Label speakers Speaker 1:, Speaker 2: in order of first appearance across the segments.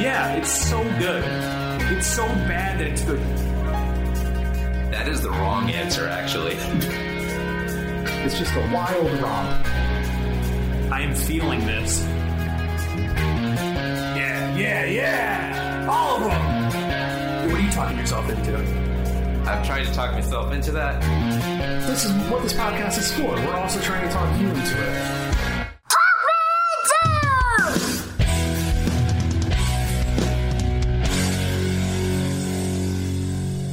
Speaker 1: Yeah, it's so good. It's so bad that it's good.
Speaker 2: That is the wrong answer, actually.
Speaker 3: It's just a wild romp.
Speaker 1: I am feeling this. Yeah, yeah, yeah! All of them! What are you talking yourself into?
Speaker 2: I've tried to talk myself into that.
Speaker 3: This is what this podcast is for. We're also trying to talk you into it.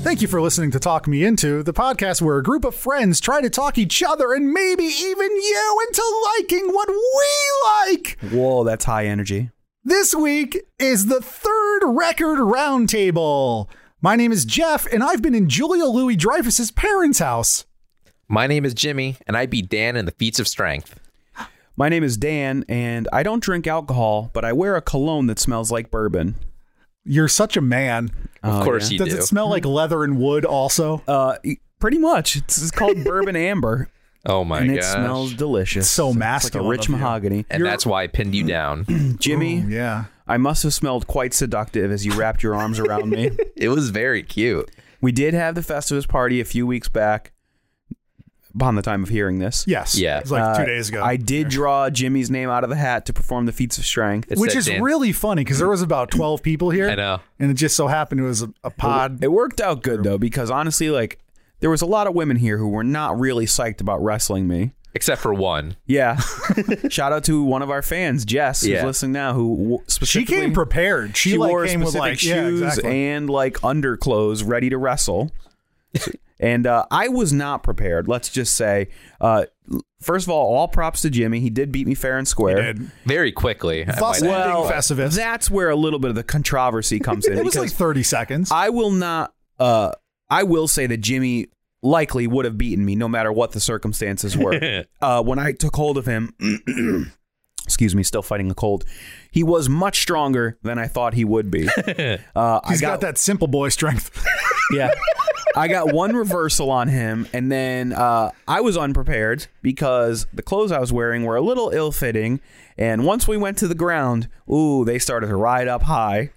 Speaker 4: Thank you for listening to Talk Me Into, the podcast where a group of friends try to talk each other and maybe even you into liking what we like.
Speaker 5: Whoa, that's high energy.
Speaker 4: This week is the third record roundtable. My name is Jeff, and I've been in Julia Louis Dreyfus's parents' house.
Speaker 2: My name is Jimmy, and I beat Dan in the feats of strength.
Speaker 5: My name is Dan, and I don't drink alcohol, but I wear a cologne that smells like bourbon.
Speaker 4: You're such a man.
Speaker 2: Of course you
Speaker 4: Oh, Does
Speaker 2: do.
Speaker 4: it smell like leather and wood also?
Speaker 5: Uh, e- pretty much. It's, it's called bourbon amber,
Speaker 2: oh my
Speaker 5: and it
Speaker 2: gosh.
Speaker 5: smells delicious.
Speaker 4: So
Speaker 5: It's
Speaker 4: masculine
Speaker 5: like a rich
Speaker 4: of you.
Speaker 5: mahogany.
Speaker 2: and that's why I pinned you down.
Speaker 5: Jimmy,
Speaker 4: Yeah.
Speaker 5: I must have smelled quite seductive as you wrapped your arms around me.
Speaker 2: it was very cute.
Speaker 5: We did have the Festivus party a few weeks back. Upon the time of hearing this,
Speaker 4: Yes.
Speaker 2: Yeah.
Speaker 4: It was like two
Speaker 5: Uh,
Speaker 4: days ago.
Speaker 5: I did draw Jimmy's name out of the hat to perform the feats of strength.
Speaker 2: It
Speaker 4: Which
Speaker 2: said
Speaker 4: is
Speaker 2: Dan-
Speaker 4: really funny because there was about 12 people here.
Speaker 2: I know.
Speaker 4: And it just so happened it was a, a pod.
Speaker 5: It worked out good though, because honestly, like there was a lot of women here who were not really psyched about wrestling me.
Speaker 2: Except for one.
Speaker 5: Yeah. Shout out to one of our fans, Jess, who's
Speaker 2: Yeah.
Speaker 5: listening now, who w-
Speaker 4: She
Speaker 5: specifically
Speaker 4: came prepared. She,
Speaker 5: she
Speaker 4: like,
Speaker 5: wore
Speaker 4: came with
Speaker 5: specific
Speaker 4: like
Speaker 5: shoes
Speaker 4: yeah, exactly.
Speaker 5: and like underclothes, ready to wrestle. and uh, I was not prepared. Let's just say, uh, first of all, all props to Jimmy. He did beat me fair and square.
Speaker 4: Did.
Speaker 2: Very quickly. I
Speaker 4: Thus
Speaker 2: might add.
Speaker 4: ending
Speaker 5: Well,
Speaker 4: Festivus.
Speaker 5: That's where a little bit of the controversy comes in.
Speaker 4: it was
Speaker 5: because-
Speaker 4: like 30 seconds.
Speaker 5: I will not. Uh, I will say that Jimmy likely would have beaten me no matter what the circumstances were. uh, when I took hold of him, excuse me, still fighting a cold, he was much stronger than I thought he would be. Uh, I
Speaker 4: He's got, that simple boy strength.
Speaker 5: yeah. I got one reversal on him, and then uh, I was unprepared because the clothes I was wearing were a little ill-fitting. And once we went to the ground, ooh, they started to ride up high.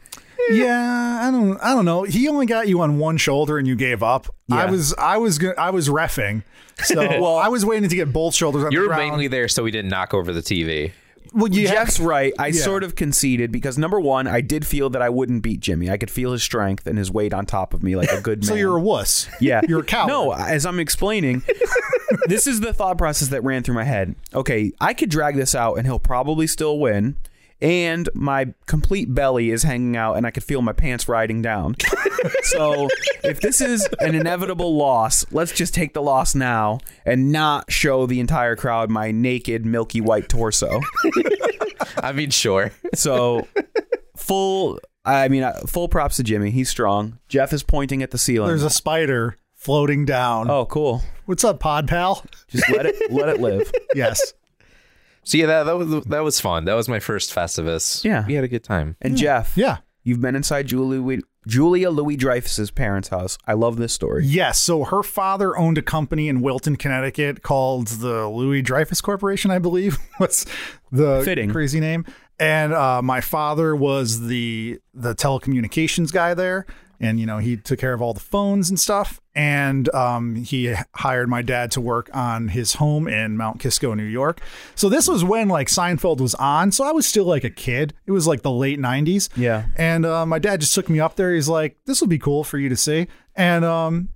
Speaker 4: yeah, I don't I don't know. He only got you on one shoulder and you gave up. I
Speaker 5: Yeah.
Speaker 4: was I was go- I was refing. So well, I was waiting to get both shoulders on the
Speaker 2: You're
Speaker 4: ground.
Speaker 2: mainly there so we didn't knock over the TV.
Speaker 4: well, you have-
Speaker 5: Jeff's right. I
Speaker 4: Yeah.
Speaker 5: sort of conceded because number one, I did feel that I wouldn't beat Jimmy. I could feel his strength and his weight on top of me, like a good man.
Speaker 4: so you're a wuss.
Speaker 5: yeah,
Speaker 4: You're a coward.
Speaker 5: No, as I'm explaining, this is the thought process that ran through my head. Okay, I could drag this out and he'll probably still win. And my complete belly is hanging out, and I could feel my pants riding down. so, if this is an inevitable loss, let's just take the loss now and not show the entire crowd my naked, milky white torso.
Speaker 2: I mean, sure.
Speaker 5: So full. I mean, uh, full props to Jimmy. He's strong. Jeff is pointing at the ceiling.
Speaker 4: There's a spider floating down.
Speaker 5: oh, cool.
Speaker 4: What's up, pod pal?
Speaker 5: Just let it let it live.
Speaker 4: Yes.
Speaker 2: So yeah, that, that was that was fun. That was my first Festivus.
Speaker 5: Yeah.
Speaker 2: we had a good time.
Speaker 5: And Jeff,
Speaker 4: Yeah.
Speaker 5: you've been inside Julia Louis, Julia Louis Dreyfus's parents' house. I love this story.
Speaker 4: Yes. So her father owned a company in Wilton, Connecticut called the Louis Dreyfus Corporation, I believe was the
Speaker 5: Fitting.
Speaker 4: crazy name. And uh, my father was the the telecommunications guy there. And, you know, he took care of all the phones and stuff. And um, he hired my dad to work on his home in Mount Kisco, New York. So this was when like Seinfeld was on. So I was still like a kid. It was like the late 90s.
Speaker 5: Yeah.
Speaker 4: And uh, my dad just took me up there. He's like, "This will be cool for you to see." And um,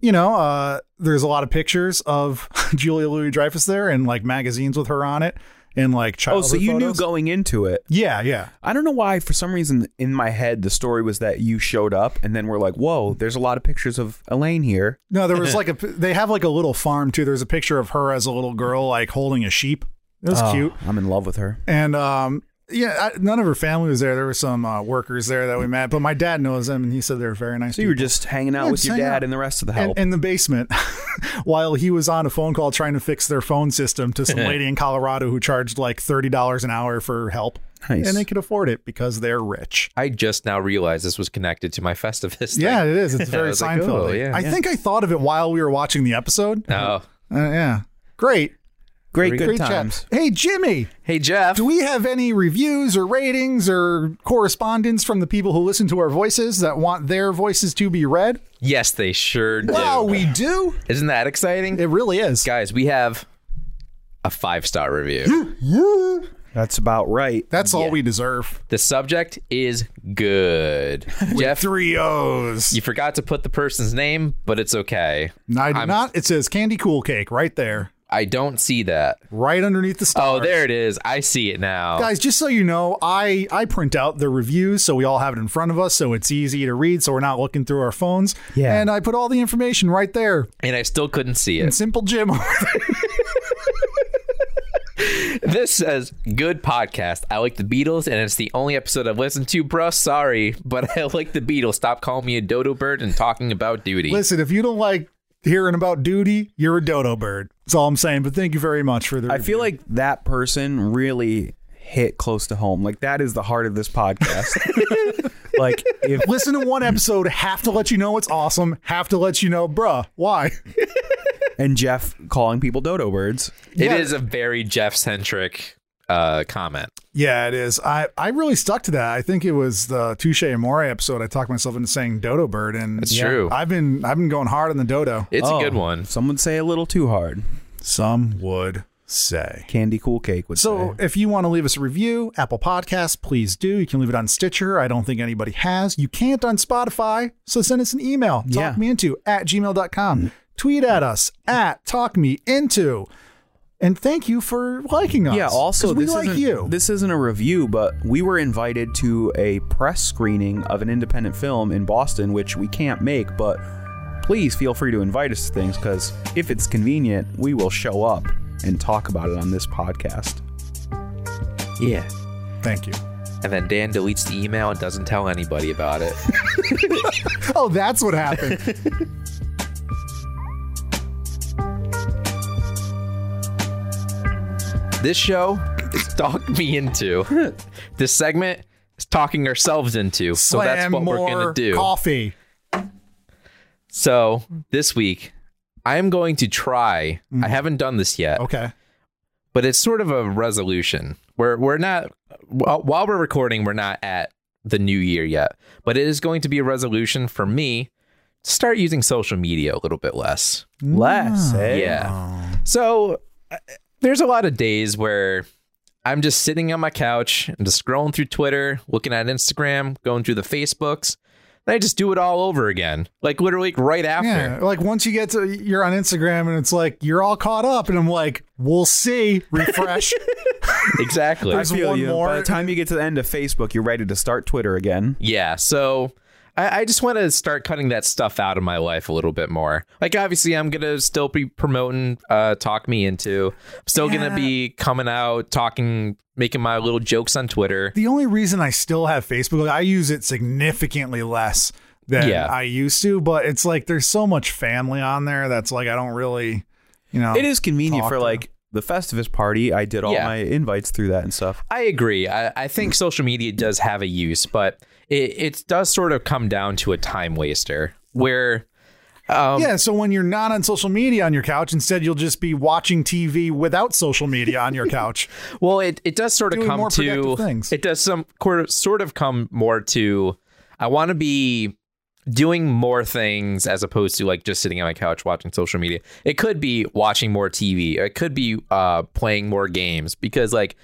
Speaker 4: you know, uh, there's a lot of pictures of Julia Louis Dreyfus there, and like magazines with her on it, and like
Speaker 5: Oh,
Speaker 4: childhood.
Speaker 5: so you knew
Speaker 4: photos.
Speaker 5: going into it.
Speaker 4: Yeah, yeah.
Speaker 5: I don't know why. For some reason, in my head, the story was that you showed up, and then we're like, "Whoa, there's a lot of pictures of Elaine here."
Speaker 4: No, there was like a. They have like a little farm too. There's a picture of her as a little girl, like holding a sheep. It was
Speaker 5: Oh,
Speaker 4: cute.
Speaker 5: I'm in love with her.
Speaker 4: And um, yeah, I, none of her family was there. There were some uh, workers there that we met, but my dad knows them, and he said they were very nice.
Speaker 5: So you were
Speaker 4: people.
Speaker 5: just hanging out
Speaker 4: Yeah,
Speaker 5: with
Speaker 4: just
Speaker 5: your
Speaker 4: hanging
Speaker 5: dad
Speaker 4: out.
Speaker 5: and the rest of the
Speaker 4: in,
Speaker 5: help.
Speaker 4: in the basement while he was on a phone call trying to fix their phone system to some lady in Colorado who charged like $30 an hour for help.
Speaker 5: Nice.
Speaker 4: And they could afford it because they're rich.
Speaker 2: I just now realized this was connected to my Festivus. thing.
Speaker 4: Yeah, it is. It's
Speaker 2: I
Speaker 4: very
Speaker 2: was like,
Speaker 4: Seinfeld.
Speaker 2: oh, yeah,
Speaker 4: I
Speaker 2: yeah. Oh.
Speaker 4: think I thought of it while we were watching the episode.
Speaker 2: No.
Speaker 4: Uh, yeah. Great.
Speaker 5: Great, good
Speaker 4: Great
Speaker 5: times.
Speaker 4: chat. Hey, Jimmy,
Speaker 2: Hey, Jeff.
Speaker 4: do we have any reviews or ratings or correspondence from the people who listen to our voices that want their voices to be read?
Speaker 2: yes, they sure do.
Speaker 4: Wow, we do.
Speaker 2: Isn't that exciting?
Speaker 4: It really is.
Speaker 2: Guys, we have a five star review.
Speaker 5: That's about right.
Speaker 4: That's all we deserve.
Speaker 2: the subject is good. Jeff,
Speaker 4: Three O's.
Speaker 2: you forgot to put the person's name, but it's okay.
Speaker 4: No, I did not. It says candy cool cake right there,
Speaker 2: I don't see that.
Speaker 4: right underneath the
Speaker 2: Oh,
Speaker 4: star.
Speaker 2: there it is. I see it now.
Speaker 4: Guys, just so you know, I I print out the reviews so we all have it in front of us, so it's easy to read, so we're not looking through our phones.
Speaker 5: Yeah.
Speaker 4: And I put all the information right there.
Speaker 2: and I still couldn't see it.
Speaker 4: Simple Jim.
Speaker 2: This says good podcast. I like the Beatles, and it's the only episode I've listened to, bruh. Sorry, but I like the Beatles. Stop calling me a dodo bird and talking about duty.
Speaker 4: Listen, if you don't like hearing about duty, you're a dodo bird. That's all I'm saying. But thank you very much for the.
Speaker 5: I feel like that person really hit close to home. Like that is the heart of this podcast. like if
Speaker 4: Listen to one episode, have to let you know it's awesome, have to let you know, bruh, why?
Speaker 5: and Jeff calling people dodo birds.
Speaker 2: It
Speaker 4: Yeah.
Speaker 2: is a very Jeff centric uh, comment.
Speaker 4: Yeah, it is. I, I really stuck to that. I think it was the Touche Amore episode. I talked myself into saying dodo bird, and
Speaker 2: That's true.
Speaker 4: I've been I've been going hard on the dodo.
Speaker 2: It's
Speaker 5: Oh,
Speaker 2: a good one.
Speaker 5: Some would say a little too hard.
Speaker 4: Some would say.
Speaker 5: Candy cool cake would
Speaker 4: So,
Speaker 5: say.
Speaker 4: if you want to leave us a review, Apple Podcasts, please do. You can leave it on Stitcher. I don't think anybody has. You can't on Spotify. So, send us an email.
Speaker 5: Yeah.
Speaker 4: Talk me into at gmail.com. Tweet at us at talk me into. And thank you for liking us.
Speaker 5: Yeah. Also,
Speaker 4: 'Cause we
Speaker 5: this
Speaker 4: like
Speaker 5: isn't,
Speaker 4: you.
Speaker 5: This isn't a review, but we were invited to a press screening of an independent film in Boston, which we can't make. But please feel free to invite us to things because if it's convenient, we will show up and talk about it on this podcast.
Speaker 2: Yeah.
Speaker 4: thank you.
Speaker 2: And then Dan deletes the email and doesn't tell anybody about it.
Speaker 4: Oh, that's what happened.
Speaker 2: this show is Talk Me Into. this segment is Talking Ourselves Into. So that's
Speaker 4: Slam
Speaker 2: what we're going
Speaker 4: more
Speaker 2: to do.
Speaker 4: Coffee.
Speaker 2: So this week, I'm going to try. I haven't done this yet,
Speaker 4: Mm-hmm. Okay.
Speaker 2: but it's sort of a resolution. We're we're not while while we're recording, we're not at the new year yet, but it is going to be a resolution for me to start using social media a little bit less.
Speaker 5: Less, eh?
Speaker 2: Yeah. So uh, there's a lot of days where I'm just sitting on my couch and just scrolling through Twitter, looking at Instagram, going through the Facebooks, and I just do it all over again, like literally right after.
Speaker 4: Yeah. Like once you get to you're on Instagram and it's like you're all caught up and I'm like, we'll see. Refresh.
Speaker 2: Exactly.
Speaker 5: I feel
Speaker 4: one
Speaker 5: you.
Speaker 4: more-
Speaker 5: By the time you get to the end of Facebook, you're ready to start Twitter again.
Speaker 2: Yeah. So I, I just want to start cutting that stuff out of my life a little bit more. Like, obviously, I'm going to still be promoting uh, Talk Me Into. I'm still going to be coming out, talking, making my little jokes on Twitter.
Speaker 4: the only reason I still have Facebook, like, I use it significantly less than
Speaker 2: Yeah.
Speaker 4: I used to, but it's like there's so much family on there that's like I don't really, you know.
Speaker 5: It is convenient
Speaker 4: Talk
Speaker 5: for
Speaker 4: to-
Speaker 5: like the Festivus party. I did all
Speaker 2: Yeah.
Speaker 5: my invites through that and stuff.
Speaker 2: I agree. I, I think social media does have a use, but it, it does sort of come down to a time waster where Um,
Speaker 4: yeah. So when you're not on social media on your couch, instead you'll just be watching TV without social media on your couch.
Speaker 2: Well, it, it does sort of
Speaker 4: Doing
Speaker 2: come
Speaker 4: more
Speaker 2: to
Speaker 4: productive things.
Speaker 2: it does some cor- sort of come more to I want to be doing more things as opposed to like just sitting on my couch watching social media. It could be watching more TV. It could be uh, playing more games because like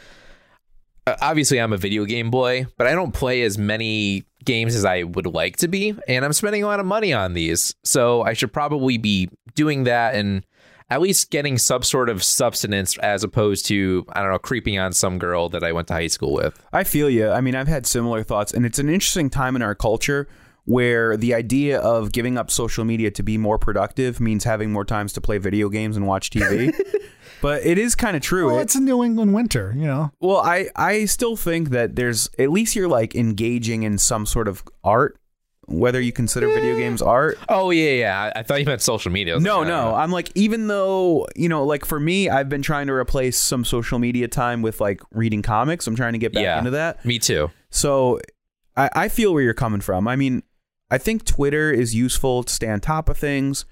Speaker 2: uh, obviously I'm a video game boy, but I don't play as many games as I would like to be, and I'm spending a lot of money on these. So I should probably be doing that and at least getting some sort of substance as opposed to I don't know creeping on some girl that I went to high school with.
Speaker 5: I feel you. I mean, I've had similar thoughts, and it's an interesting time in our culture where the idea of giving up social media to be more productive means having more times to play video games and watch TV. but it is kind of true.
Speaker 4: Well,
Speaker 5: It-
Speaker 4: it's a New England winter, you know.
Speaker 5: Well, I I still think that there's at least you're like engaging in some sort of art, whether you
Speaker 4: Eh.
Speaker 5: consider video games art.
Speaker 2: Oh yeah, yeah. I, I thought you meant social media. I was
Speaker 5: No,
Speaker 2: like, I don't
Speaker 5: no.
Speaker 2: know.
Speaker 5: I'm like, even though, you know, like for me, I've been trying to replace some social media time with like reading comics. I'm trying to get back
Speaker 2: Yeah.
Speaker 5: into that.
Speaker 2: Me too.
Speaker 5: So I, I feel where you're coming from. I mean, I think Twitter is useful to stay on top of things.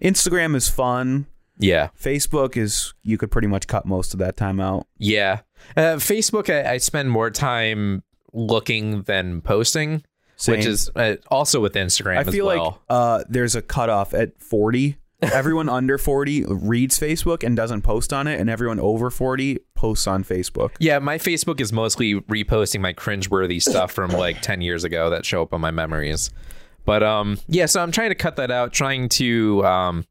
Speaker 5: Instagram is fun.
Speaker 2: Yeah.
Speaker 5: Facebook is you could pretty much cut most of that time out.
Speaker 2: Yeah. Uh, Facebook, I, I spend more time looking than posting,
Speaker 5: Same.
Speaker 2: which is uh, also with Instagram
Speaker 5: I feel
Speaker 2: as well.
Speaker 5: like uh, there's a cutoff at 40. Everyone under 40 reads Facebook and doesn't post on it, and everyone over 40 posts on Facebook.
Speaker 2: yeah, my Facebook is mostly reposting my cringeworthy stuff from like 10 years ago that show up on my memories. But um yeah, so I'm trying to cut that out, trying to um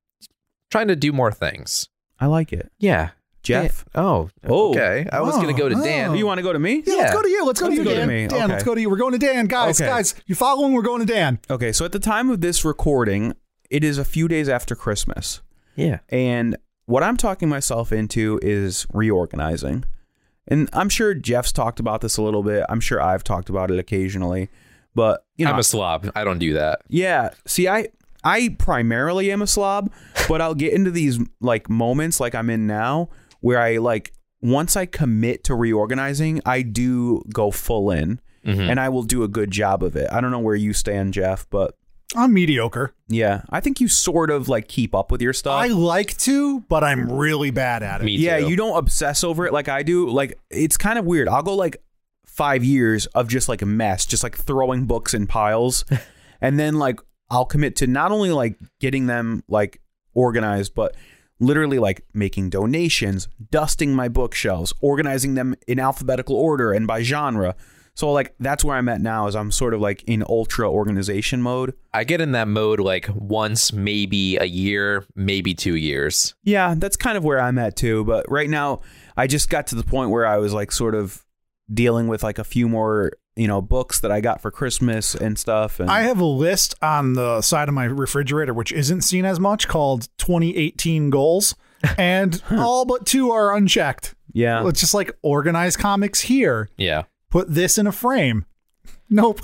Speaker 2: trying to do more things.
Speaker 5: I like it.
Speaker 2: Yeah.
Speaker 5: Jeff?
Speaker 2: Yeah. Oh.
Speaker 5: Oh.
Speaker 2: Okay. I was going to go to
Speaker 4: Oh,
Speaker 2: Dan.
Speaker 4: oh.
Speaker 5: You want to go to me?
Speaker 4: Yeah, let's go to you. Let's go
Speaker 5: Let's
Speaker 4: to you,
Speaker 5: go to
Speaker 4: Dan.
Speaker 5: me.
Speaker 4: Dan,
Speaker 5: Okay.
Speaker 4: let's go to you. We're going to Dan, guys.
Speaker 5: Okay.
Speaker 4: Guys, you following? We're going to Dan.
Speaker 5: Okay, so at the time of this recording, it is a few days after Christmas.
Speaker 2: Yeah.
Speaker 5: And what I'm talking myself into is reorganizing. And I'm sure Jeff's talked about this a little bit. I'm sure I've talked about it occasionally. But you know,
Speaker 2: I'm a slob. I don't do that.
Speaker 5: yeah. See, I I primarily am a slob, but I'll get into these like moments like I'm in now where I like once I commit to reorganizing, I do go full in
Speaker 2: Mm-hmm.
Speaker 5: and I will do a good job of it. I don't know where you stand, Jeff, but
Speaker 4: I'm mediocre.
Speaker 5: yeah, I think you sort of like keep up with your stuff.
Speaker 4: I like to, but I'm really bad at it.
Speaker 2: Me
Speaker 5: yeah,
Speaker 2: too.
Speaker 5: you don't obsess over it like I do. Like it's kind of weird. I'll go like five years of just like a mess, just like throwing books in piles, and then like I'll commit to not only like getting them like organized, but literally like making donations, dusting my bookshelves, organizing them in alphabetical order and by genre. So like that's where I'm at now is I'm sort of like in ultra organization mode.
Speaker 2: I get in that mode like once, maybe a year, maybe two years.
Speaker 5: Yeah, that's kind of where I'm at too. But right now, I just got to the point where I was like sort of dealing with like a few more, you know, books that I got for Christmas and stuff. And
Speaker 4: I have a list on the side of my refrigerator, which isn't seen as much, called 2018 goals, and all but two are unchecked.
Speaker 5: yeah,
Speaker 4: It's just like organize comics here,
Speaker 2: Yeah.
Speaker 4: put this in a frame. Nope.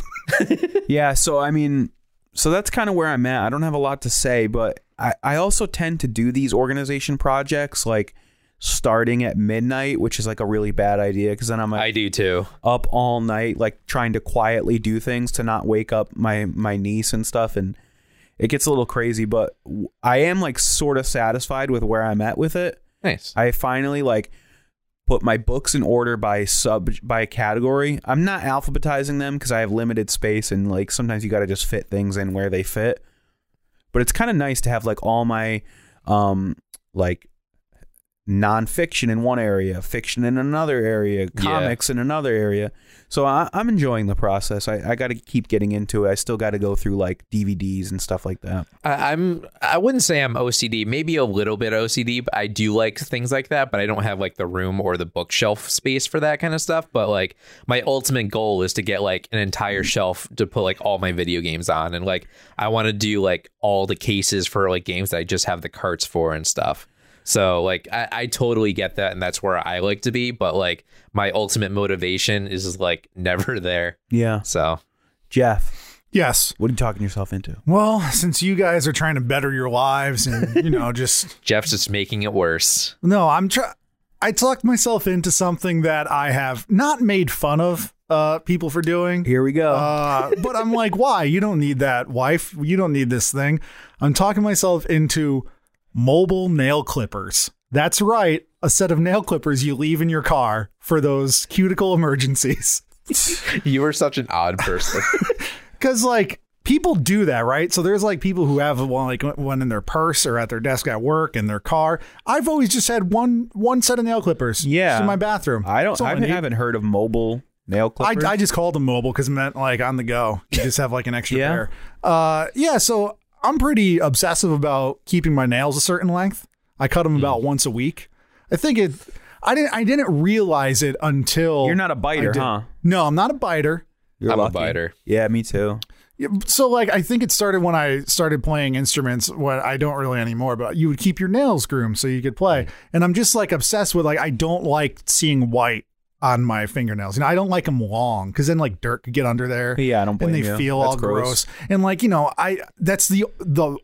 Speaker 5: yeah. So I mean, so that's kind of where I'm at. I don't have a lot to say, but I I also tend to do these organization projects like starting at midnight, which is like a really bad idea because then I'm like,
Speaker 2: I do too.
Speaker 5: up all night like trying to quietly do things to not wake up my my niece and stuff and it gets a little crazy but w- i am like sort of satisfied with where i'm at with it
Speaker 2: Nice.
Speaker 5: i finally like put my books in order by sub by category i'm not alphabetizing them because i have limited space and like sometimes you got to just fit things in where they fit but it's kind of nice to have like all my um like nonfiction in one area, fiction in another area, comics in another area. So I, I'm enjoying the process. I, I got to keep getting into it. I still got to go through like DVDs and stuff like that.
Speaker 2: I, I'm. I wouldn't say I'm OCD. Maybe a little bit OCD. But I do like things like that. But I don't have like the room or the bookshelf space for that kind of stuff. But like my ultimate goal is to get like an entire shelf to put like all my video games on, and like I want to do like all the cases for like games that I just have the carts for and stuff. So like I, I totally get that, and that's where I like to be. But like my ultimate motivation is like never there.
Speaker 5: Yeah.
Speaker 2: So
Speaker 5: Jeff,
Speaker 4: Yes.
Speaker 5: what are you talking yourself into?
Speaker 4: Well, since you guys are trying to better your lives and, you know, just
Speaker 2: Jeff's just making it worse.
Speaker 4: No, I'm try. I talked myself into something that I have not made fun of uh, people for doing.
Speaker 5: Here we go.
Speaker 4: Uh, but I'm like, why? You don't need that, wife. You don't need this thing. I'm talking myself into mobile nail clippers. That's right, a set of nail clippers you leave in your car for those cuticle emergencies.
Speaker 2: You were such an odd person.
Speaker 4: Because like people do that, right? So there's like people who have one like one in their purse or at their desk at work in their car. I've always just had one one set of nail clippers.
Speaker 5: Yeah.
Speaker 4: just in my bathroom.
Speaker 5: I don't,
Speaker 4: That's all
Speaker 5: I
Speaker 4: need.
Speaker 5: haven't heard of mobile nail
Speaker 4: I,
Speaker 5: clippers.
Speaker 4: I just called them mobile because it meant like on the go. You just have like an extra
Speaker 5: Yeah.
Speaker 4: pair. Uh, yeah. So I'm pretty obsessive about keeping my nails a certain length. I cut
Speaker 5: Hmm.
Speaker 4: them about once a week. I think it. I didn't. I didn't realize it until
Speaker 5: You're not a biter,
Speaker 4: I did-
Speaker 5: huh?
Speaker 4: No, I'm not a biter.
Speaker 5: You're
Speaker 2: I'm a
Speaker 5: lucky.
Speaker 2: biter.
Speaker 5: Yeah, me too.
Speaker 4: Yeah, so like I think it started when I started playing instruments. What I don't really anymore, but you would keep your nails groomed so you could play. And I'm just like obsessed with like I don't like seeing white on my fingernails. You know, I don't like them long because then like dirt could get under there.
Speaker 5: Yeah, I don't blame
Speaker 4: and they
Speaker 5: you.
Speaker 4: feel
Speaker 5: That's
Speaker 4: all gross.
Speaker 5: gross.
Speaker 4: And like you know, I that's the the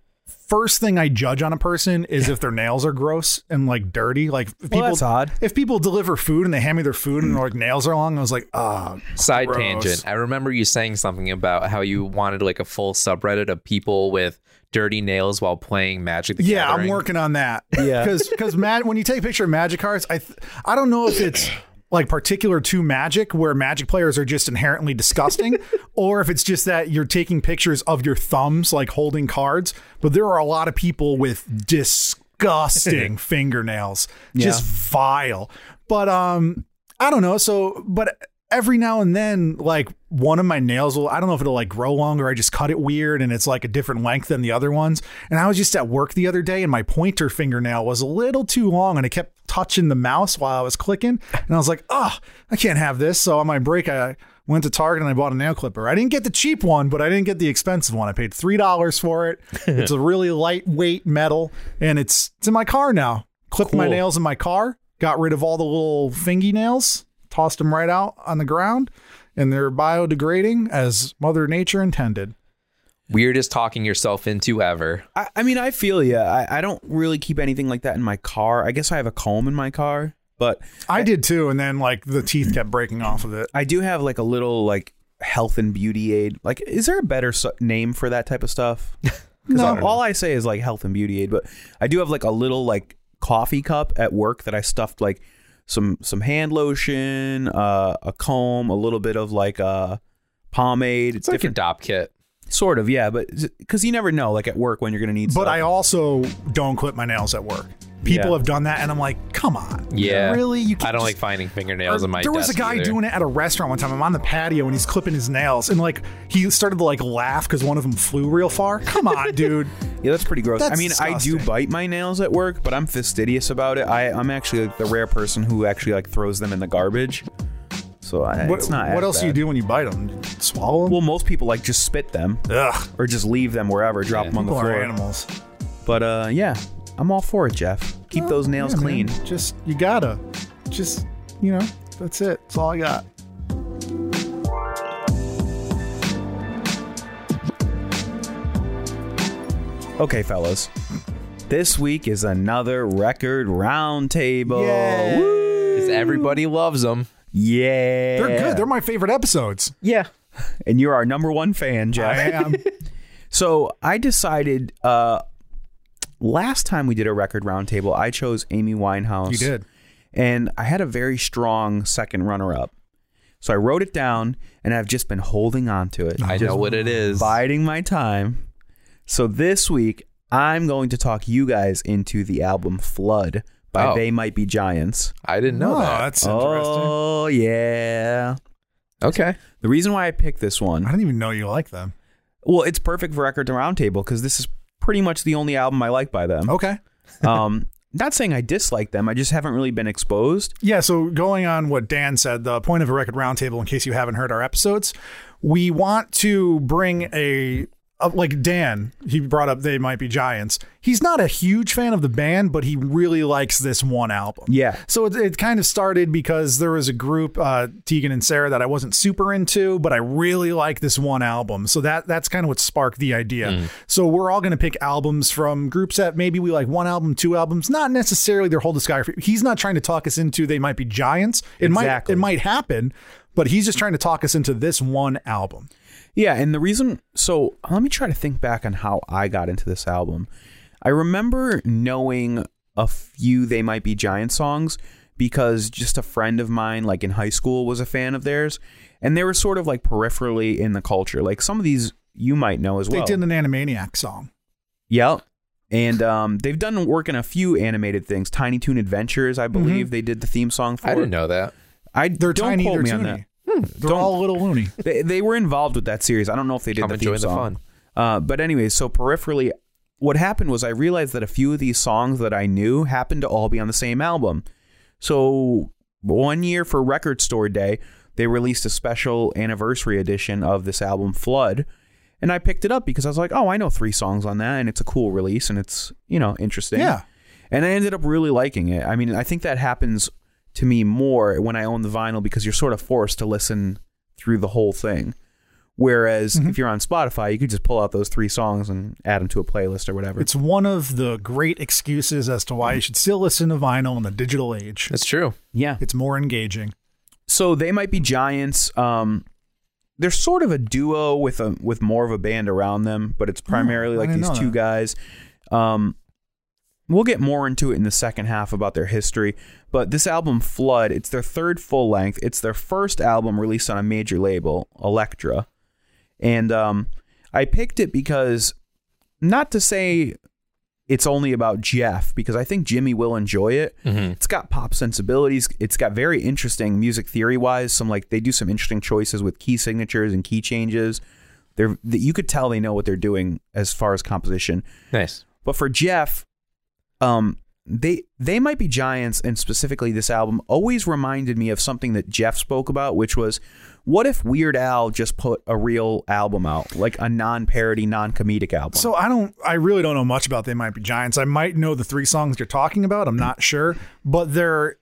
Speaker 4: first thing I judge on a person is if their nails are gross and like dirty. Like if people,
Speaker 5: that's odd.
Speaker 4: if people deliver food and they hand me their food and like nails are long, I was like, ah,
Speaker 2: Side
Speaker 4: Gross.
Speaker 2: tangent. I remember you saying something about how you wanted like a full subreddit of people with dirty nails while playing Magic the
Speaker 4: Yeah,
Speaker 2: Gathering.
Speaker 4: I'm working on that.
Speaker 5: Yeah.
Speaker 4: because because Mag- when you take a picture of Magic cards, I th- I don't know if it's like particular to Magic, where Magic players are just inherently disgusting, or if it's just that you're taking pictures of your thumbs like holding cards. But there are a lot of people with disgusting fingernails, just vile. But um, I don't know. So, but every now and then, like one of my nails will, I don't know if it'll like grow longer. I just cut it weird and it's like a different length than the other ones. And I was just at work the other day and my pointer fingernail was a little too long and I kept touching the mouse while I was clicking. And I was like, oh, I can't have this. So on my break, I went to Target and I bought a nail clipper. I didn't get the cheap one, but I didn't get the expensive one. I paid $3 for it. it's a really lightweight metal and it's, it's in my car now. Clipped my
Speaker 5: Cool.
Speaker 4: nails in my car, got rid of all the little fingy nails tossed them right out on the ground and they're biodegrading as mother nature intended
Speaker 2: Weirdest talking yourself into ever.
Speaker 5: I, I mean, I feel you. I, I don't really keep anything like that in my car. I guess I have a comb in my car, but
Speaker 4: i did too and then like the teeth kept breaking off of it
Speaker 5: I do have like a little like health and beauty aid. Like, is there a better su- name for that type of stuff? 'Cause all, all I say is like health and beauty aid, but I do have like a little like coffee cup at work that I stuffed like some some hand lotion, uh, a comb, a little bit of like uh, pomade.
Speaker 2: It's like a dop kit.
Speaker 5: Sort of, yeah, but because you never know, like at work when you're gonna need.
Speaker 4: but
Speaker 5: stuff.
Speaker 4: i also don't clip my nails at work people
Speaker 5: Yeah.
Speaker 4: have done that and i'm like come on
Speaker 2: Yeah.
Speaker 4: really
Speaker 2: I
Speaker 4: you can't
Speaker 2: don't
Speaker 4: just-
Speaker 2: like finding fingernails in my
Speaker 4: there was a
Speaker 2: desk
Speaker 4: guy
Speaker 2: either.
Speaker 4: doing it at a restaurant one time. I'm on the patio and he's clipping his nails, and like he started to like laugh because one of them flew real far. Come on, dude.
Speaker 5: Yeah, that's pretty gross.
Speaker 4: That's
Speaker 5: I mean, I
Speaker 4: disgusting.
Speaker 5: do bite my nails at work, but I'm fastidious about it. I, I'm actually like, the rare person who actually like throws them in the garbage. So I,
Speaker 4: What,
Speaker 5: it's not.
Speaker 4: what
Speaker 5: as
Speaker 4: else do you
Speaker 5: bad.
Speaker 4: do when you bite them? Swallow them?
Speaker 5: Well, most people like just spit them
Speaker 4: Ugh,
Speaker 5: or just leave them wherever, drop them on the
Speaker 4: people
Speaker 5: floor.
Speaker 4: are animals.
Speaker 5: But uh, yeah, I'm all for it, Jeff. Keep those nails
Speaker 4: Oh, Yeah,
Speaker 5: clean.
Speaker 4: man. Just you gotta, just you know, that's it. That's all I got.
Speaker 5: Okay, fellas. This week is another record roundtable.
Speaker 4: Yay.
Speaker 5: Woo!
Speaker 2: 'Cause everybody loves them.
Speaker 5: Yeah.
Speaker 4: They're good. They're my favorite episodes.
Speaker 5: yeah. And you're our number one fan, Jeff.
Speaker 4: I am.
Speaker 5: So I decided uh last time we did a record roundtable, I chose Amy Winehouse.
Speaker 4: you did.
Speaker 5: And I had a very strong second runner up. So I wrote it down and I've just been holding on to it.
Speaker 2: I
Speaker 5: just
Speaker 2: know what it is.
Speaker 5: biding my time. So this week I'm going to talk you guys into the album Flood by
Speaker 2: Oh.
Speaker 5: They Might Be Giants.
Speaker 2: I didn't know
Speaker 4: oh,
Speaker 2: that.
Speaker 4: that's interesting.
Speaker 5: Oh yeah.
Speaker 2: Okay.
Speaker 5: The reason why I picked this one
Speaker 4: I didn't even know you like them.
Speaker 5: Well, it's perfect for Record to Roundtable because this is pretty much the only album I like by them.
Speaker 4: Okay.
Speaker 5: um, not saying I dislike them. I just haven't really been exposed.
Speaker 4: Yeah, so going on what Dan said, the point of a record roundtable, in case you haven't heard our episodes, we want to bring a, uh, like Dan, he brought up They Might Be Giants. He's not a huge fan of the band, but he really likes this one album.
Speaker 5: Yeah.
Speaker 4: So it, it kind of started because there was a group, uh, Tegan and Sarah, that I wasn't super into, but I really like this one album. So that that's kind of what sparked the idea.
Speaker 5: Hmm.
Speaker 4: So we're all going to pick albums from groups that maybe we like one album, two albums, not necessarily their whole discography. He's not trying to talk us into they might be giants. It
Speaker 5: Exactly.
Speaker 4: might it might happen, but he's just trying to talk us into this one album.
Speaker 5: Yeah, and the reason so let me try to think back on how I got into this album. I remember knowing a few They Might Be Giant songs because just a friend of mine, like in high school, was a fan of theirs, and they were sort of like peripherally in the culture. Like some of these you might know as
Speaker 4: They
Speaker 5: well.
Speaker 4: did an Animaniac song.
Speaker 5: Yep. And um, they've done work in a few animated things. Tiny Toon Adventures,
Speaker 4: Mm-hmm.
Speaker 5: I believe they did the theme song for.
Speaker 2: I didn't know that.
Speaker 5: I
Speaker 4: They're
Speaker 5: don't
Speaker 4: tiny,
Speaker 5: quote
Speaker 4: they're
Speaker 5: me on that.
Speaker 4: toony. They're all a little loony.
Speaker 5: They, they were involved with that series. I don't know if they did
Speaker 2: Come
Speaker 5: the
Speaker 2: and join
Speaker 5: theme
Speaker 2: the
Speaker 5: song.
Speaker 2: fun.
Speaker 5: Uh, but anyway, so peripherally, what happened was I realized that a few of these songs that I knew happened to all be on the same album. So one year for Record Store Day, they released a special anniversary edition of this album, Flood. And I picked it up because I was like, oh, I know three songs on that, and it's a cool release, and it's, you know, interesting.
Speaker 4: Yeah.
Speaker 5: And I ended up really liking it. I mean, I think that happens to me more when I own the vinyl because you're sort of forced to listen through the whole thing. Whereas if you're on Spotify, you could just pull out those three songs and add them to a playlist or whatever.
Speaker 4: It's one of the great excuses as to why you should still listen to vinyl in the digital age.
Speaker 2: That's true.
Speaker 5: yeah.
Speaker 4: It's more engaging.
Speaker 5: So they might be giants. Um, they're sort of a duo with a with more of a band around them, but it's
Speaker 4: Oh,
Speaker 5: primarily
Speaker 4: I
Speaker 5: like
Speaker 4: didn't
Speaker 5: these
Speaker 4: know
Speaker 5: two
Speaker 4: that.
Speaker 5: guys. Um, we'll get more into it in the second half about their history, but this album Flood, it's their third full length. It's their first album released on a major label, Elektra, and um, I picked it because not to say it's only about Jeff because I think Jimmy will enjoy it. It's got pop sensibilities. It's got very interesting music theory wise. Some like they do some interesting choices with key signatures and key changes. They're that you could tell they know what they're doing as far as composition.
Speaker 2: Nice.
Speaker 5: But for Jeff, um, they they might be giants, and specifically this album always reminded me of something that Jeff spoke about, which was, what if Weird Al just put a real album out, like a non-parody, non-comedic album?
Speaker 4: So I don't I really don't know much about They Might Be Giants. I might know the three songs you're talking about. I'm not sure. But they're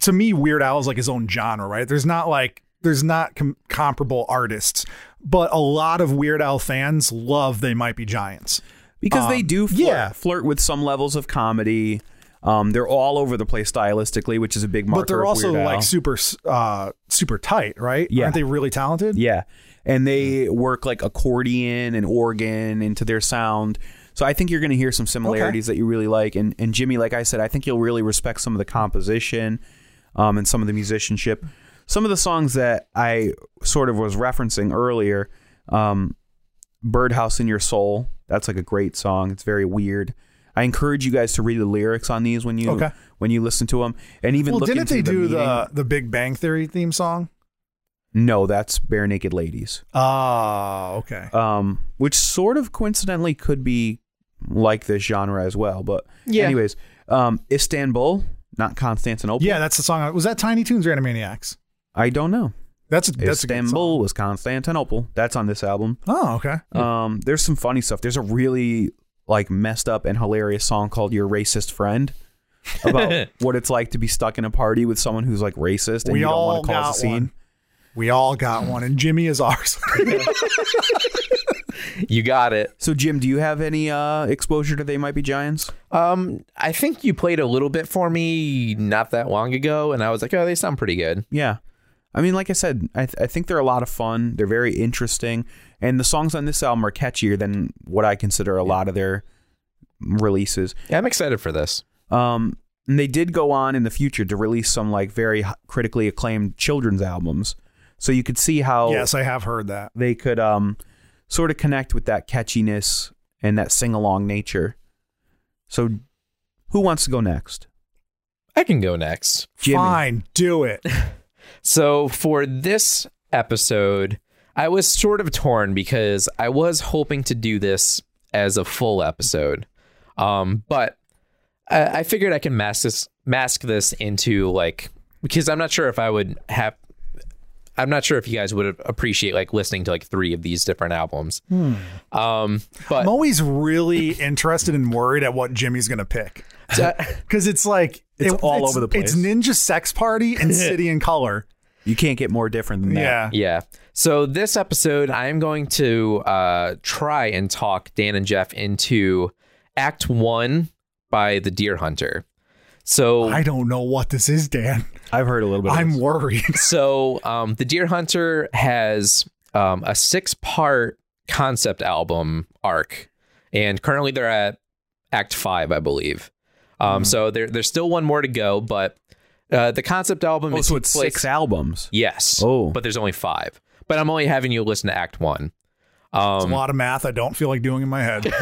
Speaker 4: to me, Weird Al is like his own genre, right? There's not like there's not com- comparable artists, but a lot of Weird Al fans love They Might Be Giants.
Speaker 5: because they
Speaker 4: Um,
Speaker 5: do flirt,
Speaker 4: yeah.
Speaker 5: flirt with some levels of comedy. Um, they're all over the place stylistically, which is a big marker.
Speaker 4: but they're
Speaker 5: of
Speaker 4: also
Speaker 5: Weird Al.
Speaker 4: like super uh super tight, right?
Speaker 5: Yeah.
Speaker 4: Aren't they really talented?
Speaker 5: yeah, and they
Speaker 4: Hmm.
Speaker 5: work like accordion and organ into their sound. So I think you're going to hear some similarities that you really like. And and Jimmy, like I said, I think you'll really respect some of the composition, um, and some of the musicianship. Some of the songs that I sort of was referencing earlier, um, Birdhouse in Your Soul. That's like a great song. It's very weird. I encourage you guys to read the lyrics on these when you
Speaker 4: Okay.
Speaker 5: when you listen to them, and even
Speaker 4: Well,
Speaker 5: look
Speaker 4: didn't
Speaker 5: into
Speaker 4: they
Speaker 5: the
Speaker 4: do
Speaker 5: meaning.
Speaker 4: the the Big Bang Theory theme song?
Speaker 5: No, that's bare naked ladies,
Speaker 4: Ah, okay.
Speaker 5: um, which sort of coincidentally could be like this genre as well. But
Speaker 2: Yeah.
Speaker 5: anyways, um, Istanbul, not Constantinople.
Speaker 4: yeah, that's the song. Was that Tiny Toons or Animaniacs?
Speaker 5: I don't know.
Speaker 4: That's that's
Speaker 5: Istanbul was Constantinople. That's on this album.
Speaker 4: A good song. Oh, okay.
Speaker 5: Um, there's some funny stuff. There's a really like messed up and hilarious song called "Your Racist Friend" about what it's like to be stuck in a party with someone who's like racist and
Speaker 4: We
Speaker 5: you don't
Speaker 4: all
Speaker 5: want to
Speaker 4: got
Speaker 5: cause a scene.
Speaker 4: one. We all got one, and Jimmy is ours.
Speaker 2: You got it.
Speaker 5: So, Jim, do you have any uh, exposure to "They Might Be Giants"?
Speaker 2: Um, I think you played a little bit for me not that long ago, and I was like, oh, they sound pretty good.
Speaker 5: Yeah, I mean, like I said, I, th- I think they're a lot of fun. They're very interesting, and the songs on this album are catchier than what I consider a lot of their releases.
Speaker 2: Yeah, I'm excited for this.
Speaker 5: Um, and they did go on in the future to release some like very h- critically acclaimed children's albums. So you could see how
Speaker 4: yes, I have heard that.
Speaker 5: they could um, sort of connect with that catchiness and that sing along nature. So who wants to go next?
Speaker 2: I can go next.
Speaker 5: Jimmy.
Speaker 4: Fine, do it.
Speaker 2: So for this episode, I was sort of torn because I was hoping to do this as a full episode, um, but I, I figured I can mask this mask this into like because I'm not sure if I would have. I'm not sure if you guys would appreciate like listening to like three of these different albums. Um, but
Speaker 4: I'm always really interested and worried at what Jimmy's gonna pick because it's like
Speaker 5: uh, It's all over the
Speaker 4: It's
Speaker 5: place.
Speaker 4: Ninja Sex Party and City in Color.
Speaker 5: You can't get more different than that.
Speaker 4: Yeah.
Speaker 2: Yeah. So this episode, I am going to uh, try and talk Dan and Jeff into Act One by The Deer Hunter. So
Speaker 4: I don't know what this is, Dan.
Speaker 5: I've heard a little bit. of
Speaker 4: I'm
Speaker 5: this.
Speaker 4: worried.
Speaker 2: so um, the deer hunter has um, a six part concept album arc and currently they're at act five i believe
Speaker 5: Mm-hmm.
Speaker 2: um, so there, there's still one more to go but uh, the concept album
Speaker 5: Oh,
Speaker 2: is
Speaker 5: so it's
Speaker 2: place-
Speaker 5: six albums.
Speaker 2: yes
Speaker 5: Oh.
Speaker 2: but there's only five but i'm only having you listen to act one
Speaker 4: It's a
Speaker 5: Um,
Speaker 4: lot of math I don't feel like doing in my head.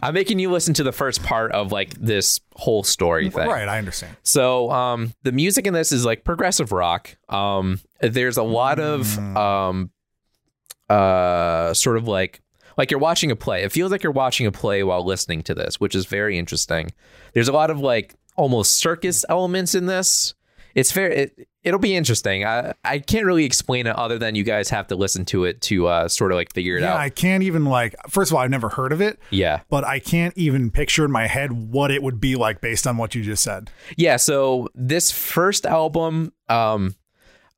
Speaker 2: i'm making you listen to the first part of like this whole story thing
Speaker 4: right, I understand.
Speaker 2: So um, the music in this is like progressive rock. Um, there's a lot of
Speaker 4: Mm.
Speaker 2: um, uh, sort of like like you're watching a play. It feels like you're watching a play while listening to this, which is very interesting. There's a lot of like almost circus elements in this. It's fair. It, it'll be interesting. I I can't really explain it other than you guys have to listen to it to uh, sort of like figure it
Speaker 4: Yeah,
Speaker 2: out.
Speaker 4: I can't even like. First of all, I've never heard of it.
Speaker 2: yeah.
Speaker 4: but I can't even picture in my head what it would be like based on what you just said.
Speaker 2: Yeah, so this first album, um,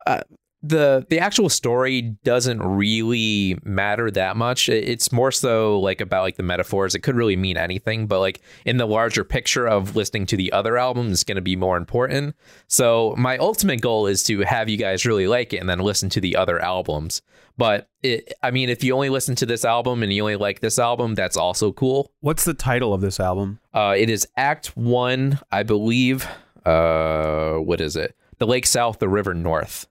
Speaker 2: uh, the the actual story doesn't really matter that much. It- It's more so like about like the metaphors. It could really mean anything, but like in the larger picture of listening to the other album is going to be more important. So my ultimate goal is to have you guys really like it and then listen to the other albums. But it, I mean, if you only listen to this album and you only like this album, that's also cool.
Speaker 5: What's the title of this album?
Speaker 2: Uh, it is Act One, I believe. Uh, what is it? The Lake South, the River North.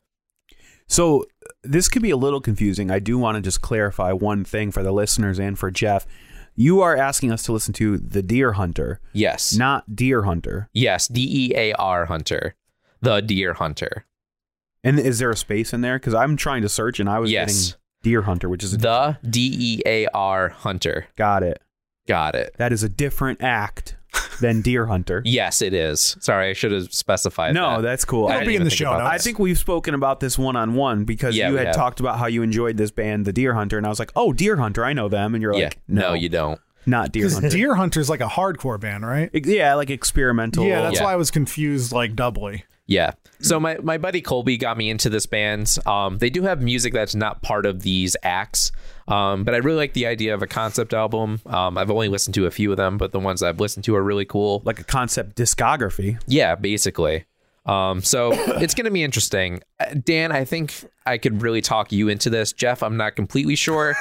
Speaker 5: So this could be a little confusing. I do want to just clarify one thing for the listeners and for Jeff. You are asking us to listen to The Deer Hunter,
Speaker 2: Yes.
Speaker 5: not Deer Hunter.
Speaker 2: Yes, D E A R Hunter, the Deer Hunter.
Speaker 5: And is there a space in there? Because I'm trying to search and I was
Speaker 2: Yes.
Speaker 5: getting Deer Hunter, which is a,
Speaker 2: The D E A R Hunter.
Speaker 5: got it.
Speaker 2: Got it.
Speaker 5: That is a different act than Deer Hunter.
Speaker 2: Yes, it is. Sorry, I should have specified.
Speaker 5: No,
Speaker 2: that.
Speaker 5: that's cool.
Speaker 2: I
Speaker 5: I,
Speaker 4: It'll
Speaker 2: didn't
Speaker 4: be in
Speaker 2: even
Speaker 4: the
Speaker 2: think
Speaker 4: show
Speaker 2: about
Speaker 4: notes.
Speaker 5: I think we've spoken about this one on one because
Speaker 2: Yeah,
Speaker 5: you
Speaker 2: we
Speaker 5: had
Speaker 2: have.
Speaker 5: talked about how you enjoyed this band, The Deer Hunter, and I was like, "Oh, Deer Hunter, I know them." And you're
Speaker 2: yeah,
Speaker 5: like,
Speaker 2: no, you don't.
Speaker 5: not Deer
Speaker 4: Because
Speaker 5: Hunter."
Speaker 4: Deer Hunter's like a hardcore band, right?
Speaker 5: Ex- yeah, like experimental.
Speaker 4: Yeah, that's
Speaker 2: Yeah.
Speaker 4: why I was confused like doubly.
Speaker 2: Yeah. So my, my buddy Colby got me into this band. Um, they do have music that's not part of these acts, um, but I really like the idea of a concept album. Um, I've only listened to a few of them, but the ones I've listened to are really cool.
Speaker 5: like a concept discography.
Speaker 2: Yeah, basically. Um, so it's going to be interesting. Uh, Dan, I think I could really talk you into this. Jeff, I'm not completely sure.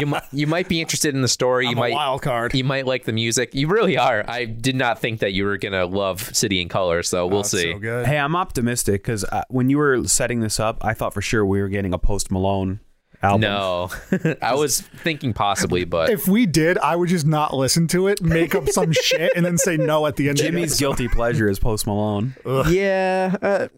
Speaker 2: you, mi- you might be interested in the story. You
Speaker 4: I'm a
Speaker 2: might
Speaker 4: wild card.
Speaker 2: You might like the music. You really are. I did not think that you were going to love City in Color, so we'll see.
Speaker 4: Oh, So good.
Speaker 5: Hey, I'm optimistic because uh, when you were setting this up, I thought for sure we were getting a Post Malone album.
Speaker 2: No, Oh, I was thinking possibly, but
Speaker 4: If we did, I would just not listen to it, make up some shit, and then say no at the end.
Speaker 5: Jimmy's
Speaker 4: of the
Speaker 5: guilty pleasure is Post Malone.
Speaker 2: yeah, uh,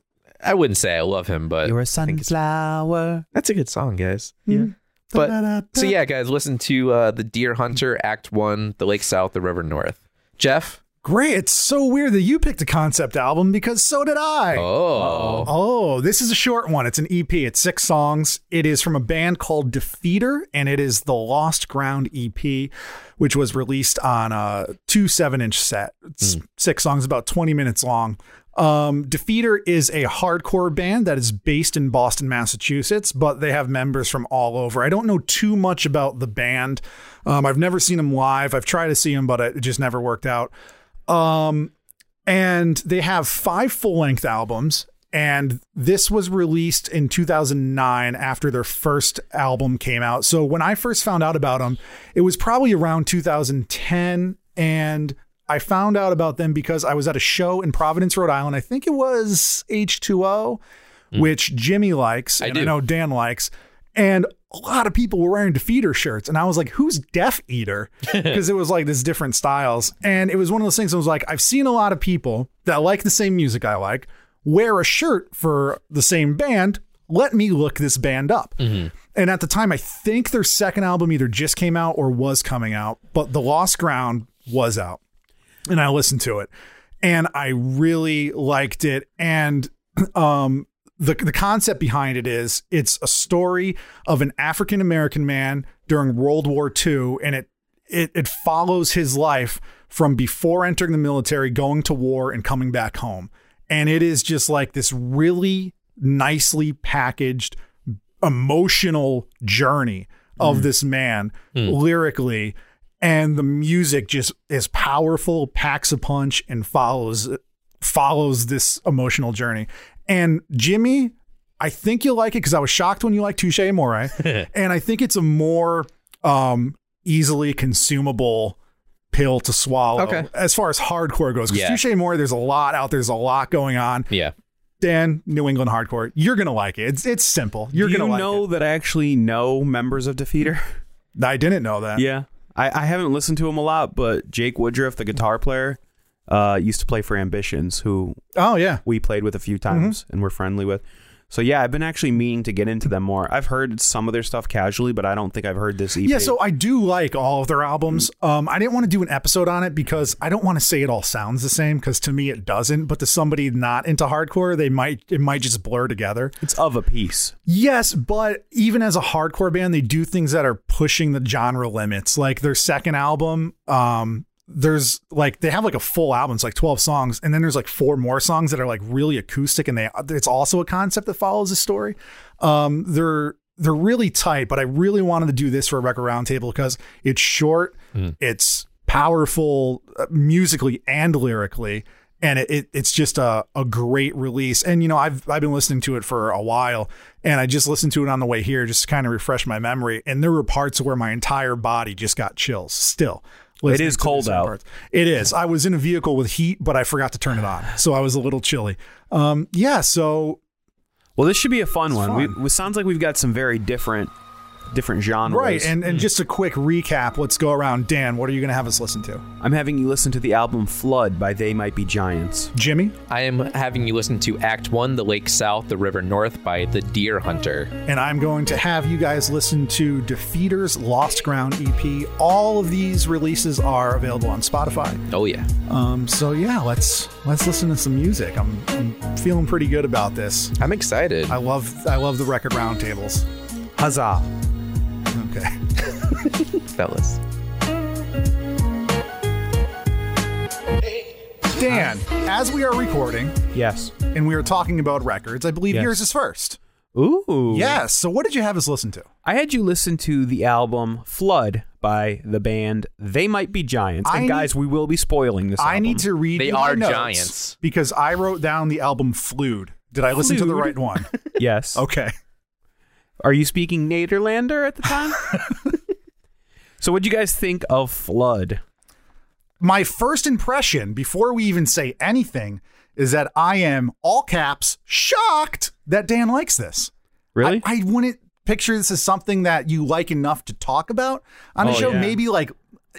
Speaker 2: I wouldn't say I love him, but
Speaker 5: You're a sunflower.
Speaker 2: that's a good song, guys.
Speaker 4: Hmm. episode.
Speaker 2: But so yeah, guys, listen to uh, the Deer Hunter Act One, the Lake South, the River North. Jeff,
Speaker 4: great. It's so weird that you picked a concept album because so did I.
Speaker 2: Oh.
Speaker 4: Oh, this is a short one. It's an EP. It's six songs. It is from a band called Defeater, and it is the Lost Ground EP, which was released on a two seven inch set. It's six songs, about 20 minutes long. Um, Defeater is a hardcore band that is based in Boston, Massachusetts, but they have members from all over. I don't know too much about the band. Um, I've never seen them live. I've tried to see them, but it just never worked out and they have five full length albums. And this was released in 2009 after their first album came out. So when I first found out about them, it was probably around 2010. And I found out about them because I was at a show in Providence, Rhode Island. I think it was H2O, which Jimmy likes. and I
Speaker 2: do.
Speaker 4: know Dan likes. And a lot of people were wearing Defeater shirts. And I was like, who's Def Eater? Because it was like this different styles. And it was one of those things I was like, I've seen a lot of people that like the same music I like wear a shirt for the same band. Let me look this band up. And at the time, I think their second album either just came out or was coming out, but The Lost Ground was out and I listened to it and I really liked it and um the the concept behind it is it's a story of an African American man during World War II and it it it follows his life from before entering the military going to war and coming back home and it is just like this really nicely packaged emotional journey of this man lyrically and the music just is powerful packs a punch and follows follows this emotional journey and jimmy i think you'll like it because i was shocked when you liked touche amore and i think it's a more um easily consumable pill to swallow
Speaker 2: Okay.
Speaker 4: as far as hardcore goes because
Speaker 2: Yeah.
Speaker 4: touche amore there's a lot out there's a lot going on
Speaker 2: yeah.
Speaker 4: Dan, New England hardcore. You're gonna like it. It's it's simple. You're
Speaker 5: Do you
Speaker 4: gonna like
Speaker 5: know that I actually know members of Defeater?
Speaker 4: it. I didn't know that.
Speaker 5: Yeah. I, I haven't listened to him a lot, but Jake Woodruff, the guitar player, uh, used to play for Ambitions, who
Speaker 4: Oh yeah.
Speaker 5: we played with a few
Speaker 4: Mm-hmm.
Speaker 5: times and we're friendly with. So yeah, I've been actually meaning to get into them more. I've heard some of their stuff casually, but I don't think I've heard this E EP.
Speaker 4: Yeah, so I do like all of their albums. Um, I didn't want to do an episode on it because I don't want to say it all sounds the same because to me it doesn't. But to somebody not into hardcore, they might it might just blur together.
Speaker 5: it's of a piece.
Speaker 4: Yes, but even as a hardcore band, they do things that are pushing the genre limits. Like their second album, um, there's like they have like a full album it's like 12 songs and then there's like four more songs that are like really acoustic and they it's also a concept that follows a story um they're they're really tight but i really wanted to do this for a record roundtable because it's short it's powerful uh, musically and lyrically and it, it it's just a, a great release and you know i've i've been listening to it for a while and i just listened to it on the way here just to kind of refresh my memory and there were parts where my entire body just got chills still
Speaker 5: It is
Speaker 4: listening to
Speaker 5: cold
Speaker 4: these
Speaker 5: out.
Speaker 4: parts. It is. I was in a vehicle with heat, but I forgot to turn it on, so I was a little chilly. Um, yeah. So
Speaker 5: Well, this should be a fun one.
Speaker 4: fun.
Speaker 5: We, it sounds like we've got some very different, different genres.
Speaker 4: right, and
Speaker 5: Hmm.
Speaker 4: and just a quick recap. Let's go around. Dan, what are you going to have us listen to?
Speaker 5: I'm having you listen to the album "Flood" by They Might Be Giants.
Speaker 4: Jimmy
Speaker 2: I am having you listen to Act One, The Lake South, The River North by The Deer Hunter.
Speaker 4: and I'm going to have you guys listen to Defeater's Lost Ground EP. All of these releases are available on Spotify.
Speaker 2: Oh, yeah.
Speaker 4: Um, so yeah, let's let's listen to some music. I'm, I'm feeling pretty good about this.
Speaker 2: I'm excited.
Speaker 4: I love I love the record roundtables.
Speaker 5: Huzzah!
Speaker 4: Okay.
Speaker 2: fellas.
Speaker 4: Dan, as we are recording
Speaker 5: Yes.
Speaker 4: and we are talking about records, I believe
Speaker 5: Yes.
Speaker 4: yours is first.
Speaker 5: Ooh.
Speaker 4: Yes. So what did you have us listen to?
Speaker 5: I had you listen to the album "Flood" by the band They Might Be Giants.
Speaker 4: I
Speaker 5: and
Speaker 4: need-
Speaker 5: guys, we will be spoiling this.
Speaker 4: I
Speaker 5: album.
Speaker 4: need to read.
Speaker 2: They
Speaker 4: you my
Speaker 2: are
Speaker 4: notes
Speaker 2: giants.
Speaker 4: because I wrote down the album Flued. Did I listen to the
Speaker 5: Flued?
Speaker 4: right one?
Speaker 5: Yes.
Speaker 4: Okay.
Speaker 5: Are you speaking Naderlander at the time? so, what do you guys think of Flood?
Speaker 4: My first impression before we even say anything is that I am all caps shocked that Dan likes this.
Speaker 5: Really?
Speaker 4: I, I wouldn't picture this as something that you like enough to talk about on a
Speaker 5: Oh,
Speaker 4: show.
Speaker 5: yeah.
Speaker 4: Maybe like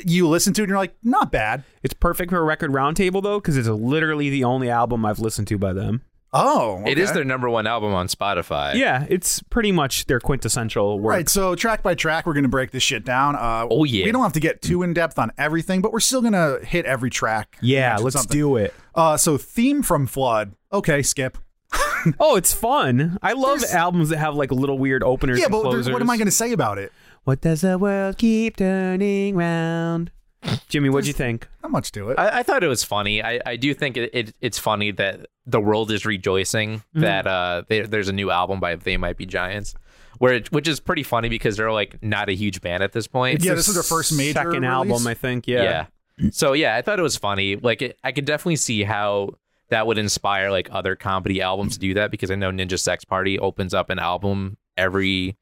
Speaker 4: you listen to it and you're like, not bad.
Speaker 5: it's perfect for a record roundtable though, because it's literally the only album I've listened to by them.
Speaker 4: Oh,
Speaker 2: It is
Speaker 4: okay.
Speaker 2: their number one album on Spotify.
Speaker 5: Yeah, it's pretty much their quintessential work.
Speaker 4: Right, so track by track, we're going to break this shit down. Uh,
Speaker 2: Oh, yeah.
Speaker 4: we don't have to get too in depth on everything, but we're still going to hit every track.
Speaker 5: Yeah,
Speaker 4: Mention
Speaker 5: let's
Speaker 4: something.
Speaker 5: do it.
Speaker 4: Uh, so theme from Flood. Okay, skip.
Speaker 5: Oh, it's fun. I love
Speaker 4: There's-
Speaker 5: albums that have like little weird openers.
Speaker 4: Yeah,
Speaker 5: and
Speaker 4: but there's-
Speaker 5: closers.
Speaker 4: what am I going to say about it?
Speaker 5: What does the world keep turning round? Jimmy, what'd you think?
Speaker 4: Not much to it.
Speaker 2: I, I thought it was funny. I, I do think it, it it's funny that the world is rejoicing
Speaker 4: Mm-hmm.
Speaker 2: that uh there there's a new album by They Might Be Giants, where it, which is pretty funny because they're like not a huge band at this point.
Speaker 4: Yeah, this is their first major
Speaker 5: second
Speaker 4: release?
Speaker 5: album, I think. Yeah.
Speaker 2: yeah. So yeah, I thought it was funny. Like it, I could definitely see how that would inspire like other comedy albums to do that because I know Ninja Sex Party opens up an album every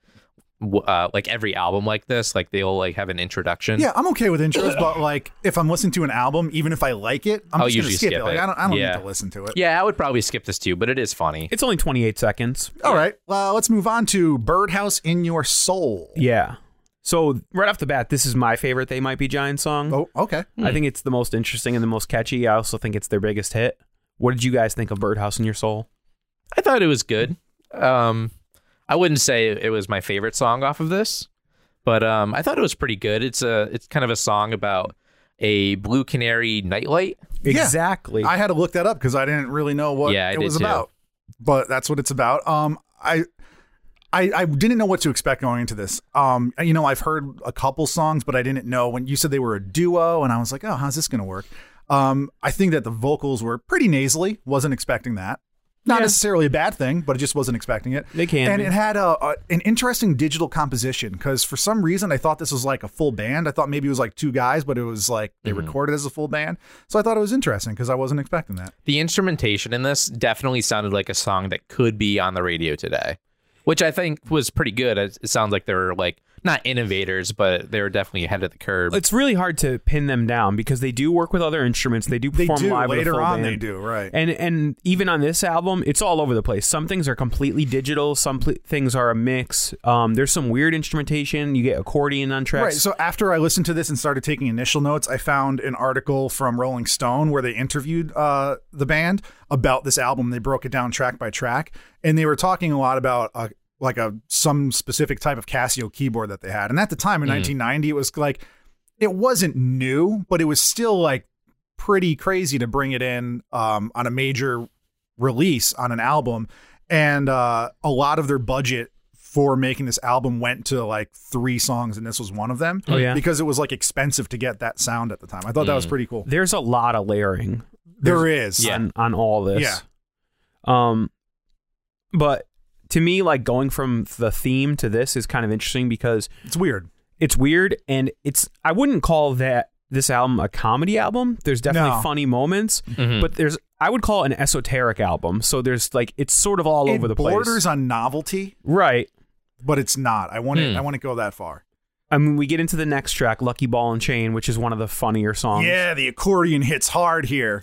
Speaker 2: w- uh like every album like this. Like they'll like have an introduction.
Speaker 4: yeah, I'm okay with intros, but like if I'm listening to an album, even if I like it, I'm
Speaker 2: I'll Oh,
Speaker 4: just going to
Speaker 2: usually
Speaker 4: skip,
Speaker 2: skip
Speaker 4: it. Like,
Speaker 2: it.
Speaker 4: I don't, I don't
Speaker 2: Yeah.
Speaker 4: need to listen to it.
Speaker 2: Yeah, I would probably skip this too, but it is funny.
Speaker 5: It's only 28 seconds.
Speaker 4: All right, well, let's move on to Birdhouse in Your Soul.
Speaker 5: Yeah. So right off the bat, this is my favorite They Might Be Giant song.
Speaker 4: Oh, okay.
Speaker 5: I think it's the most interesting and the most catchy. I also think it's their biggest hit. What did you guys think of Birdhouse in Your Soul?
Speaker 2: I thought it was good. Um, I wouldn't say it was my favorite song off of this, but um, I thought it was pretty good. It's a it's kind of a song about a blue canary nightlight.
Speaker 4: Yeah.
Speaker 5: Exactly.
Speaker 4: I had to look that up because I didn't really know what
Speaker 2: Yeah, I
Speaker 4: it
Speaker 2: did
Speaker 4: was
Speaker 2: too.
Speaker 4: about. But that's what it's about. Um, I, I, I didn't know what to expect going into this. Um, you know, I've heard a couple songs, but I didn't know when you said they were a duo, and I was like, oh, how's this going to work? Um, I think that the vocals were pretty nasally. Wasn't expecting that. Not necessarily a bad thing, but I just wasn't expecting it.
Speaker 5: They can
Speaker 4: and
Speaker 5: be.
Speaker 4: it had a, a an interesting digital composition because for some reason I thought this was like a full band. I thought maybe it was like two guys, but it was like they
Speaker 5: Mm-hmm.
Speaker 4: recorded as a full band. So I thought it was interesting because I wasn't expecting that.
Speaker 2: The instrumentation in this definitely sounded like a song that could be on the radio today, which I think was pretty good. It it sounds like they're like not innovators, but they were definitely ahead of the curve.
Speaker 5: it's really hard to pin them down because they do work with other instruments. They do
Speaker 4: They
Speaker 5: perform
Speaker 4: do
Speaker 5: live with a
Speaker 4: later
Speaker 5: full
Speaker 4: on.
Speaker 5: band.
Speaker 4: They do right.
Speaker 5: And and even on this album, it's all over the place. Some things are completely digital. Some pl- things are a mix. Um, there's some weird instrumentation. You get accordion on
Speaker 4: Right.
Speaker 5: tracks.
Speaker 4: So after I listened to this and started taking initial notes, I found an article from Rolling Stone where they interviewed uh, the band about this album. They broke it down track by track, and they were talking a lot about uh, like a some specific type of Casio keyboard that they had. And at the time in 1990, it was like it wasn't new, but it was still like pretty crazy to bring it in um, on a major release on an album. And uh, a lot of their budget for making this album went to like three songs, and this was one of them.
Speaker 5: Oh, yeah. Mm.
Speaker 4: because it was like expensive to get that sound at the time. I thought that was pretty cool.
Speaker 5: There's a lot of layering
Speaker 4: There is,
Speaker 2: Yeah.
Speaker 5: on, on all this.
Speaker 4: Yeah.
Speaker 5: Um, but to me, like going from the theme to this is kind of interesting because
Speaker 4: it's weird.
Speaker 5: it's weird and it's I wouldn't call that this album a comedy album. There's definitely
Speaker 4: No.
Speaker 5: funny moments, but there's I would call it an esoteric album. So there's like it's sort of all
Speaker 4: It
Speaker 5: over the
Speaker 4: borders
Speaker 5: place.
Speaker 4: on novelty,
Speaker 5: Right.
Speaker 4: but it's not. I want
Speaker 5: Hmm.
Speaker 4: to. I want to go that far.
Speaker 5: I mean, we get into the next track, "Lucky Ball and Chain," which is one of the funnier songs.
Speaker 4: Yeah, the accordion hits hard here.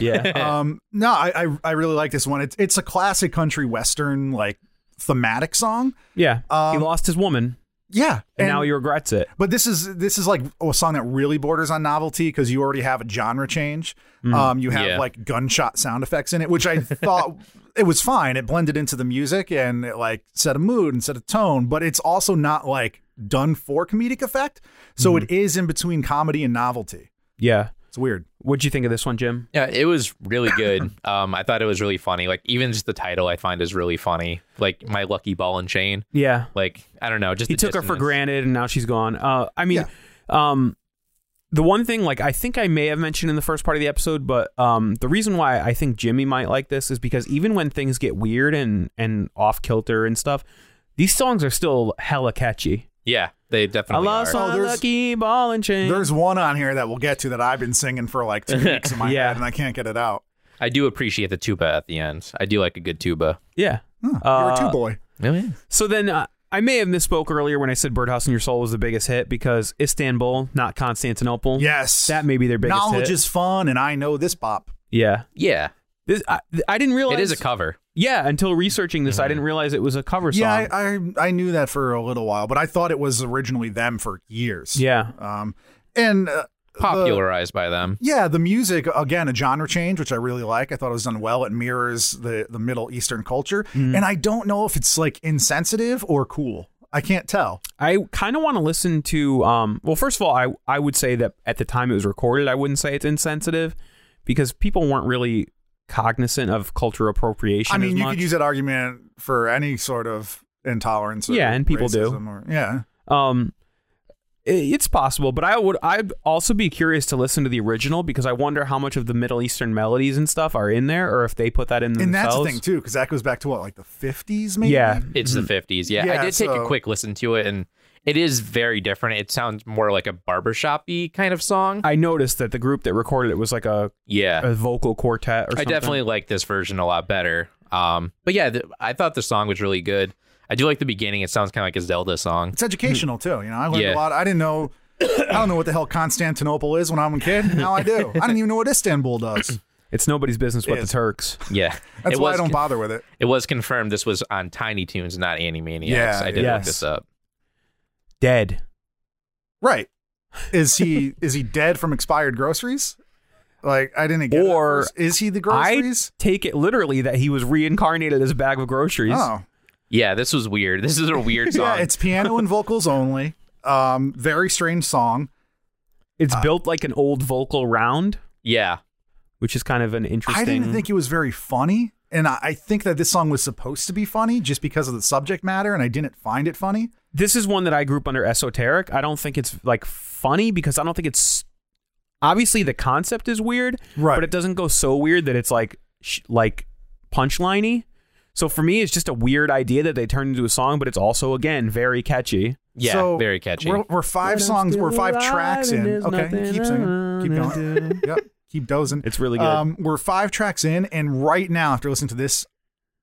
Speaker 5: yeah.
Speaker 4: um no I, I i really like this one it's it's a classic country western like thematic song
Speaker 5: Yeah. he
Speaker 4: Um,
Speaker 5: lost his woman,
Speaker 4: yeah
Speaker 5: and, now he regrets it.
Speaker 4: but this is this is like a song that really borders on novelty because you already have a genre change
Speaker 5: Mm.
Speaker 4: um you have
Speaker 2: Yeah.
Speaker 4: like gunshot sound effects in it which i thought it was fine it blended into the music and it like set a mood and set a tone but it's also not like done for comedic effect so
Speaker 5: Mm.
Speaker 4: it is in between comedy and novelty
Speaker 5: Yeah.
Speaker 4: it's weird
Speaker 5: What'd you think of this one, Jim?
Speaker 2: Yeah, it was really good. um, I thought it was really funny. Like even just the title, I find is really funny. Like my lucky ball and chain.
Speaker 5: Yeah.
Speaker 2: Like I don't know. Just
Speaker 5: He
Speaker 2: the
Speaker 5: took her for
Speaker 2: dissonance.
Speaker 5: granted, and now she's gone. Uh, I mean, um, the one thing, like, I think I may have mentioned in the first part of the episode, but um, the reason why I think Jimmy might like this is because even when things get weird and and off kilter and stuff, these songs are still hella catchy.
Speaker 2: Yeah, they
Speaker 5: I
Speaker 2: definitely
Speaker 5: lost
Speaker 2: are.
Speaker 5: my
Speaker 4: Oh, there's-
Speaker 5: lucky ball and chain.
Speaker 4: there's one on here that we'll get to that i've been singing for like two weeks in my
Speaker 5: Yeah.
Speaker 4: head and i can't get it out
Speaker 2: I do appreciate the tuba at the end. I do like a good tuba.
Speaker 5: yeah.
Speaker 4: Huh,
Speaker 5: Uh,
Speaker 4: you're a two boy
Speaker 2: Oh yeah.
Speaker 5: So then uh, I may have misspoke earlier when I said Birdhouse in Your Soul was the biggest hit because Istanbul, not Constantinople.
Speaker 4: Yes.
Speaker 5: That may be their biggest
Speaker 4: Knowledge
Speaker 5: hit.
Speaker 4: is fun, and I know this bop.
Speaker 5: Yeah.
Speaker 2: Yeah.
Speaker 5: This, I, I didn't realize.
Speaker 2: It is a cover.
Speaker 5: yeah, until researching
Speaker 2: Mm-hmm.
Speaker 5: this, I didn't realize it was a cover
Speaker 4: Yeah,
Speaker 5: song.
Speaker 4: I, I I knew that for a little while, but I thought it was originally them for years.
Speaker 5: yeah.
Speaker 4: Um, and uh, the-
Speaker 2: Popularized by them.
Speaker 4: yeah, the music again a genre change, which I really like. I thought it was done well. It mirrors the the Middle Eastern culture,
Speaker 5: Mm.
Speaker 4: and I don't know if it's like insensitive or cool. I can't tell.
Speaker 5: I kind of want to listen to. Um, well, first of all, I, I would say that at the time it was recorded, I wouldn't say it's insensitive because people weren't really cognizant of cultural appropriation.
Speaker 4: I mean,
Speaker 5: as
Speaker 4: you
Speaker 5: much.
Speaker 4: could use that argument for any sort of intolerance. Or
Speaker 5: Yeah, and people do.
Speaker 4: racism Or, yeah,
Speaker 5: Um, i- it's possible, but I would I'd also be curious to listen to the original because I wonder how much of the Middle Eastern melodies and stuff are in there, or if they put that in
Speaker 4: and that's
Speaker 5: themselves.
Speaker 4: the thing too, because that goes back to what like the fifties, maybe.
Speaker 5: Yeah,
Speaker 2: It's the fifties. Yeah,
Speaker 4: Yeah,
Speaker 2: I did take
Speaker 4: so-
Speaker 2: a quick listen to it, and it is very different. It sounds more like a barbershoppy kind of song.
Speaker 5: I noticed that the group that recorded it was like a,
Speaker 2: yeah,
Speaker 5: a vocal quartet. or
Speaker 2: I
Speaker 5: something.
Speaker 2: definitely like this version a lot better. Um, but yeah, th- I thought the song was really good. I do like the beginning. It sounds kind of like a Zelda song.
Speaker 4: it's educational too. You know, I learned
Speaker 2: Yeah.
Speaker 4: a lot. I didn't know. I don't know what the hell Constantinople is when I'm a kid. Now I do. I didn't even know what Istanbul does.
Speaker 5: it's nobody's business what the
Speaker 4: Yes.
Speaker 5: Turks.
Speaker 2: Yeah,
Speaker 4: That's
Speaker 2: it
Speaker 4: why
Speaker 2: was
Speaker 4: I don't
Speaker 2: con-
Speaker 4: bother with it.
Speaker 2: It was confirmed this was on Tiny Toons, not Animaniacs.
Speaker 4: Yeah,
Speaker 2: I did
Speaker 5: yes.
Speaker 2: look this up.
Speaker 5: Dead.
Speaker 4: Right? Is he is he dead from expired groceries? Like I didn't get. it at
Speaker 5: Or-
Speaker 4: first. is he the groceries?
Speaker 5: I take it literally that he was reincarnated as a bag of groceries.
Speaker 4: oh,
Speaker 2: Yeah, this was weird. This is a weird song.
Speaker 4: yeah. It's piano and vocals only. Um, very strange song. uh,
Speaker 5: It's built like an old vocal round,
Speaker 2: yeah.
Speaker 5: which is kind of an interesting.
Speaker 4: I didn't think it was very funny, and I, I think that this song was supposed to be funny just because of the subject matter, and I didn't find it funny.
Speaker 5: this is one that I group under esoteric. I don't think it's like funny because I don't think it's obviously the concept is weird,
Speaker 4: Right.
Speaker 5: But it doesn't go so weird that it's like sh- like punchliney. So for me, it's just a weird idea that they turned into a song, but it's also again very catchy.
Speaker 2: Yeah,
Speaker 4: So,
Speaker 2: very catchy.
Speaker 4: We're, we're five
Speaker 5: But I'm
Speaker 4: songs, we're
Speaker 5: still
Speaker 4: five
Speaker 5: alive
Speaker 4: tracks
Speaker 5: and
Speaker 4: in.
Speaker 5: there's
Speaker 4: Okay,
Speaker 5: nothing
Speaker 4: keep singing, keep
Speaker 5: I
Speaker 4: going. yep, keep dozing.
Speaker 5: It's really good.
Speaker 4: Um, we're five tracks in, and right now, after listening to this,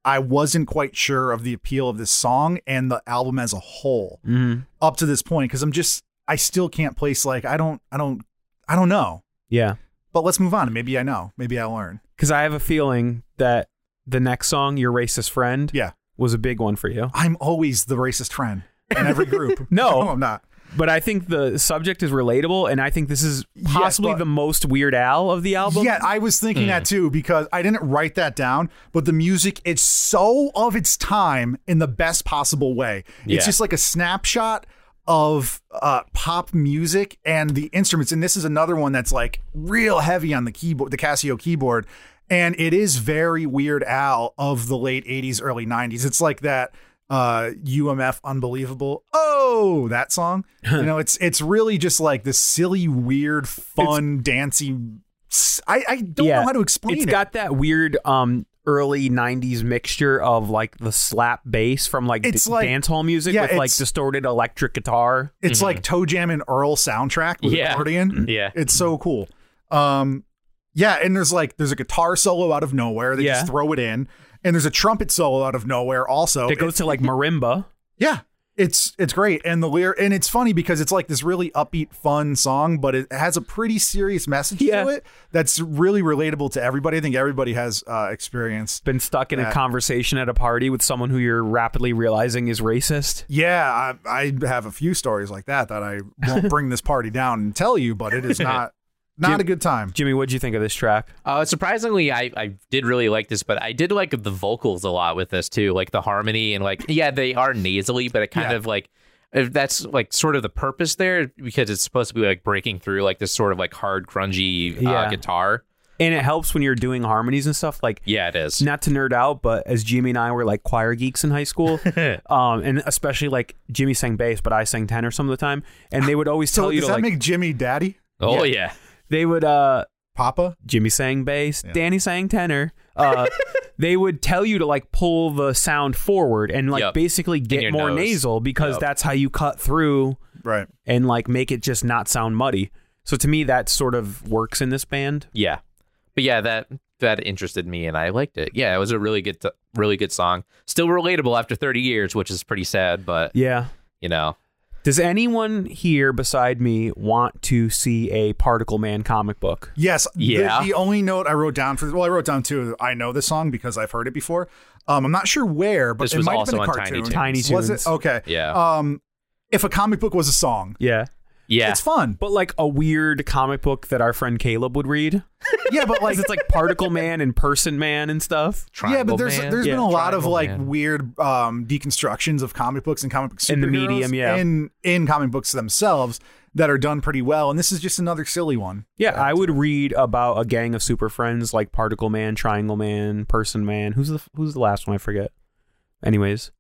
Speaker 4: I wasn't quite sure of the appeal of this song and the album as a whole
Speaker 5: Mm-hmm.
Speaker 4: up to this point because I'm just I still can't place like I don't I don't I don't know.
Speaker 5: Yeah,
Speaker 4: But let's move on. and Maybe I know. Maybe I learn.
Speaker 5: because I have a feeling that the next song, "Your Racist Friend,"
Speaker 4: Yeah,
Speaker 5: was a big one for you.
Speaker 4: I'm always the racist friend in every group.
Speaker 5: No.
Speaker 4: I'm not.
Speaker 5: But I think the subject is relatable, and I think this is
Speaker 4: Yes,
Speaker 5: possibly
Speaker 4: but-
Speaker 5: the most Weird Al of the album.
Speaker 4: Yeah, I was thinking that too because I didn't write that down, but the music it's so of its time in the best possible way.
Speaker 2: Yeah.
Speaker 4: It's just like a snapshot of uh, pop music and the instruments, and this is another one that's like real heavy on the keyboard, the Casio keyboard, and it is very Weird Al of the late '80s, early '90s. It's like that uh UMF unbelievable. Oh, that song. you know, it's it's really just like this silly, weird, fun, dancey s- I, I don't know how to explain
Speaker 5: It's
Speaker 4: it.
Speaker 5: got that weird um early 90s mixture of like the slap bass from like,
Speaker 4: It's
Speaker 5: d-
Speaker 4: like-
Speaker 5: dance hall music
Speaker 4: yeah,
Speaker 5: with like
Speaker 4: it's-
Speaker 5: distorted electric guitar.
Speaker 4: it's like
Speaker 5: Mm-hmm.
Speaker 4: Toe Jam and Earl soundtrack with
Speaker 2: Yeah.
Speaker 4: accordion.
Speaker 2: Yeah.
Speaker 4: It's so cool. Um yeah, and there's like there's a guitar solo out of nowhere. They
Speaker 5: Yeah.
Speaker 4: just throw it in. And there's a trumpet solo out of nowhere also.
Speaker 5: That goes to like marimba.
Speaker 4: Yeah. It's it's great and the lyric and it's funny because it's like this really upbeat fun song but it has a pretty serious message
Speaker 5: Yeah.
Speaker 4: to it that's really relatable to everybody. I think everybody has uh experienced.
Speaker 5: Been stuck in a
Speaker 4: Yeah.
Speaker 5: conversation at a party with someone who you're rapidly realizing is racist.
Speaker 4: Yeah, I, I have a few stories like that that I won't bring this party down and tell you but it is not not a good time.
Speaker 5: Jimmy, what'd you think of this track?
Speaker 2: Uh, surprisingly, I, I did really like this, but I did like the vocals a lot with this too, like the harmony and like yeah, they are nasally, but it kind
Speaker 4: Yeah.
Speaker 2: of like if that's like sort of the purpose there because it's supposed to be like breaking through like this sort of like hard grungy uh,
Speaker 5: Yeah.
Speaker 2: guitar.
Speaker 5: And it helps when you're doing harmonies and stuff. Like
Speaker 2: Yeah, it is.
Speaker 5: not to nerd out, but as Jimmy and I were like choir geeks in high school, um, and especially like Jimmy sang bass, but I sang tenor some of the time, and they would always
Speaker 4: So
Speaker 5: tell you
Speaker 4: does
Speaker 5: to
Speaker 4: that
Speaker 5: like
Speaker 4: make Jimmy daddy?
Speaker 2: Oh yeah.
Speaker 5: they would uh
Speaker 4: Papa?
Speaker 5: Jimmy sang bass, Danny sang tenor. Uh, they would tell you to like pull the sound forward and like
Speaker 2: Yep.
Speaker 5: basically get
Speaker 2: your
Speaker 5: more
Speaker 2: nose.
Speaker 5: nasal because
Speaker 2: Yep.
Speaker 5: that's how you cut through
Speaker 4: Right.
Speaker 5: and like make it just not sound muddy. So to me, that sort of works in this band.
Speaker 2: Yeah. But yeah, that that interested me and I liked it. Yeah, it was a really good t- really good song. Still relatable after 30 years, which is pretty sad, but
Speaker 5: Yeah.
Speaker 2: you know.
Speaker 5: Does anyone here beside me want to see a Particle Man comic book?
Speaker 4: Yes. the-
Speaker 2: Yeah.
Speaker 4: The, only note I wrote down for well, I wrote down too. I know this song because I've heard it before. Um, I'm not sure where, but
Speaker 2: This
Speaker 4: it
Speaker 2: was
Speaker 4: might
Speaker 2: also
Speaker 4: have been a
Speaker 2: on Tiny
Speaker 4: cartoon.
Speaker 2: Toons.
Speaker 5: Tiny
Speaker 4: Was
Speaker 5: Toons.
Speaker 4: it okay?
Speaker 2: Yeah.
Speaker 4: Um, if a comic book was a song,
Speaker 5: Yeah.
Speaker 2: Yeah.
Speaker 4: it's fun.
Speaker 5: But like a weird comic book that our friend Caleb would read.
Speaker 4: yeah, but like
Speaker 5: 'Cause it's like Particle Man and Person Man and stuff.
Speaker 4: yeah, but there's
Speaker 2: Man.
Speaker 4: there's
Speaker 5: Yeah,
Speaker 4: been a lot of
Speaker 2: Triangle
Speaker 4: like
Speaker 2: Man.
Speaker 4: weird um, deconstructions of comic books and comic book
Speaker 5: In the
Speaker 4: superheroes
Speaker 5: medium, yeah.
Speaker 4: in in comic books themselves that are done pretty well, and this is just another silly one.
Speaker 5: Yeah, I would read about a gang of super friends like Particle Man, Triangle Man, Person Man. Who's the Who's the last one? I forget. Anyways,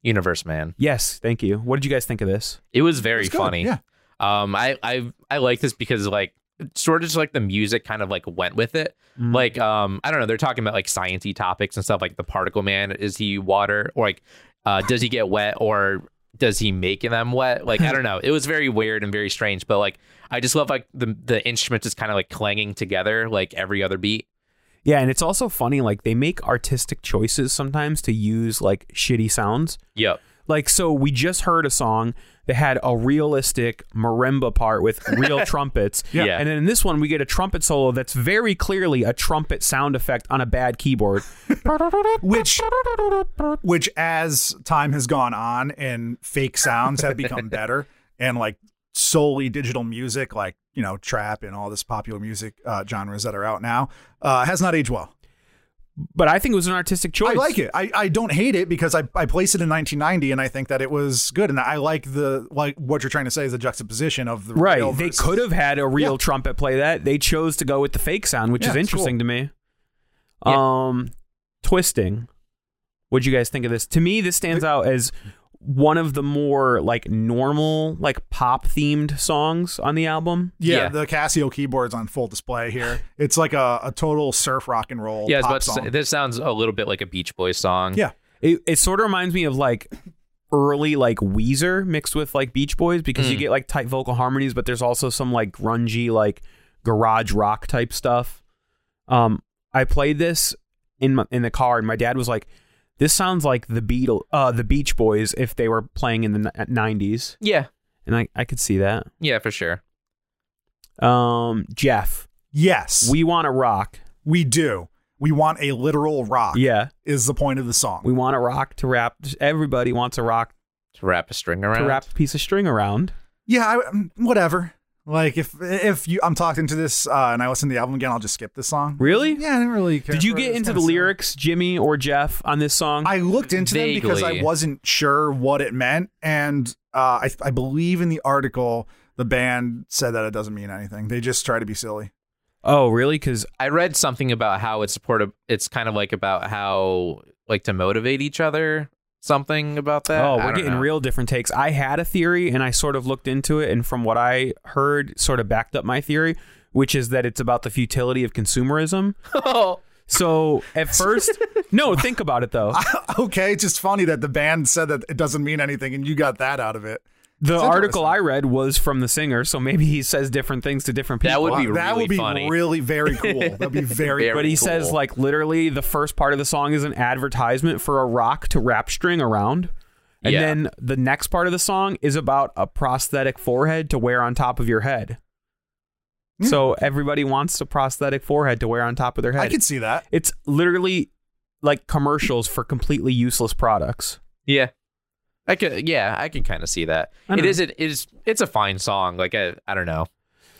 Speaker 2: Universe Man.
Speaker 5: yes, thank you. What did you guys think of this?
Speaker 2: It was very
Speaker 4: It's good,
Speaker 2: funny.
Speaker 4: Yeah,
Speaker 2: Um, I I I like this because like sort of just like the music kind of like went with it. Like um, I don't know. They're talking about like sciency topics and stuff like the particle man. Is he water or like uh, does he get wet or does he make them wet? Like I don't know. It was very weird and very strange. But like I just love like the the instruments just kind of like clanging together like every other beat.
Speaker 5: Yeah, and it's also funny. Like they make artistic choices sometimes to use like shitty sounds.
Speaker 2: Yep.
Speaker 5: Like so, we just heard a song that had a realistic marimba part with real trumpets.
Speaker 2: Yeah. Yeah.
Speaker 5: and then in this one we get a trumpet solo that's very clearly a trumpet sound effect on a bad keyboard.
Speaker 4: which which as time has gone on and fake sounds have become better and like solely digital music like you know trap and all this popular music uh, genres that are out now uh, has not aged well
Speaker 5: but I think it was an artistic choice.
Speaker 4: i like it i, I don't hate it because I, I placed it in 1990 and i think that it was good and i like the like what you're trying to say is the juxtaposition of the
Speaker 5: Right.
Speaker 4: real
Speaker 5: They
Speaker 4: versus-
Speaker 5: could have had a real
Speaker 4: Yeah.
Speaker 5: trumpet play that. They chose to go with the fake sound, which
Speaker 4: Yeah,
Speaker 5: is
Speaker 4: it's
Speaker 5: interesting
Speaker 4: cool.
Speaker 5: to me. Um twisting. What'd you guys think of this? To me, this stands out as one of the more like normal, like pop themed songs on the album.
Speaker 4: yeah,
Speaker 2: Yeah.
Speaker 4: the casio keyboards on full display here it's like a, a total surf rock and roll
Speaker 2: Yeah. I was
Speaker 4: pop
Speaker 2: about to
Speaker 4: song.
Speaker 2: say, this sounds a little bit like a Beach Boys song.
Speaker 4: yeah
Speaker 5: It, it sort of reminds me of like early like Weezer mixed with like Beach Boys because you get like tight vocal harmonies, but there's also some like grungy like garage rock type stuff. Um, I played this in my, in the car, and my dad was like, "This sounds like the Beatle, uh, the Beach Boys if they were playing in the ni- '90s,"
Speaker 2: Yeah.
Speaker 5: and I I could see that.
Speaker 2: Yeah. For sure.
Speaker 5: Um, Jeff,
Speaker 4: yes
Speaker 5: we want to rock.
Speaker 4: We do. We want a literal rock.
Speaker 5: Yeah,
Speaker 4: Is the point of the song.
Speaker 5: we want to rock to wrap. Everybody wants a rock
Speaker 2: To wrap a string around.
Speaker 5: to wrap a piece of string around.
Speaker 4: yeah, I, mm, whatever. Like if if you I'm talking to this uh, and I listen to the album again, I'll just skip this song.
Speaker 5: Really?
Speaker 4: Yeah, I didn't really care.
Speaker 5: Did you
Speaker 4: for it.
Speaker 5: get
Speaker 4: It's
Speaker 5: into
Speaker 4: kinda
Speaker 5: the
Speaker 4: silly.
Speaker 5: lyrics, Jimmy or Jeff, on this song?
Speaker 4: I looked into them because I
Speaker 2: Vaguely.
Speaker 4: wasn't sure what it meant, and uh, I I believe in the article the band said that it doesn't mean anything. They just try to be silly.
Speaker 5: oh, really? Because
Speaker 2: I read something about how it's supportive. It's kind of like about how like to motivate each other something about that? Uh,
Speaker 5: Oh,
Speaker 2: I
Speaker 5: we're
Speaker 2: don't
Speaker 5: getting
Speaker 2: know.
Speaker 5: real different takes. I had a theory and I sort of looked into it, and from what I heard, sort of backed up my theory, which is that it's about the futility of consumerism.
Speaker 2: Oh.
Speaker 5: So at first, no, think about it though.
Speaker 4: okay, it's just funny that the band said that it doesn't mean anything, and you got that out of it.
Speaker 5: The
Speaker 4: It's
Speaker 5: article I read was from the singer, so maybe he says different things to different
Speaker 2: That
Speaker 5: people.
Speaker 2: would be
Speaker 4: Wow, that
Speaker 2: really
Speaker 4: would be
Speaker 2: funny.
Speaker 4: really very cool. That'd be very.
Speaker 2: Very-
Speaker 5: but he says
Speaker 2: cool.
Speaker 5: like literally the first part of the song is an advertisement for a rock to wrap string around. And
Speaker 2: Yeah.
Speaker 5: then the next part of the song is about a prosthetic forehead to wear on top of your head. So everybody wants a prosthetic forehead to wear on top of their head.
Speaker 4: I could see that.
Speaker 5: it's literally like commercials for completely useless products.
Speaker 2: Yeah. I could yeah, I can kind of see that.
Speaker 5: I
Speaker 2: It
Speaker 5: know.
Speaker 2: is it is it's a fine song. Like I, I don't know.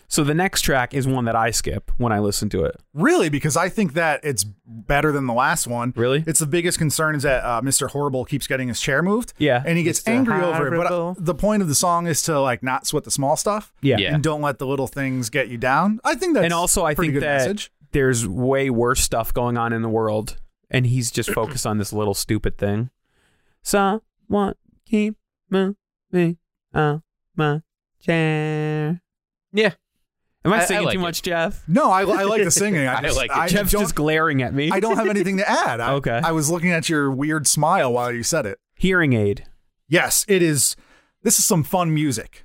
Speaker 5: So the next track is one that I skip when I listen to it.
Speaker 4: Really, because I think that it's better than the last one.
Speaker 5: Really?
Speaker 4: It's the biggest concern is that uh, Mr. Horrible keeps getting his chair moved.
Speaker 5: Yeah.
Speaker 4: And he gets
Speaker 5: Mr.
Speaker 4: angry over it. But uh,
Speaker 5: Horrible.
Speaker 4: the point of the song is to like not sweat the small stuff.
Speaker 5: Yeah.
Speaker 2: Yeah.
Speaker 4: And don't let the little things get you down. I think that's
Speaker 5: and also I
Speaker 4: a pretty
Speaker 5: think
Speaker 4: good
Speaker 5: that
Speaker 4: message.
Speaker 5: there's way worse stuff going on in the world, and he's just focused on this little stupid thing. Someone keep moving on my chair.
Speaker 2: Yeah.
Speaker 5: Am I,
Speaker 2: I- I
Speaker 5: singing
Speaker 2: like
Speaker 5: too
Speaker 2: it.
Speaker 5: much, Jeff?
Speaker 4: No, I, I like the singing. I,
Speaker 2: I
Speaker 4: just,
Speaker 2: like it.
Speaker 4: I
Speaker 5: Jeff's
Speaker 4: don't,
Speaker 5: just glaring at me.
Speaker 4: I don't have anything to add. I,
Speaker 5: Okay.
Speaker 4: I was looking at your weird smile while you said it.
Speaker 5: Hearing aid.
Speaker 4: Yes, it is. This is some fun music.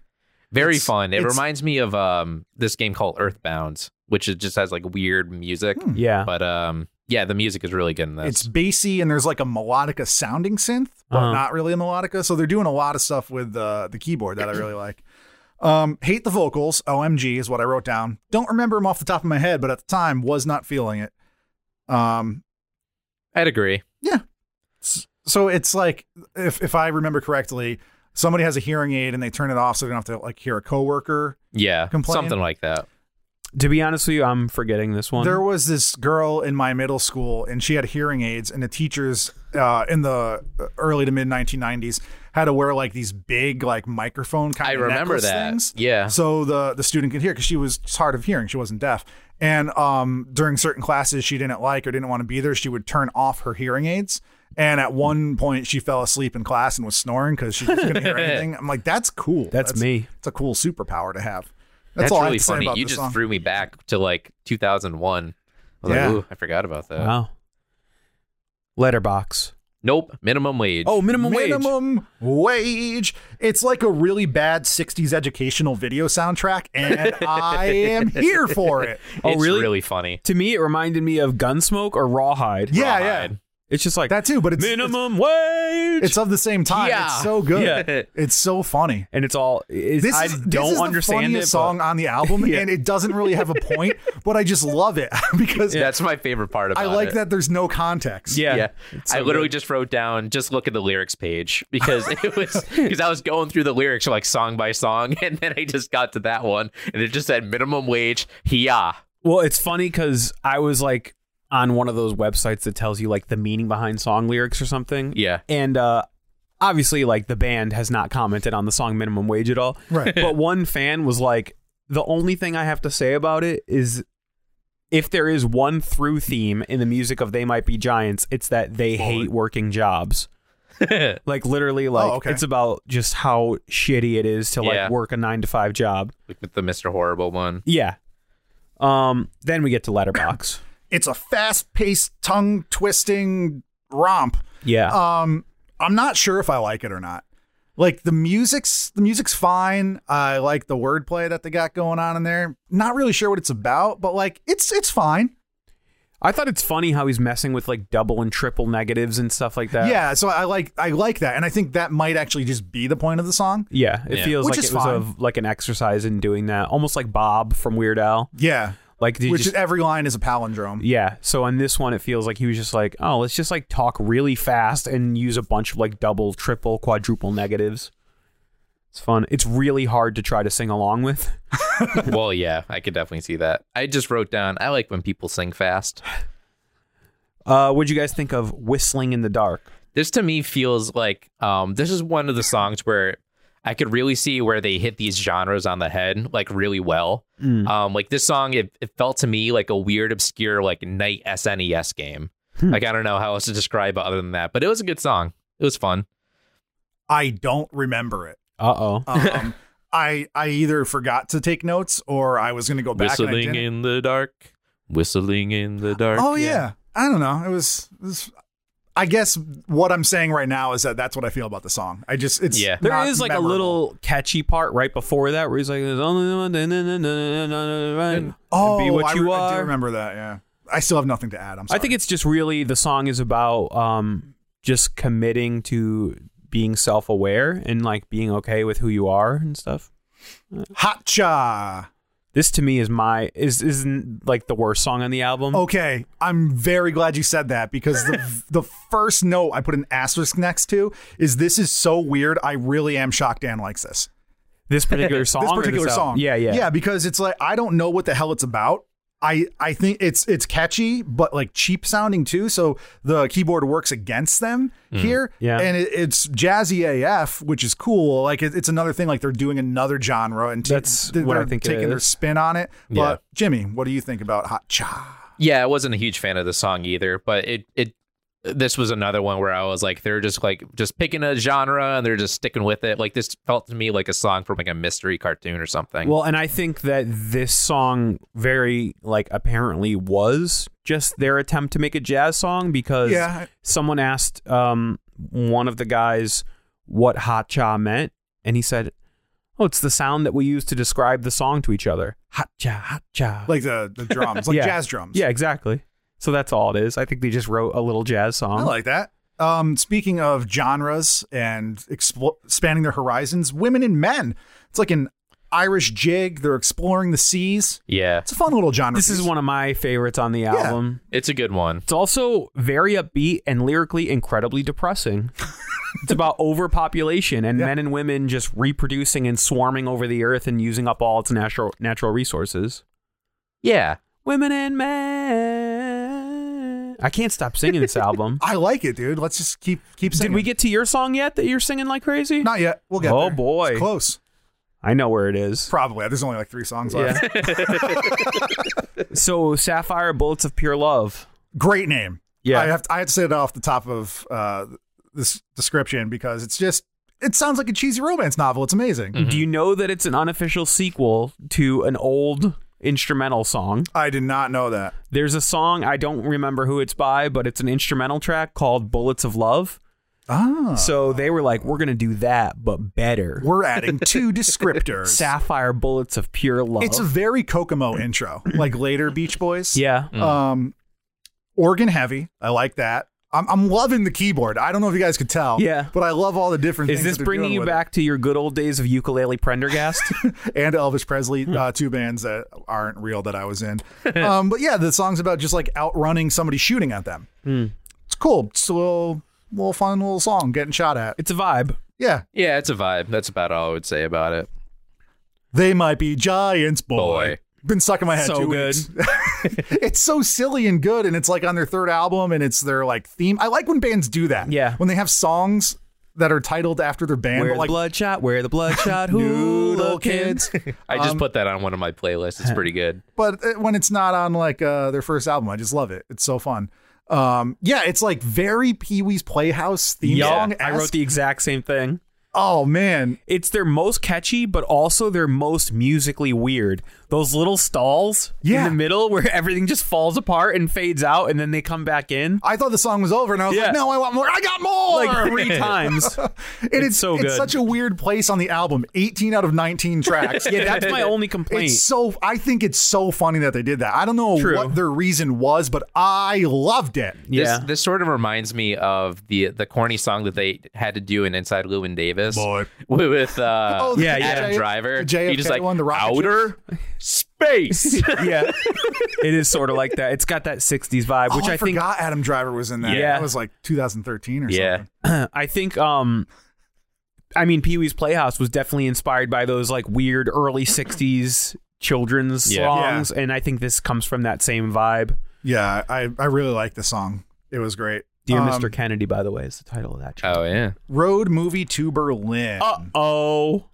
Speaker 2: Very
Speaker 4: It's-
Speaker 2: fun. It
Speaker 4: it's-
Speaker 2: reminds me of um this game called Earthbound, which it just has like weird music.
Speaker 5: Yeah.
Speaker 2: But um yeah, the music is really good in this.
Speaker 4: It's bassy and there's like a melodica sounding synth, but
Speaker 5: Uh-huh.
Speaker 4: not really a melodica. So they're doing a lot of stuff with uh, the keyboard that I really like. Um, hate the vocals. OMG is what I wrote down. Don't remember them off the top of my head, but at the time was not feeling it. Um,
Speaker 2: I'd agree.
Speaker 4: so it's like if if I remember correctly, somebody has a hearing aid and they turn it off so they don't have to like hear a coworker.
Speaker 2: Yeah.
Speaker 4: Complain.
Speaker 2: Something like that.
Speaker 5: to be honest with you, I'm forgetting this one.
Speaker 4: There was this girl in my middle school, and she had hearing aids, and the teachers uh, in the early to mid 1990s had to wear like these big like microphone kind
Speaker 2: I
Speaker 4: of
Speaker 2: remember
Speaker 4: necklace
Speaker 2: that.
Speaker 4: things.
Speaker 2: Yeah.
Speaker 4: So the the student could hear because she was hard of hearing, she wasn't deaf. And um, during certain classes she didn't like or didn't want to be there, she would turn off her hearing aids. And at one point, she fell asleep in class and was snoring because she just couldn't hear anything. I'm like, that's cool.
Speaker 5: That's me.
Speaker 4: It's a cool superpower to have.
Speaker 2: That's,
Speaker 4: That's, all I
Speaker 2: really
Speaker 4: have to say
Speaker 2: funny.
Speaker 4: about
Speaker 2: You
Speaker 4: this
Speaker 2: just
Speaker 4: song.
Speaker 2: threw me back to like 2001. I was
Speaker 4: Yeah.
Speaker 2: like, ooh, I forgot about that.
Speaker 5: wow. Oh. Letterbox.
Speaker 2: Nope, minimum wage.
Speaker 5: Oh, minimum, wage.
Speaker 4: minimum wage. It's like a really bad 60s educational video soundtrack, and I am here for it.
Speaker 5: oh,
Speaker 2: it's
Speaker 5: really?
Speaker 2: really funny.
Speaker 5: To me, it reminded me of Gunsmoke or Rawhide.
Speaker 4: Yeah, yeah.
Speaker 2: Rawhide.
Speaker 5: It's just like
Speaker 4: That too, but it's
Speaker 5: minimum wage.
Speaker 4: It's, it's of the same time.
Speaker 2: Yeah.
Speaker 4: It's so good.
Speaker 5: Yeah.
Speaker 4: It's so funny.
Speaker 5: and it's all. It's,
Speaker 4: This
Speaker 5: I
Speaker 4: is,
Speaker 5: don't
Speaker 4: this is the
Speaker 5: understand
Speaker 4: funniest
Speaker 5: it. but-
Speaker 4: song on the album,
Speaker 5: Yeah.
Speaker 4: and it doesn't really have a point, but I just love it because
Speaker 2: That's my favorite part about
Speaker 4: I
Speaker 2: it.
Speaker 4: like that there's no context.
Speaker 5: Yeah.
Speaker 2: Yeah.
Speaker 5: It's so
Speaker 2: I literally
Speaker 5: good.
Speaker 2: just wrote down, just look at the lyrics page because it was because I was going through the lyrics like song by song, and then I just got to that one, and it just said minimum wage. Yeah,
Speaker 5: Well, it's funny because I was like on one of those websites that tells you like the meaning behind song lyrics or something.
Speaker 2: Yeah.
Speaker 5: And uh, obviously, like the band has not commented on the song minimum wage at all.
Speaker 4: Right.
Speaker 5: but one fan was like, the only thing I have to say about it is. If there is one through theme in the music of They Might Be Giants, it's that they hate working jobs. Like literally, like
Speaker 4: Oh, okay.
Speaker 5: it's about just how shitty it is to like
Speaker 2: Yeah.
Speaker 5: work a nine to five job.
Speaker 2: like with the Mr. Horrible one.
Speaker 5: Yeah. Um. Then we get to Letterbox.
Speaker 4: It's a fast paced, tongue twisting romp.
Speaker 5: yeah.
Speaker 4: um i'm not sure if i like it or not like the music's the music's fine i like the wordplay that they got going on in there not really sure what it's about but like it's it's fine
Speaker 5: I thought it's funny how he's messing with like double and triple negatives and stuff like that.
Speaker 4: yeah so i like i like that and i think that might actually just be the point of the song
Speaker 5: Yeah. It
Speaker 2: Yeah.
Speaker 5: feels
Speaker 4: Which
Speaker 5: like
Speaker 4: is
Speaker 5: it was
Speaker 4: fine.
Speaker 5: a, like an exercise in doing that, almost like Bob from Weird Al.
Speaker 4: yeah
Speaker 5: Like, did
Speaker 4: which
Speaker 5: just,
Speaker 4: is every line is a palindrome
Speaker 5: yeah. So on this one, it feels like he was just like, oh, let's just like talk really fast and use a bunch of like double, triple, quadruple negatives. It's fun. It's really hard to try to sing along with.
Speaker 2: well, yeah, I could definitely see that. I just wrote down, I like when people sing fast.
Speaker 5: Uh, what'd you guys think of Whistling in the Dark?
Speaker 2: This to me feels like um, this is one of the songs where I could really see where they hit these genres on the head like really well.
Speaker 4: Mm.
Speaker 2: Um, like this song, it, it felt to me like a weird, E
Speaker 4: Hmm.
Speaker 2: obscure like night SNES game. Like I don't know how else to describe it other than that, but it was a good song. It was fun.
Speaker 4: I don't remember it.
Speaker 1: Uh oh.
Speaker 4: Um, I I either forgot to take notes or I was going to go back. and I
Speaker 2: Whistling
Speaker 4: didn't.
Speaker 2: in the dark. Whistling in the dark.
Speaker 4: Oh yeah. I don't know. It was, it was. I guess what I'm saying right now is that that's what I feel about the song. I just it's
Speaker 2: Yeah.
Speaker 1: There
Speaker 4: not
Speaker 1: is like
Speaker 4: memorable.
Speaker 1: a little catchy part right before that where he's like, "There's only one da- na- na- na- na- na- na- na-
Speaker 4: oh
Speaker 1: be what
Speaker 4: I,
Speaker 1: you
Speaker 4: re- I do
Speaker 1: are."
Speaker 4: remember that. Yeah, I still have nothing to add. I'm
Speaker 1: I
Speaker 4: sorry.
Speaker 1: think it's just really the song is about um, just committing to being self aware and like being okay with who you are and stuff.
Speaker 4: hot cha.
Speaker 1: This to me is my is isn't like the worst song on the album.
Speaker 4: Okay, I'm very glad you said that because the the first note I put an asterisk next to is this is so weird. I really am shocked Dan likes this.
Speaker 1: This particular song.
Speaker 4: this
Speaker 1: or
Speaker 4: particular
Speaker 1: al-
Speaker 4: song.
Speaker 1: Yeah, yeah,
Speaker 4: yeah. Because it's like I don't know what the hell it's about. I I think it's it's catchy, but like cheap sounding too. So the keyboard works against them here.
Speaker 1: yeah.
Speaker 4: and it, it's jazzy AF, which is cool. Like it, it's another thing. Like they're doing another genre, and t-
Speaker 1: That's
Speaker 4: they're
Speaker 1: what I think it
Speaker 4: taking their
Speaker 1: is.
Speaker 4: spin on it. But
Speaker 2: Yeah.
Speaker 4: Jimmy, what do you think about Hot Cha?
Speaker 2: Yeah, I wasn't a huge fan of the song either, but it it this was another one where I was like, they're just like just picking a genre and they're just sticking with it. Like this felt to me like a song from like a mystery cartoon or something.
Speaker 1: Well, and I think that this song very like apparently was just their attempt to make a jazz song because
Speaker 4: Yeah.
Speaker 1: someone asked um one of the guys what hot cha meant and he said, "Oh, it's the sound that we use to describe the song to each other. Hot cha, hot cha."
Speaker 4: Like the the drums, like
Speaker 1: Yeah.
Speaker 4: jazz drums.
Speaker 1: Yeah, exactly. So that's all it is. I think they just wrote a little jazz song.
Speaker 4: I like that. Um, speaking of genres and expl- expanding their horizons, women and men. It's like an Irish jig. They're exploring the seas.
Speaker 2: yeah,
Speaker 4: It's a fun little genre.
Speaker 1: this is
Speaker 4: piece.
Speaker 1: one of my favorites on the album.
Speaker 2: it's a good one.
Speaker 1: It's also very upbeat and lyrically incredibly depressing. it's about overpopulation and men and women just reproducing and swarming over the earth and using up all its natural natural resources.
Speaker 2: Yeah,
Speaker 1: Women and men. I can't stop singing this album.
Speaker 4: I like it, dude. Let's just keep keep
Speaker 1: Did
Speaker 4: singing.
Speaker 1: we get to your song yet that you're singing like crazy?
Speaker 4: Not yet. We'll get
Speaker 1: Oh,
Speaker 4: there.
Speaker 1: boy.
Speaker 4: It's close.
Speaker 1: I know where it is.
Speaker 4: Probably. There's only like three songs left.
Speaker 1: So Sapphire Bullets of Pure Love.
Speaker 4: Great name.
Speaker 1: Yeah.
Speaker 4: I have to, I had to say it off the top of uh, this description because it's just it sounds like a cheesy romance novel. It's amazing.
Speaker 1: Do you know that it's an unofficial sequel to an old instrumental song?
Speaker 4: I did not know that.
Speaker 1: There's a song, I don't remember who it's by, but it's an instrumental track called Bullets of Love.
Speaker 4: Ah,
Speaker 1: So they were like, we're going to do that, but better.
Speaker 4: we're adding two descriptors.
Speaker 1: Sapphire Bullets of Pure Love.
Speaker 4: It's a very Kokomo intro, like later Beach Boys.
Speaker 1: yeah. Mm.
Speaker 4: Um, organ heavy. I like that. I'm, I'm loving the keyboard. I don't know if you guys could tell.
Speaker 1: Yeah.
Speaker 4: But I love all the different.
Speaker 1: Is
Speaker 4: things
Speaker 1: this
Speaker 4: that they're
Speaker 1: bringing
Speaker 4: doing
Speaker 1: you
Speaker 4: with it.
Speaker 1: back to your good old days of ukulele Prendergast?
Speaker 4: and Elvis Presley,
Speaker 1: Hmm.
Speaker 4: uh, two bands that aren't real that I was in. Um, but yeah, the song's about just like outrunning somebody shooting at them.
Speaker 1: Hmm.
Speaker 4: It's cool. It's a little, little fun little song getting shot at.
Speaker 1: it's a vibe.
Speaker 4: Yeah.
Speaker 2: yeah, it's a vibe. That's about all I would say about it.
Speaker 4: They might be giants, boy.
Speaker 2: Boy.
Speaker 4: Been stuck in my head
Speaker 1: So
Speaker 4: two
Speaker 1: good.
Speaker 4: weeks. it's so silly and good, and it's like on their third album, and it's their like theme. I like when bands do that.
Speaker 1: Yeah.
Speaker 4: when they have songs that are titled after their band,
Speaker 1: Where
Speaker 4: but
Speaker 1: the
Speaker 4: like
Speaker 1: bloodshot, where the bloodshot,
Speaker 4: noodle
Speaker 1: hula
Speaker 4: kids.
Speaker 2: I
Speaker 4: Um,
Speaker 2: just put that on one of my playlists. It's pretty good.
Speaker 4: but it- when it's not on like uh, their first album, I just love it. It's so fun. Um, yeah, it's like very Pee Wee's Playhouse theme
Speaker 1: Yeah,
Speaker 4: song.
Speaker 1: I wrote the exact same thing.
Speaker 4: Oh man,
Speaker 1: It's their most catchy, but also their most musically weird. Those little stalls
Speaker 4: Yeah.
Speaker 1: in the middle where everything just falls apart and fades out, and then they come back in
Speaker 4: I thought the song was over, and I was
Speaker 1: Yeah.
Speaker 4: like, no, I want more. I got more.
Speaker 1: like three times.
Speaker 4: And
Speaker 1: It's
Speaker 4: it's,
Speaker 1: so
Speaker 4: it's
Speaker 1: good.
Speaker 4: such a weird place on the album. 18 out of 19 tracks.
Speaker 1: Yeah, that's my only complaint.
Speaker 4: It's so I think it's so funny that they did that. I don't know
Speaker 1: True.
Speaker 4: what their reason was, but I loved it.
Speaker 1: yeah,
Speaker 2: This, this sort of reminds me of the the corny song that they had to do in Inside Llewyn Davis
Speaker 4: Boy.
Speaker 2: with uh,
Speaker 4: Oh, the
Speaker 1: Yeah, yeah.
Speaker 2: Adam
Speaker 4: JF
Speaker 2: Driver.
Speaker 4: the JFK
Speaker 2: you just like
Speaker 4: one, the rocket
Speaker 2: outer space.
Speaker 1: yeah. it is sort of like that. It's got that '60s vibe, which
Speaker 4: oh, I,
Speaker 1: I, think
Speaker 4: forgot Adam Driver was in that.
Speaker 1: Yeah.
Speaker 4: That was like 2013 or
Speaker 2: yeah,
Speaker 4: something.
Speaker 1: I think um I mean Pee Wee's Playhouse was definitely inspired by those like weird early sixties children's
Speaker 2: Yeah.
Speaker 1: songs. And I think this comes from that same vibe.
Speaker 4: Yeah, I, I really liked the song. It was great.
Speaker 1: Dear
Speaker 4: Um,
Speaker 1: Mr. Kennedy, by the way, is the title of that
Speaker 2: Oh yeah.
Speaker 4: Road movie to Berlin.
Speaker 1: Uh oh.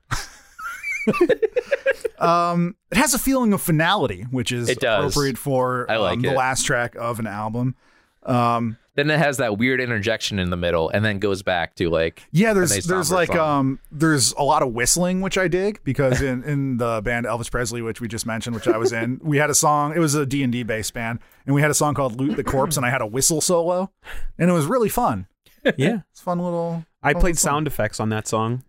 Speaker 4: Um, it has a feeling of finality, which is
Speaker 2: It does.
Speaker 4: appropriate for
Speaker 2: I like
Speaker 4: um, the
Speaker 2: it.
Speaker 4: last track of an album. Um,
Speaker 2: Then it has that weird interjection in the middle, and then goes back to like
Speaker 4: Yeah,
Speaker 2: a nice
Speaker 4: there's there's
Speaker 2: somber
Speaker 4: like
Speaker 2: song.
Speaker 4: um there's a lot of whistling which I dig because in in the band Elvis Presley which we just mentioned which I was in we had a song it was a D and D based band and we had a song called Loot the Corpse and I had a whistle solo and it was really fun
Speaker 1: Oh,
Speaker 5: Yeah.
Speaker 4: it's a fun little
Speaker 5: I
Speaker 4: fun
Speaker 5: played
Speaker 4: little song.
Speaker 5: sound effects on that song.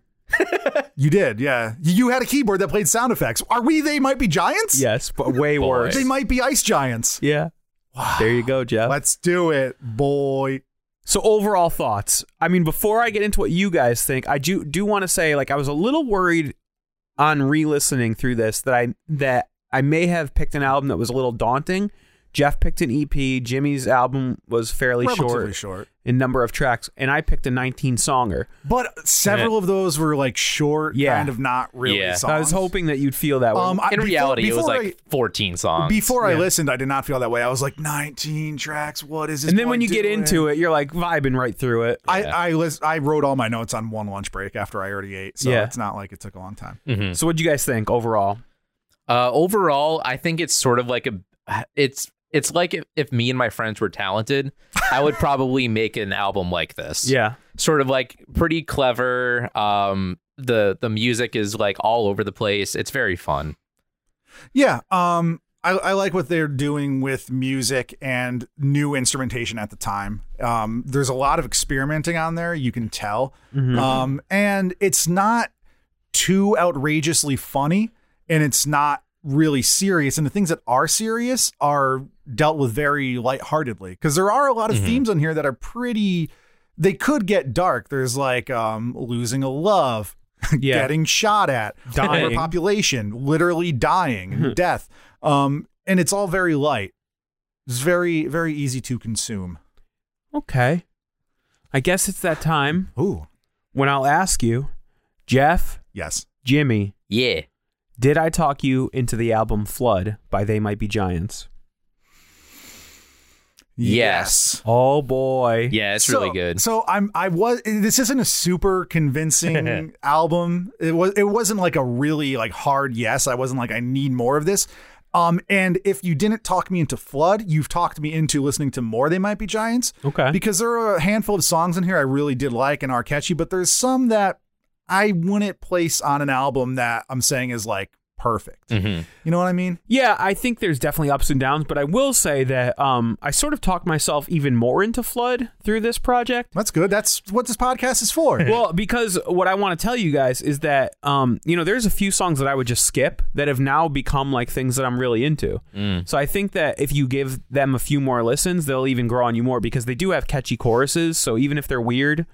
Speaker 4: you did yeah you, you had a keyboard that played sound effects are we they might be giants
Speaker 5: Yes, but way worse.
Speaker 4: they might be ice giants
Speaker 5: Yeah. There you go, Jeff.
Speaker 4: let's do it boy
Speaker 5: So overall thoughts. I mean, before I get into what you guys think, I do do want to say like I was a little worried on re-listening through this that I that I may have picked an album that was a little daunting. Jeff picked an EP. Jimmy's album was fairly
Speaker 4: relatively
Speaker 5: short
Speaker 4: short
Speaker 5: in number of tracks, and I picked a 19 songer.
Speaker 4: but several of those were like short
Speaker 5: Yeah.
Speaker 4: kind of not really
Speaker 2: Yeah.
Speaker 4: songs.
Speaker 5: I was hoping that youuld feel that way.
Speaker 4: Um, I-
Speaker 2: in
Speaker 4: before-
Speaker 2: reality, it
Speaker 4: before
Speaker 2: was
Speaker 4: I-
Speaker 2: like 14 songs.
Speaker 4: Before I listened, I did not feel that way. I was like, 19 tracks. What is this?
Speaker 5: and then when you get into it, you're like vibing right through it.
Speaker 4: I I, list, I wrote all my notes on one lunch break after I already ate, so
Speaker 5: Yeah.
Speaker 4: it's not like it took a long time.
Speaker 5: So what do you guys think overall?
Speaker 2: Uh, overall, I think it's sort of like a it's it's like if, if me and my friends were talented, I would probably make an album like this.
Speaker 5: Yeah.
Speaker 2: sort of like pretty clever. Um, the the music is like all over the place. It's very fun.
Speaker 4: Yeah, um, I, I like what they're doing with music and new instrumentation at the time. Um, there's a lot of experimenting on there. You can tell, um, and it's not too outrageously funny, and it's not really serious. And the things that are serious are dealt with very lightheartedly because there are a lot of themes on here that are pretty. They could get dark. There's like um, losing a love,
Speaker 5: Yeah.
Speaker 4: getting shot at,
Speaker 5: Dying.
Speaker 4: overpopulation, literally dying, and death. Um, and it's all very light. It's very, very easy to consume.
Speaker 5: Okay. I guess it's that time
Speaker 4: Ooh,
Speaker 5: when I'll ask you, Jeff,
Speaker 4: yes.
Speaker 5: Jimmy,
Speaker 2: Yeah.
Speaker 5: Did I talk you into the album Flood by They Might Be Giants?
Speaker 2: Yes.
Speaker 5: Oh boy.
Speaker 2: Yeah, it's
Speaker 4: So-
Speaker 2: really good.
Speaker 4: So I'm, I was. This isn't a super convincing album. It was. It wasn't like a really like hard yes. I wasn't like I need more of this. Um, and if you didn't talk me into Flood, you've talked me into listening to more. They might be giants.
Speaker 5: Okay.
Speaker 4: because there are a handful of songs in here I really did like and are catchy, but there's some that I wouldn't place on an album that I'm saying is like perfect.
Speaker 2: Mm-hmm.
Speaker 4: You know what I mean?
Speaker 5: yeah, I think there's definitely ups and downs, but I will say that um, I sort of talked myself even more into Flood through this project.
Speaker 4: That's good. That's what this podcast is for.
Speaker 5: Well, because what I want to tell you guys is that um, you know, there's a few songs that I would just skip that have now become like things that I'm really into. So I think that if you give them a few more listens, they'll even grow on you more because they do have catchy choruses. So even if they're weird,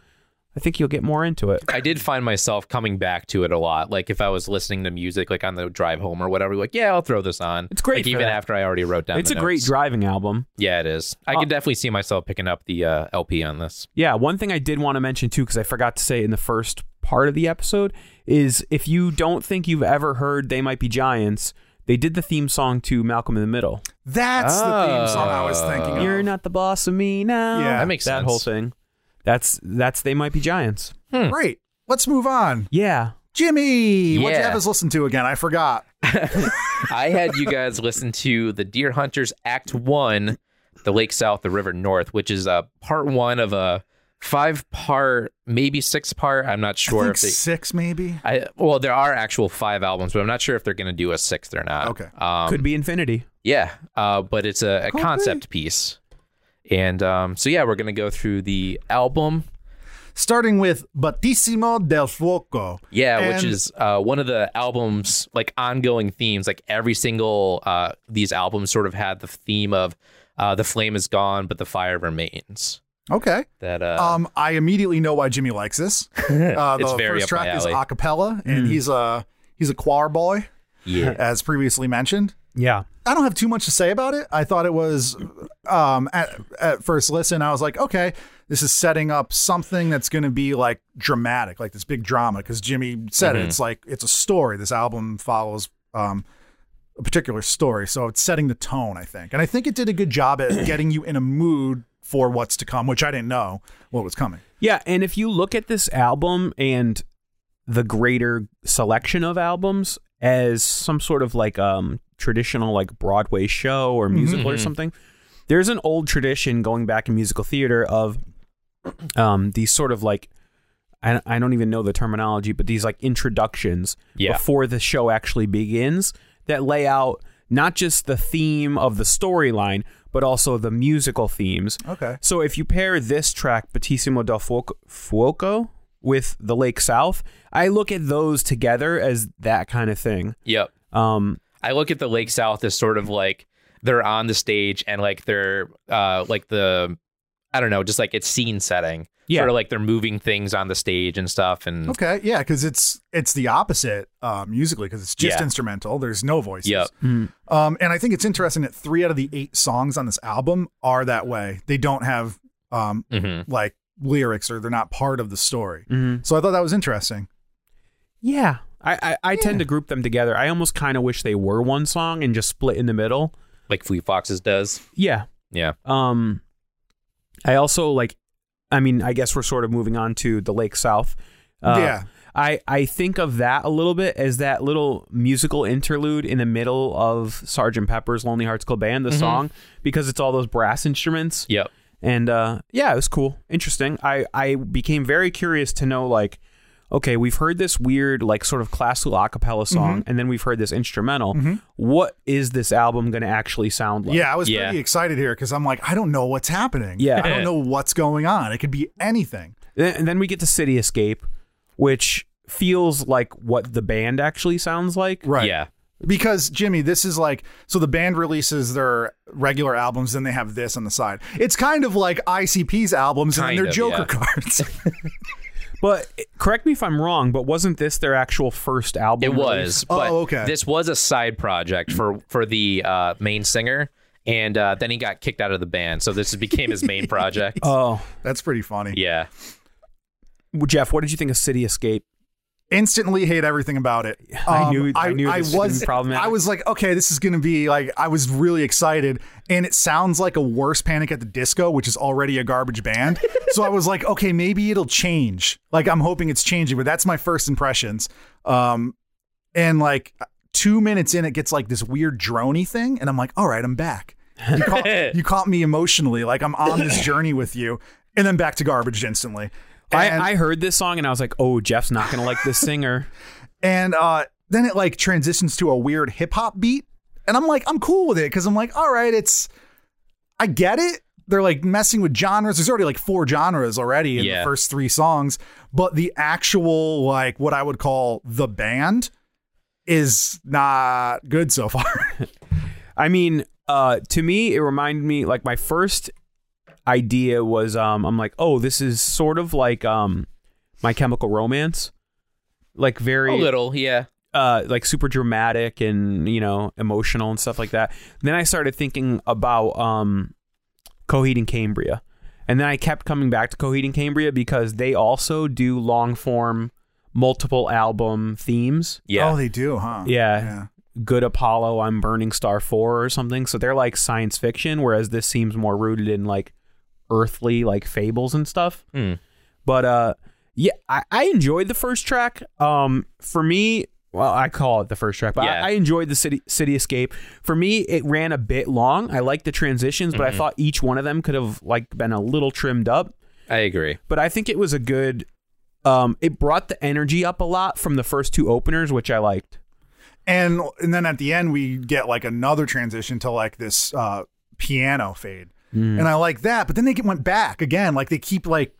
Speaker 5: I think you'll get more into it.
Speaker 2: I did find myself coming back to it a lot. Like if I was listening to music, like on the drive home or whatever, like yeah, I'll throw this on.
Speaker 5: It's great
Speaker 2: Like,
Speaker 5: for
Speaker 2: even
Speaker 5: that.
Speaker 2: after I already wrote down.
Speaker 5: It's a
Speaker 2: the
Speaker 5: great
Speaker 2: notes.
Speaker 5: driving album.
Speaker 2: Yeah, it is. I can definitely see myself picking up the uh, LP on this.
Speaker 5: Yeah, one thing I did want to mention too, because I forgot to say in the first part of the episode, is if you don't think you've ever heard They Might Be Giants, they did the theme song to Malcolm in the Middle.
Speaker 4: That's the
Speaker 2: Oh.
Speaker 4: theme song I was thinking of.
Speaker 5: You're not the boss of me now.
Speaker 4: Yeah. That
Speaker 2: makes
Speaker 5: that
Speaker 2: sense.
Speaker 5: whole thing. That's that's They Might Be Giants.
Speaker 2: hmm.
Speaker 4: Great. Let's move on.
Speaker 5: Yeah.
Speaker 4: Jimmy, what you
Speaker 2: Yeah.
Speaker 4: have us listen to again? I forgot.
Speaker 2: I had you guys listen to the Deer Hunters Act One, the Lake South, the River North, which is uh, part one of a five part, maybe six part. I'm not
Speaker 4: I
Speaker 2: sure
Speaker 4: think
Speaker 2: if they.
Speaker 4: six, maybe.
Speaker 2: I, well, there are actual five albums, but I'm not sure if they're going to do a sixth or not.
Speaker 4: Okay.
Speaker 2: Um,
Speaker 5: Could be Infinity.
Speaker 2: Yeah, uh, but it's a, a
Speaker 4: Could
Speaker 2: concept piece, and um, so yeah, we're gonna go through the album.
Speaker 4: Starting with Battissimo del Fuoco.
Speaker 2: Yeah, which
Speaker 4: And-
Speaker 2: is uh, one of the albums like ongoing themes. Like every single uh, these albums sort of had the theme of uh, the flame is gone, but the fire remains.
Speaker 4: Okay.
Speaker 2: That uh,
Speaker 4: Um, I immediately know why Jimmy likes this. Uh, the
Speaker 2: It's very
Speaker 4: first
Speaker 2: up my
Speaker 4: track is
Speaker 2: alley. Mm.
Speaker 4: a cappella, and he's a he's a choir boy,
Speaker 2: yeah,
Speaker 4: as previously mentioned.
Speaker 5: Yeah.
Speaker 4: I don't have too much to say about it. I thought it was, um, at at first listen, I was like, okay, this is setting up something that's going to be like dramatic, like this big drama. Because Jimmy said
Speaker 2: Mm-hmm.
Speaker 4: it, it's like it's a story. This album follows um, a particular story, so it's setting the tone, I think. And I think it did a good job at getting you in a mood for what's to come, which I didn't know what was coming.
Speaker 5: Yeah, and if you look at this album and the greater selection of albums as some sort of like um traditional like Broadway show or musical or something, there's an old tradition going back in musical theater of um, these sort of like I, I don't even know the terminology, but these like introductions
Speaker 2: Yeah.
Speaker 5: before the show actually begins that lay out not just the theme of the storyline, but also the musical themes.
Speaker 4: Okay.
Speaker 5: So if you pair this track, Battissimo del Fuoco, Fuoco with The Lake South, I look at those together as that kind of thing.
Speaker 2: Yep.
Speaker 5: Um,
Speaker 2: I look at the Lake South as sort of like they're on the stage and like they're uh like the I don't know, just like it's scene setting.
Speaker 5: Yeah.
Speaker 2: Sort of like they're moving things on the stage and stuff and
Speaker 4: Okay, yeah, because it's it's the opposite uh, musically because it's just
Speaker 2: Yeah.
Speaker 4: instrumental. There's no voices.
Speaker 2: Yep.
Speaker 4: Um, and I think it's interesting that three out of the eight songs on this album are that way. They don't have um,
Speaker 2: Mhm.
Speaker 4: like lyrics or they're not part of the story. So I thought that was interesting.
Speaker 5: yeah. I, I, I tend to group them together. I almost kind of wish they were one song and just split in the middle.
Speaker 2: like Fleet Foxes does.
Speaker 5: Yeah.
Speaker 2: Yeah.
Speaker 5: Um, I also like, I mean, I guess we're sort of moving on to the Lake South. Uh,
Speaker 4: Yeah.
Speaker 5: I, I think of that a little bit as that little musical interlude in the middle of Sergeant Pepper's Lonely Hearts Club Band, the song, because it's all those brass instruments.
Speaker 2: Yep.
Speaker 5: And uh, yeah, it was cool, interesting. I I became very curious to know like, okay, we've heard this weird like sort of classical a cappella song, and then we've heard this instrumental. What is this album going to actually sound like?
Speaker 4: yeah, I was
Speaker 2: Yeah.
Speaker 4: pretty excited here because I'm like, I don't know what's happening.
Speaker 5: Yeah.
Speaker 4: I don't know what's going on. It could be anything.
Speaker 5: Then- And then we get to City Escape, which feels like what the band actually sounds like.
Speaker 4: Right.
Speaker 2: Yeah.
Speaker 4: Because Jimmy, this is like so the band releases their regular albums, then they have this on the side. It's kind of like ICP's albums and
Speaker 2: Kind
Speaker 4: then their
Speaker 2: of,
Speaker 4: Joker
Speaker 2: yeah.
Speaker 4: cards.
Speaker 5: But correct me if I'm wrong, but wasn't this their actual first album?
Speaker 2: It
Speaker 5: release?
Speaker 2: was. But
Speaker 4: Oh, okay.
Speaker 2: This was a side project for for the uh, main singer, and uh, then he got kicked out of the band. So this became his main project.
Speaker 5: Oh,
Speaker 4: That's pretty funny.
Speaker 2: yeah.
Speaker 5: Well, Jeff, what did you think of City Escape?
Speaker 4: instantly hate everything about it. Um,
Speaker 5: I knew- I knew this was gonna be problematic.
Speaker 4: I was like, okay, this is going to be like. I was really excited, and it sounds like a worse Panic at the Disco, which is already a garbage band. so I was like, okay, maybe it'll change. Like I'm hoping it's changing, but that's my first impressions. Um, and like two minutes in, it gets like this weird drony thing, and I'm like, all right, I'm back. You caught, you caught me emotionally. Like I'm on this journey with you, and then back to garbage instantly. And-
Speaker 5: I, I heard this song and I was like, oh, Jeff's not going to like this singer.
Speaker 4: and uh, then it like transitions to a weird hip hop beat, and I'm like, I'm cool with it because I'm like, all right, it's, I get it. They're like messing with genres. There's already like four genres already in
Speaker 2: Yeah.
Speaker 4: the first three songs, but the actual like what I would call the band is not good so far.
Speaker 5: I mean, uh, to me, it reminded me like my first idea was um, I'm like, oh, this is sort of like um, My Chemical Romance, like very
Speaker 2: A little. Yeah.
Speaker 5: uh, like super dramatic and you know emotional and stuff like that. Then I started thinking about um, Coheed and Cambria, and then I kept coming back to Coheed and Cambria because they also do long form, multiple album themes.
Speaker 2: Yeah.
Speaker 4: Oh, they do, huh?
Speaker 5: Yeah.
Speaker 4: Yeah.
Speaker 5: Good Apollo, I'm Burning Star 4 or something. So they're like science fiction, whereas this seems more rooted in like earthly, like fables and stuff.
Speaker 2: Hmm.
Speaker 5: But uh, yeah, I, I enjoyed the first track. Um, for me, well, I call it the first track, but
Speaker 2: Yeah.
Speaker 5: I, I enjoyed the city city escape. For me, it ran a bit long. I liked the transitions,
Speaker 2: Hmm.
Speaker 5: but I thought each one of them could have like been a little trimmed up
Speaker 2: I agree.
Speaker 5: but I think it was a good. Um, it brought the energy up a lot from the first two openers, which I liked.
Speaker 4: and and then at the end we get like another transition to like this uh piano fade
Speaker 5: Hmm.
Speaker 4: and i like that but then they get, went back again like they keep like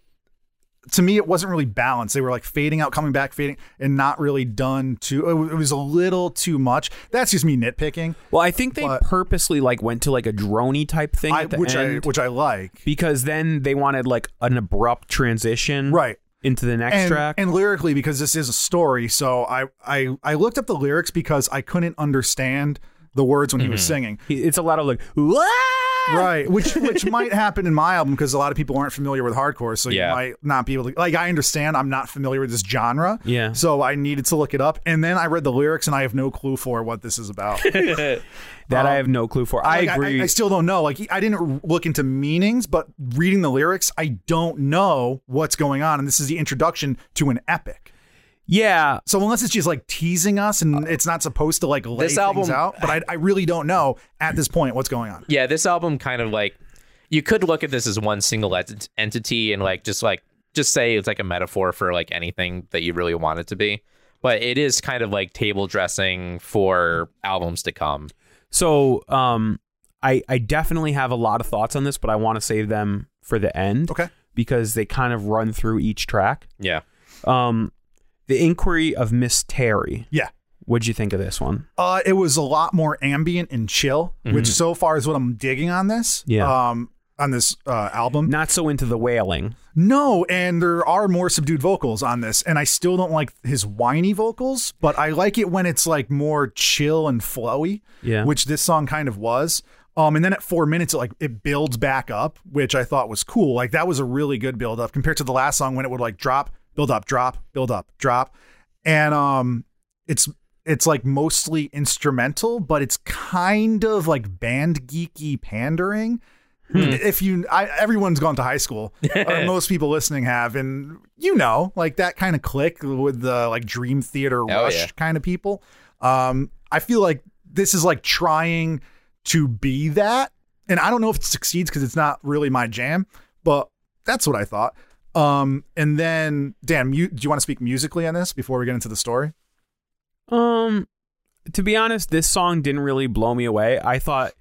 Speaker 4: to me it wasn't really balanced they were like fading out coming back fading and not really done too it wa- it was a little too much that's just me nitpicking
Speaker 5: Well, I think they
Speaker 4: But-
Speaker 5: purposely like went to like a drony type thing
Speaker 4: I,
Speaker 5: at the
Speaker 4: which
Speaker 5: end
Speaker 4: i which i like
Speaker 5: because then they wanted like an abrupt transition
Speaker 4: right
Speaker 5: into the next
Speaker 4: and,
Speaker 5: track.
Speaker 4: and lyrically because this is a story so I, I i looked up the lyrics because i couldn't understand the words when he
Speaker 5: Hmm.
Speaker 4: was singing
Speaker 5: He- it's a lot of like, "Wah!"
Speaker 4: right which which might happen in my album because a lot of people aren't familiar with hardcore so
Speaker 2: Yeah.
Speaker 4: you might not be able to like i understand i'm not familiar with this genre
Speaker 5: Yeah.
Speaker 4: so i needed to look it up and then i read the lyrics and i have no clue for what this is about
Speaker 5: that
Speaker 4: Um,
Speaker 5: I have no clue for. I
Speaker 4: Like,
Speaker 5: agree.
Speaker 4: oh I, still don't know like i didn't look into meanings but reading the lyrics i don't know what's going on and this is the introduction to an epic
Speaker 5: Yeah,
Speaker 4: So unless it's just like teasing us and it's not supposed to like lay
Speaker 2: this
Speaker 4: things
Speaker 2: album-
Speaker 4: out, but I, I really don't know at this point what's going on.
Speaker 2: yeah, this album kind of like you could look at this as one single ent- entity and like just like just say it's like a metaphor for like anything that you really want it to be. But it is kind of like table dressing for albums to come.
Speaker 5: So um I I definitely have a lot of thoughts on this, but I want to save them for the end.
Speaker 4: Okay.
Speaker 5: Because they kind of run through each track.
Speaker 2: Yeah.
Speaker 5: Um The Inquiry of Miss Terry.
Speaker 4: Yeah.
Speaker 5: What'd you think of this one?
Speaker 4: Uh, it was a lot more ambient and chill, which so far is what I'm digging on this.
Speaker 5: Mm-hmm. Yeah.
Speaker 4: Um, on this uh, album.
Speaker 5: Not so into the wailing.
Speaker 4: No, and there are more subdued vocals on this, and I still don't like his whiny vocals, but I like it when it's like more chill and flowy,
Speaker 5: Yeah.
Speaker 4: which this song kind of was. Um, and then at four minutes, it like it builds back up, which I thought was cool. Like that was a really good build up compared to the last song when it would like drop, build up, drop, build up, drop, and um, it's it's like mostly instrumental, but it's kind of like band geeky pandering if you I, everyone's gone to high school or most people listening have and you know like that kind of click with the like dream theater rush
Speaker 2: yeah.
Speaker 4: kind of people um i feel like this is like trying to be that and i don't know if it succeeds because it's not really my jam but that's what i thought um and then dan mu- do you want to speak musically on this before we get into the story
Speaker 5: Um, to be honest, this song didn't really blow me away. I thought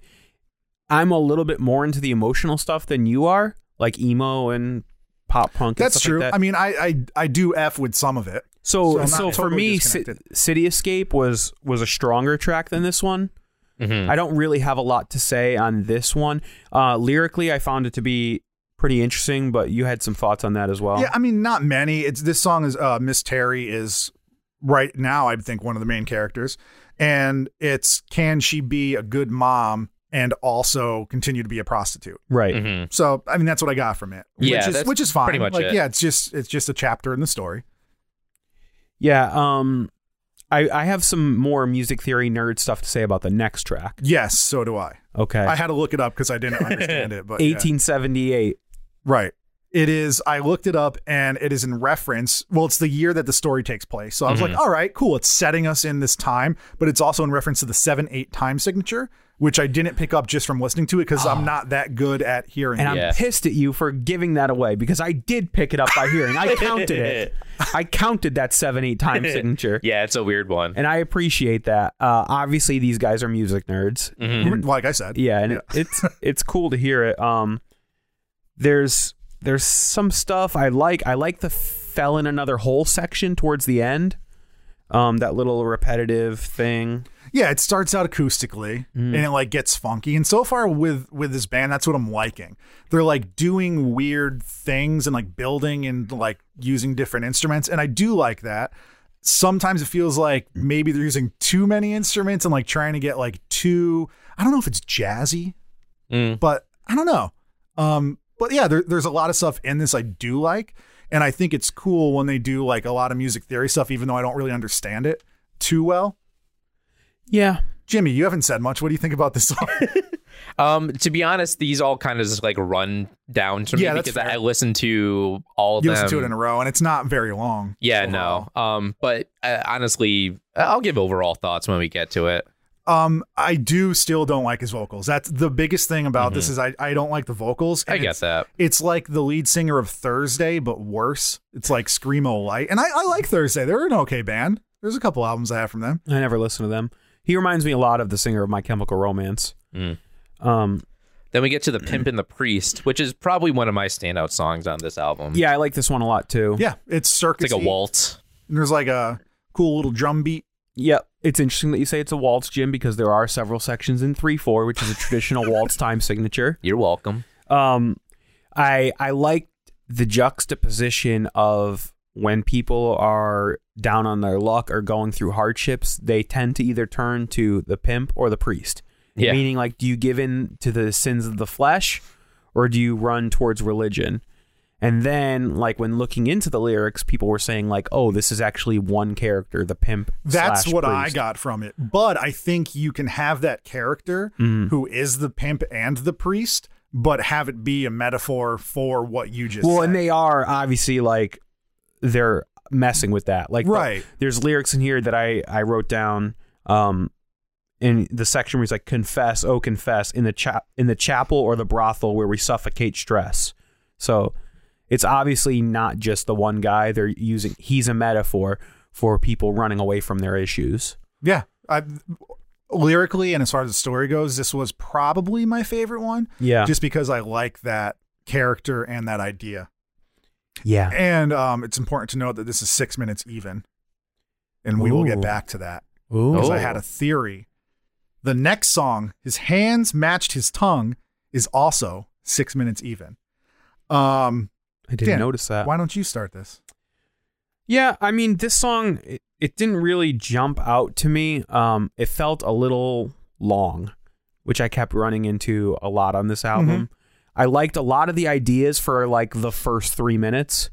Speaker 5: I'm a little bit more into the emotional stuff than you are, like emo and pop punk. and
Speaker 4: that's
Speaker 5: stuff
Speaker 4: true
Speaker 5: Like that.
Speaker 4: i mean I, I i do f with some of it So
Speaker 5: So,
Speaker 4: I'm
Speaker 5: so,
Speaker 4: not
Speaker 5: for
Speaker 4: totally
Speaker 5: me, Ci-
Speaker 4: disconnected.
Speaker 5: City Escape was was a stronger track than this one.
Speaker 2: Mm-hmm.
Speaker 5: I don't really have a lot to say on this one. Uh, lyrically, I found it to be pretty interesting, but you had some thoughts on that as well.
Speaker 4: Yeah, I mean, not many. It's this song is uh, Miss Terry is right now. I think one of the main characters, and it's can she be a good mom and also continue to be a prostitute?
Speaker 5: right.
Speaker 2: Mm-hmm.
Speaker 4: So, I mean, that's what I got from it.
Speaker 2: Yeah,
Speaker 4: which is,
Speaker 2: that's
Speaker 4: which is fine.
Speaker 2: pretty much
Speaker 4: like,
Speaker 2: it.
Speaker 4: yeah, it's just it's just a chapter in the story.
Speaker 5: Yeah. Um, I I have some more music theory nerd stuff to say about the next track.
Speaker 4: Yes, so do I.
Speaker 5: Okay.
Speaker 4: I had to look it up because I didn't understand it. But yeah.
Speaker 5: 1878.
Speaker 4: Right. It is. I looked it up, and it is in reference. Well, it's the year that the story takes place. So I was like,
Speaker 5: Mm-hmm.
Speaker 4: all right, cool. It's setting us in this time, but it's also in reference to the seven eight time signature, which I didn't pick up just from listening to it because I'm not that good at hearing.
Speaker 5: Ah. And
Speaker 2: Yeah.
Speaker 5: I'm pissed at you for giving that away because I did pick it up by hearing. I counted it. I counted that seven, eight time signature.
Speaker 2: Yeah, it's a weird one.
Speaker 5: and I appreciate that. Uh, obviously, these guys are music nerds.
Speaker 4: Mm-hmm. Like I said,
Speaker 5: Mm-hmm. Yeah, and it, it's it's cool to hear it. Um, there's there's some stuff I like. I like the fell in another hole section towards the end. Um, that little repetitive thing.
Speaker 4: yeah, it starts out acoustically and it like gets funky. And so far with with this band, that's what I'm liking. They're like doing weird things and like building and like using different instruments, and I do like that. Sometimes it feels like maybe they're using too many instruments and like trying to get like too I don't know if it's jazzy,
Speaker 2: Mm.
Speaker 4: but I don't know. Um, but yeah, there, there's a lot of stuff in this I do like, and I think it's cool when they do like a lot of music theory stuff, even though I don't really understand it too well.
Speaker 5: Yeah,
Speaker 4: Jimmy, you haven't said much. What do you think about this song?
Speaker 2: Um, to be honest, these all kind of just like run down to me
Speaker 4: Yeah, that's
Speaker 2: because
Speaker 4: fair.
Speaker 2: I listened to all of
Speaker 4: you
Speaker 2: them.
Speaker 4: listen to it in a row, and it's not very long.
Speaker 2: um, yeah, no. Um, but uh, honestly, I'll give overall thoughts when we get to it.
Speaker 4: Um, I do still don't like his vocals. That's the biggest thing about this is I, I don't like the vocals.
Speaker 2: Mm-hmm. I
Speaker 4: and
Speaker 2: get
Speaker 4: it's-
Speaker 2: that.
Speaker 4: It's like the lead singer of Thursday, but worse. It's like screamo light, and I, I like Thursday. They're an okay band. There's a couple albums I have from
Speaker 2: Mm.
Speaker 4: them.
Speaker 5: I never listened to them. He reminds me a lot of the singer of My Chemical Romance. Um,
Speaker 2: Then we get to the pimp and the priest, which is probably one of my standout songs on this album.
Speaker 5: yeah, I like this one a lot too.
Speaker 4: Yeah, it's circus.
Speaker 2: it's like a waltz.
Speaker 4: And there's like a cool little drum beat.
Speaker 5: Yep. It's interesting that you say it's a waltz, Jim, because there are several sections in 3 4, which is a traditional waltz time signature.
Speaker 2: You're welcome.
Speaker 5: Um, I, I liked the juxtaposition of when people are down on their luck or going through hardships, they tend to either turn to the pimp or the priest.
Speaker 2: Yeah.
Speaker 5: Meaning, like, do you give in to the sins of the flesh or do you run towards religion? And then, like, when looking into the lyrics, people were saying, like, oh, this is actually one character, the pimp.
Speaker 4: That's
Speaker 5: slash
Speaker 4: what I
Speaker 5: priest.
Speaker 4: got from it. But I think you can have that character
Speaker 5: Mm.
Speaker 4: who is the pimp and the priest, but have it be a metaphor for what you just
Speaker 5: Well,
Speaker 4: said.
Speaker 5: and they are obviously like they're messing with that. Like the-
Speaker 4: Right.
Speaker 5: there's lyrics in here that I I wrote down um in the section where he's like confess, oh confess in the cha- in the chapel or the brothel where we suffocate stress. So it's obviously not just the one guy they're using he's a metaphor for people running away from their issues.
Speaker 4: Yeah. I, lyrically and as far as the story goes, this was probably my favorite one.
Speaker 5: Yeah.
Speaker 4: Just because I like that character and that idea.
Speaker 5: yeah.
Speaker 4: And um, it's important to note that this is six minutes even. And we will
Speaker 5: Ooh.
Speaker 4: get back to that.
Speaker 5: Ooh.
Speaker 4: Because I had a theory. The next song, His Hands Matched His Tongue, is also six minutes even. Um,
Speaker 5: I didn't
Speaker 4: Dan,
Speaker 5: notice that.
Speaker 4: Why don't you start this?
Speaker 5: Yeah, I mean, this song it, it didn't really jump out to me. Um, it felt a little long, which I kept running into a lot on this album. I liked a lot of the ideas for like the first three minutes,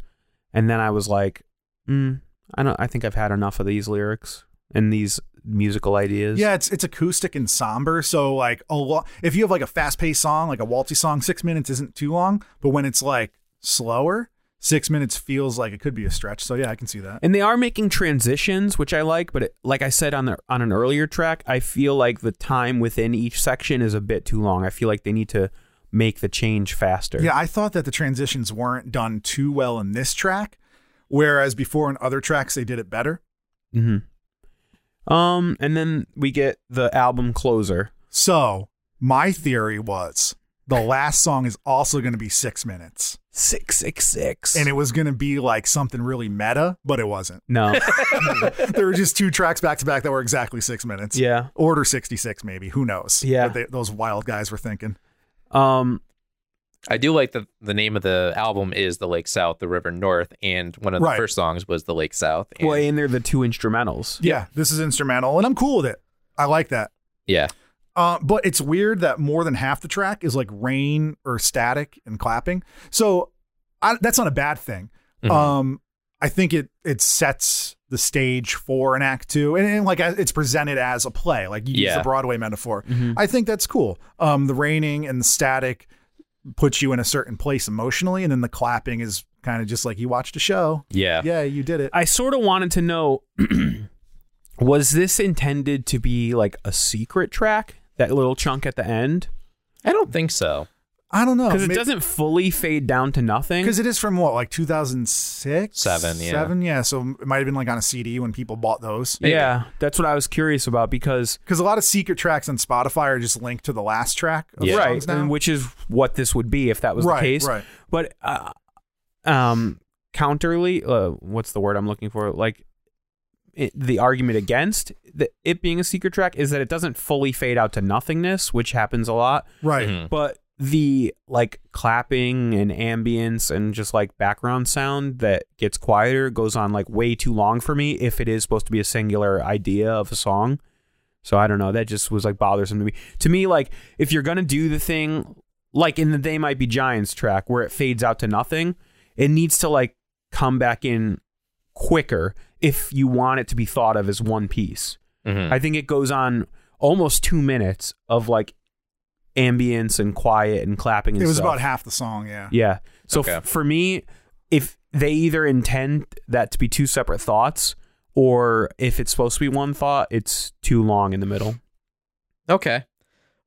Speaker 5: and then I was like, mm, I don't. I think I've had enough of these lyrics and these musical ideas.
Speaker 4: Yeah, it's it's acoustic and somber. So like a lot, if you have like a fast paced song, like a waltzy song, six minutes isn't too long. But when it's like slower, six minutes feels like it could be a stretch. So yeah, I can see that.
Speaker 5: And they are making transitions, which I like. But it, like I said on the on an earlier track, I feel like the time within each section is a bit too long. I feel like they need to make the change faster.
Speaker 4: Yeah, I thought that the transitions weren't done too well in this track, whereas before in other tracks they did it better.
Speaker 5: Mm-hmm. Um, and then we get the album closer.
Speaker 4: So my theory was the last song is also going to be six minutes,
Speaker 5: Six six six.
Speaker 4: and it was going to be like something really meta, but it wasn't.
Speaker 5: no.
Speaker 4: there were just two tracks back to back that were exactly six minutes.
Speaker 5: yeah.
Speaker 4: Order 66, maybe. Who knows?
Speaker 5: Yeah.
Speaker 4: What they, those wild guys were thinking.
Speaker 5: Um.
Speaker 2: I do like that the name of the album is The Lake South, The River North, and one of the
Speaker 4: Right.
Speaker 2: first songs was The Lake South. and-
Speaker 5: Well, and they're the two instrumentals.
Speaker 4: Yeah. This is instrumental, and I'm cool with it. I like that.
Speaker 2: yeah.
Speaker 4: Uh, but it's weird that more than half the track is like rain or static and clapping. So I, that's not a bad thing.
Speaker 2: Mhm.
Speaker 4: Um, I think it it sets the stage for an act two, and, and like it's presented as a play, like you use
Speaker 2: Yeah. Mm-hmm.
Speaker 4: the Broadway metaphor. I think that's cool. Um, the raining and the static puts you in a certain place emotionally, and then the clapping is kind of just like you watched a show.
Speaker 2: Yeah.
Speaker 4: Yeah, you did it.
Speaker 5: I sort of wanted to know, was this intended to be like a secret track? That little chunk at the end,
Speaker 2: I don't think so.
Speaker 4: I don't know
Speaker 5: because it
Speaker 4: Oh, May-
Speaker 5: doesn't fully fade down to nothing.
Speaker 4: Because it is from what, like 2006?
Speaker 2: Seven, yeah.
Speaker 4: Seven, yeah. So it might have been like on a CD when people bought those.
Speaker 5: yeah, that's what I was curious about. Because
Speaker 4: Because a lot of secret tracks on Spotify are just linked to the last track. Of
Speaker 2: Yeah.
Speaker 4: songs
Speaker 5: right,
Speaker 4: Now.
Speaker 5: and which is what this would be if that was
Speaker 4: right,
Speaker 5: the case.
Speaker 4: right.
Speaker 5: but uh, um counterly uh, what's the word i'm looking for like it, the argument against the, it being a secret track is that it doesn't fully fade out to nothingness which happens a lot
Speaker 4: Right.
Speaker 2: Mhm.
Speaker 5: but the like clapping and ambience and just like background sound that gets quieter goes on like way too long for me if it is supposed to be a singular idea of a song so i don't know that just was like bothersome to me to me like if you're gonna do the thing like in the they might be giants track where it fades out to nothing it needs to like come back in quicker if you want it to be thought of as one piece
Speaker 2: Mhm.
Speaker 5: I think it goes on almost two minutes of like ambience and quiet and clapping. And
Speaker 4: It was
Speaker 5: stuff.
Speaker 4: about half the song, yeah.
Speaker 5: yeah. So
Speaker 2: Okay.
Speaker 5: f- for me, if they either intend that to be two separate thoughts, or if it's supposed to be one thought, it's too long in the middle.
Speaker 2: Okay.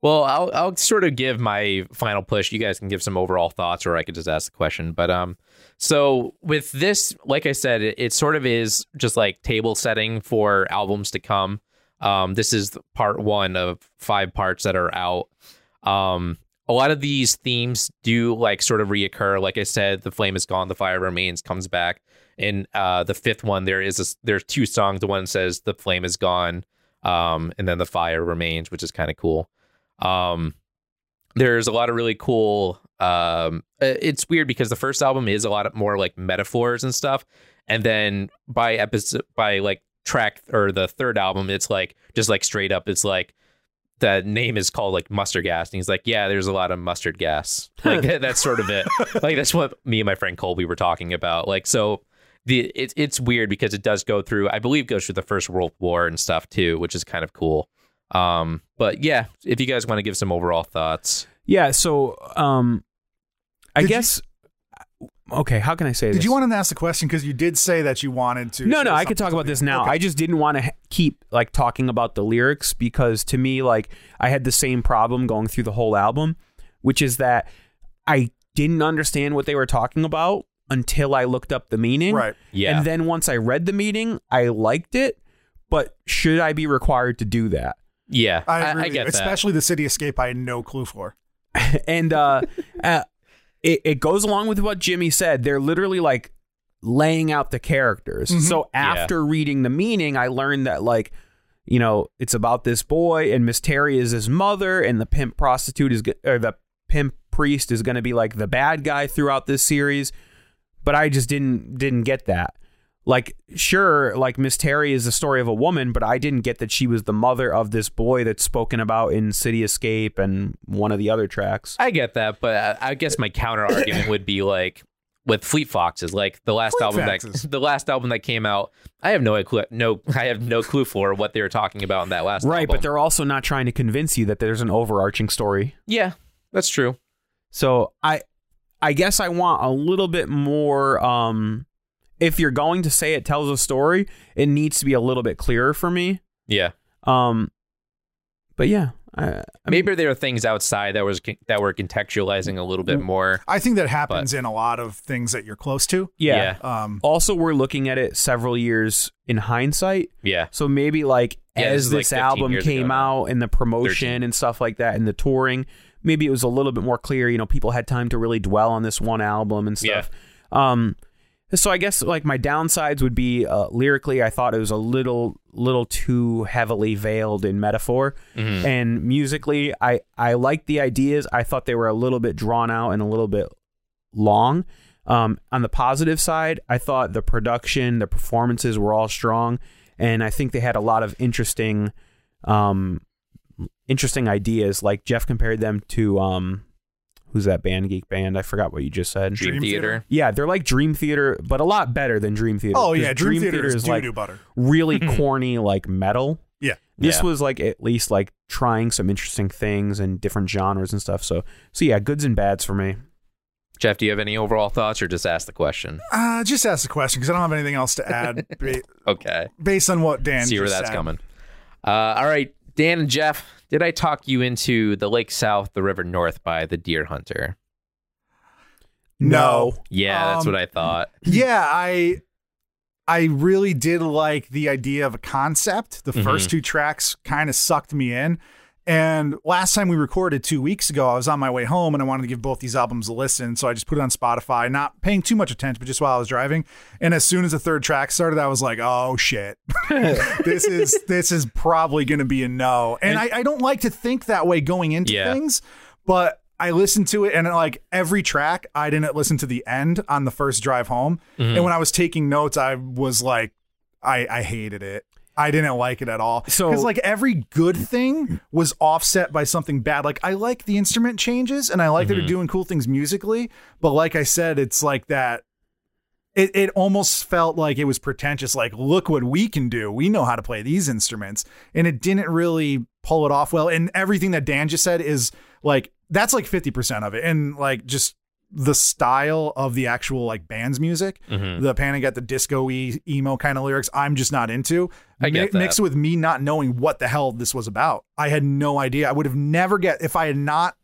Speaker 2: Well, I'll I'll sort of give my final push. You guys can give some overall thoughts, or I could just ask the question. But um, so with this, like I said, it, it sort of is just like table setting for albums to come. Um, this is part one of five parts that are out. Um, a lot of these themes do like sort of reoccur. Like I said, the flame is gone, the fire remains, comes back. In uh, the fifth one, there is a, s- there's two songs. The one says the flame is gone, um, and then the fire remains, which is kind of cool. Um, there's a lot of really cool. Um, uh, it's weird because the first album is a lot of more like metaphors and stuff, and then by episode by like track or the third album, it's like just like straight up. It's like the name is called like mustard gas, and he's like, yeah, there's a lot of mustard gas. Like that, that's sort of it. like that's what me and my friend Colby were talking about. Like so. The, it, it's weird because it does go through, I believe, goes through the First World War and stuff too, which is kind of cool. Um, but yeah, if you guys want to give some overall thoughts,
Speaker 5: Yeah. So, um, I
Speaker 4: Did you-
Speaker 5: guess okay, how can I say this?
Speaker 4: Did you want to ask the question because you did say that you wanted to?
Speaker 5: No,
Speaker 4: say
Speaker 5: no, I
Speaker 4: something
Speaker 5: could talk about
Speaker 4: something.
Speaker 5: this now.
Speaker 4: Okay.
Speaker 5: I just didn't want to keep like talking about the lyrics because to me, like, I had the same problem going through the whole album, which is that I didn't understand what they were talking about until I looked up the meaning.
Speaker 4: Right.
Speaker 2: Yeah.
Speaker 5: And then once I read the meaning, I liked it. But should I be required to do that?
Speaker 2: yeah,
Speaker 4: I,
Speaker 2: I,
Speaker 4: agree
Speaker 2: I
Speaker 4: with you.
Speaker 2: get that.
Speaker 4: Especially the city escape, I had no clue for.
Speaker 5: and uh, uh it, it goes along with what jimmy said they're literally like laying out the characters so after reading the meaning i learned that like you know it's about this boy and miss terry is his mother and the pimp prostitute is go- or the pimp priest is going to be like the bad guy throughout this series but i just didn't didn't get that like sure like miss terry is the story of a woman but i didn't get that she was the mother of this boy that's spoken about in city escape and one of the other tracks
Speaker 2: I get that, but I, I guess my counter argument would be like with Fleet Foxes, like the last
Speaker 4: Fleet
Speaker 2: album
Speaker 4: Foxes.
Speaker 2: that the last album that came out. I have no clue. No, I have no clue for what they were talking about in that last.
Speaker 5: right
Speaker 2: album.
Speaker 5: but they're also not trying to convince you that there's an overarching story
Speaker 2: yeah, that's true.
Speaker 5: so i i guess i want a little bit more um if you're going to say it tells a story it needs to be a little bit clearer for me
Speaker 2: Yeah,
Speaker 5: um but yeah i, I mean,
Speaker 2: maybe there are things outside that was that were contextualizing a little bit more.
Speaker 4: I think that happens in a lot of things that you're close to.
Speaker 5: yeah
Speaker 4: Um,
Speaker 5: also we're looking at it several years in hindsight
Speaker 2: yeah,
Speaker 5: So maybe like
Speaker 2: Yeah, this
Speaker 5: as
Speaker 2: is, like,
Speaker 5: this
Speaker 2: 15
Speaker 5: album
Speaker 2: years
Speaker 5: came
Speaker 2: ago now.
Speaker 5: out and the promotion
Speaker 2: 13.
Speaker 5: and stuff like that and the touring, maybe it was a little bit more clear. You know, people had time to really dwell on this one album and stuff. Um, so I guess like my downsides would be uh, lyrically, I thought it was a little little too heavily veiled in metaphor,
Speaker 2: Mm-hmm.
Speaker 5: and musically, I I liked the ideas. I thought they were a little bit drawn out and a little bit long. Um, on the positive side, I thought the production, the performances were all strong, and I think they had a lot of interesting, um, interesting ideas. Like Jeff compared them to um, who's that band? Geek band? I forgot what you just said.
Speaker 2: Dream,
Speaker 4: Dream
Speaker 2: Theater.
Speaker 4: Theater.
Speaker 5: Yeah, they're like Dream Theater, but a lot better than Dream Theater.
Speaker 4: oh
Speaker 5: 'cause
Speaker 4: yeah, Dream, Theater, is doo
Speaker 5: like
Speaker 4: doo butter.
Speaker 5: really corny, like metal.
Speaker 4: Yeah.
Speaker 5: This
Speaker 2: Yeah.
Speaker 5: was like at least like trying some interesting things and different genres and stuff. So, so yeah, goods and bads for me.
Speaker 2: Jeff, do you have any overall thoughts, or just ask the question?
Speaker 4: Uh, just ask the question because I don't have anything else to add ba-
Speaker 2: Okay,
Speaker 4: based on what Dan.
Speaker 2: see where
Speaker 4: just
Speaker 2: that's
Speaker 4: said.
Speaker 2: coming. Uh, all right, Dan and Jeff, did I talk you into the Lake South, the River North by the Deer Hunter?
Speaker 4: No.
Speaker 2: Yeah, that's
Speaker 4: Um,
Speaker 2: what I thought.
Speaker 4: yeah i i really did like the idea of a concept
Speaker 2: Mm-hmm.
Speaker 4: the first two tracks kind of sucked me in and last time we recorded two weeks ago i was on my way home and i wanted to give both these albums a listen so i just put it on spotify not paying too much attention but just while i was driving and as soon as the third track started i was like oh shit this is this is probably going to be a no and, I, I don't like to think that way going into
Speaker 2: Yeah.
Speaker 4: things but I listened to it and like every track, I didn't listen to the end on the first drive home. And when I was taking notes, I was like, I, I hated it. I didn't like it at all.
Speaker 5: So-
Speaker 4: because like every good thing was offset by something bad. Like I like the instrument changes and I like that they're doing cool things musically, but like I said, it's like that. It it almost felt like it was pretentious. Like look what we can do. We know how to play these instruments, and it didn't really pull it off well. And everything that Dan just said is like that's like fifty percent of it, and like just the style of the actual like band's music,
Speaker 2: Mm-hmm.
Speaker 4: the panic at the disco y emo kind of lyrics, I'm just not into.
Speaker 2: I get that.
Speaker 4: Mixed with me not knowing what the hell this was about. I had no idea. I would have never get if I had not